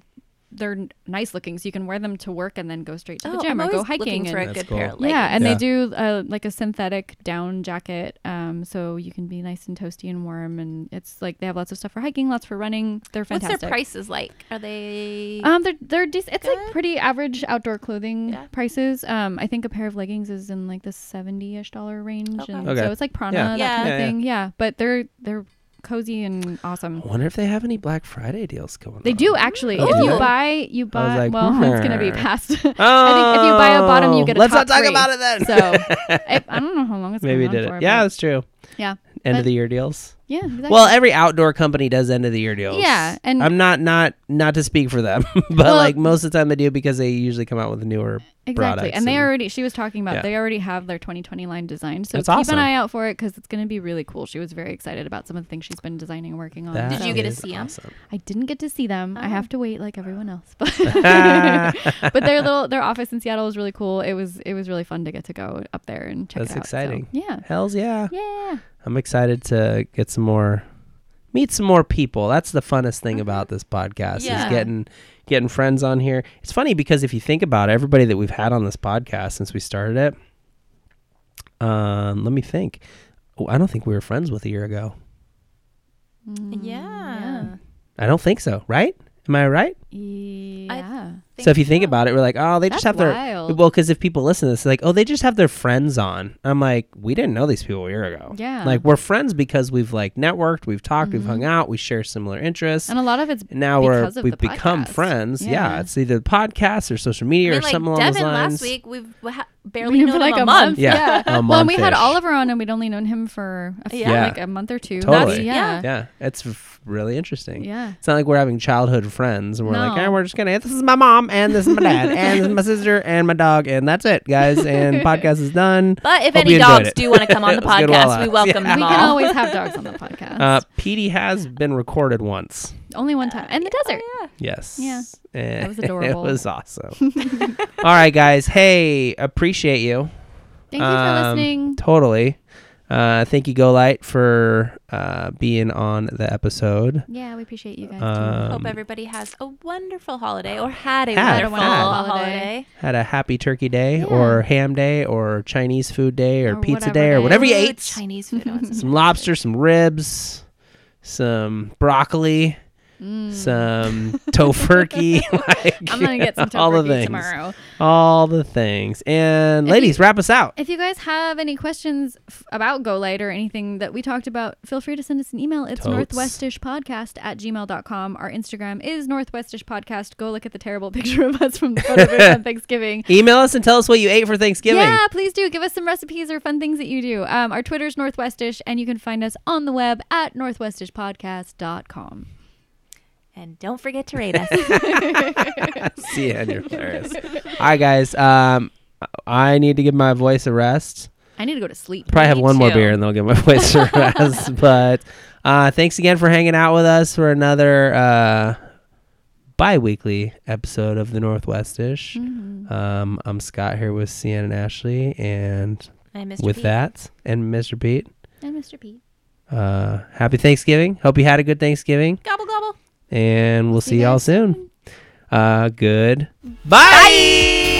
S2: they're n- nice looking. So you can wear them to work and then go straight to the
S3: Oh,
S2: gym
S3: I'm
S2: or go
S3: always
S2: hiking.
S3: looking for
S2: and-
S3: a
S1: That's
S3: good
S1: cool.
S3: pair of leggings.
S2: yeah, and
S1: Yeah.
S2: they do uh, like a synthetic down jacket, um, so you can be nice and toasty and warm. And it's like they have lots of stuff for hiking, lots for running. They're
S3: What's
S2: fantastic.
S3: their prices like? Are they?
S2: Um, they're they're decent. It's like
S3: Good.
S2: pretty average outdoor clothing
S3: Yeah.
S2: prices. Um, I think a pair of leggings is in like the seventy-ish dollar range,
S3: Okay.
S2: and
S1: Okay.
S2: so it's like Prana,
S1: Yeah.
S2: that
S3: Yeah.
S2: kind of
S1: Yeah, yeah.
S2: thing. Yeah. but they're they're cozy and awesome.
S1: I wonder if they have any Black Friday deals going
S2: They
S1: on.
S2: do actually.
S1: Oh,
S2: If
S1: do
S2: you
S1: they?
S2: buy, you buy.
S1: like,
S2: well, it's gonna be
S1: "Hmm."
S2: past. I think if you buy a bottom, you get a
S1: Oh. Let's
S2: top
S1: not talk
S2: three.
S1: about it then.
S2: So I, I don't know how long it's
S1: Maybe
S2: going
S1: did
S2: on
S1: it.
S2: for.
S1: Yeah,
S2: but-
S1: that's true.
S2: yeah,
S1: End of
S2: But-
S1: the year deals.
S2: yeah. Exactly.
S1: Well, every outdoor company does end of the year deals.
S2: Yeah, and-
S1: I'm not not not to speak for them, but
S2: Well-
S1: like most of the time they do because they usually come out with newer
S2: Exactly.
S1: products.
S2: And they already, she was talking about,
S1: Yeah.
S2: they already have their 2020 line designed. So
S1: That's
S2: keep
S1: awesome.
S2: an eye out for it because it's going to be really cool. She was very excited about some of the things she's been designing and working on.
S1: that
S3: Did you get to
S1: is
S3: see 'em?
S1: awesome.
S2: I didn't get to see them. I
S3: Oh.
S2: have to wait like everyone else. But,
S1: That's
S2: but their little, their office in Seattle is really cool. It was, it was really fun to get to go up there and check it out. So,
S1: exciting.
S2: yeah.
S1: Hell's yeah.
S2: Yeah.
S1: I'm excited to get some more meet some more people. That's the funnest thing about this podcast
S3: Yeah.
S1: is getting getting friends on here. It's funny because if you think about it, everybody that we've had on this podcast since we started it, um, let me think. Oh, I don't think we were friends with a year ago.
S3: yeah.
S1: I don't think so, right? Am I right?
S2: Yeah.
S1: So if you think about it, we're like, oh, they just have
S2: That's
S1: their
S2: wild.
S1: well, because if people listen to this, they're like, oh, they just have their friends on. I'm like, we didn't know these people a year ago.
S2: Yeah. Mm-hmm.
S1: like we're friends because we've like networked, we've talked, we've hung out, we share similar interests.
S2: and a lot of it's
S1: And now we're
S2: because of
S1: we've
S2: the
S1: become
S2: podcast.
S1: friends. Yeah.
S2: Yeah.
S1: it's either the podcast or social media
S3: I mean,
S1: or something
S3: like
S1: along
S3: Devin
S1: those lines.
S3: last week, we've we ha-
S2: We
S3: barely
S2: knew
S3: known
S2: for
S3: him
S2: like
S3: a month.
S1: Yeah, a
S2: well, and we had
S1: month-ish.
S2: Oliver on, and we'd only known him for a few,
S3: Yeah.
S2: like a month or two.
S1: Totally.
S2: That's-
S3: Yeah.
S1: Yeah, it's f- really interesting.
S2: Yeah.
S1: It's not like we're having childhood friends and we're like,
S2: No.
S1: eh, we're just gonna. This is my mom and this is my dad and this is my sister and my dog and that's it, guys. And podcast is done.
S3: But if
S1: Hope you
S3: any
S1: enjoyed
S3: dogs
S1: it.
S3: do want to come on the
S1: It was good while
S3: podcast, we
S1: it lasted.
S3: welcome
S2: We
S3: them
S2: can
S3: all.
S2: always have dogs on the podcast.
S1: Uh, Petey has been recorded once.
S2: Only one time. In the desert.
S3: Oh,
S1: Yes.
S2: Yeah.
S1: That
S2: was
S1: it
S2: adorable.
S1: was awesome. All right, guys. Hey, appreciate you.
S2: Thank you for
S1: Um,
S2: listening.
S1: Totally. Uh, thank you, Go Light, for uh, being on the episode.
S2: Yeah, we appreciate you guys
S1: Um,
S3: Hope everybody has a wonderful holiday or had a
S1: Had,
S3: wonderful
S1: had.
S3: holiday.
S1: had a happy turkey day
S2: Yeah.
S1: or ham day or Chinese food day or,
S2: Or
S1: pizza
S2: whatever
S1: day
S2: day.
S1: or whatever you
S3: Ooh,
S1: ate.
S3: Chinese food. I want some-
S1: Some lobster, some ribs, some broccoli, some tofurkey. like,
S2: too. Mm. I'm going to get some
S1: all the
S2: tofurkey
S1: things.
S2: tomorrow.
S1: All the things. And ladies, wrap us out.
S2: If you guys have any questions f- about GoLight or anything that we talked about, feel free to send us an email. It's
S1: Totes.
S2: northwestishpodcast at gmail.com. Our Instagram is northwestishpodcast. Go look at the terrible picture of us from the photo booth on Thanksgiving.
S1: Email us and tell us what you ate for Thanksgiving.
S2: Yeah, please do. Give us some recipes or fun things that you do. Um, our Twitter's Northwestish, and you can find us on the web at northwestishpodcast.com.
S3: And don't forget to rate us.
S1: See you on your hilarious. All right, guys. Um, I need to give my voice a rest.
S2: I need to go to sleep.
S1: Probably have
S3: Me
S1: one more
S3: too.
S1: beer and they'll give my voice a rest. But uh, thanks again for hanging out with us for another uh, bi weekly episode of the Northwestish. Um, I'm Scott here with Sienna and Ashley. And
S3: I missed
S1: with that, and Mr. Pete,
S2: And Mr. P.
S1: uh, happy Thanksgiving. Hope you had a good Thanksgiving.
S3: Gobble gobble.
S1: And we'll see, y'all soon. Uh, good. Bye.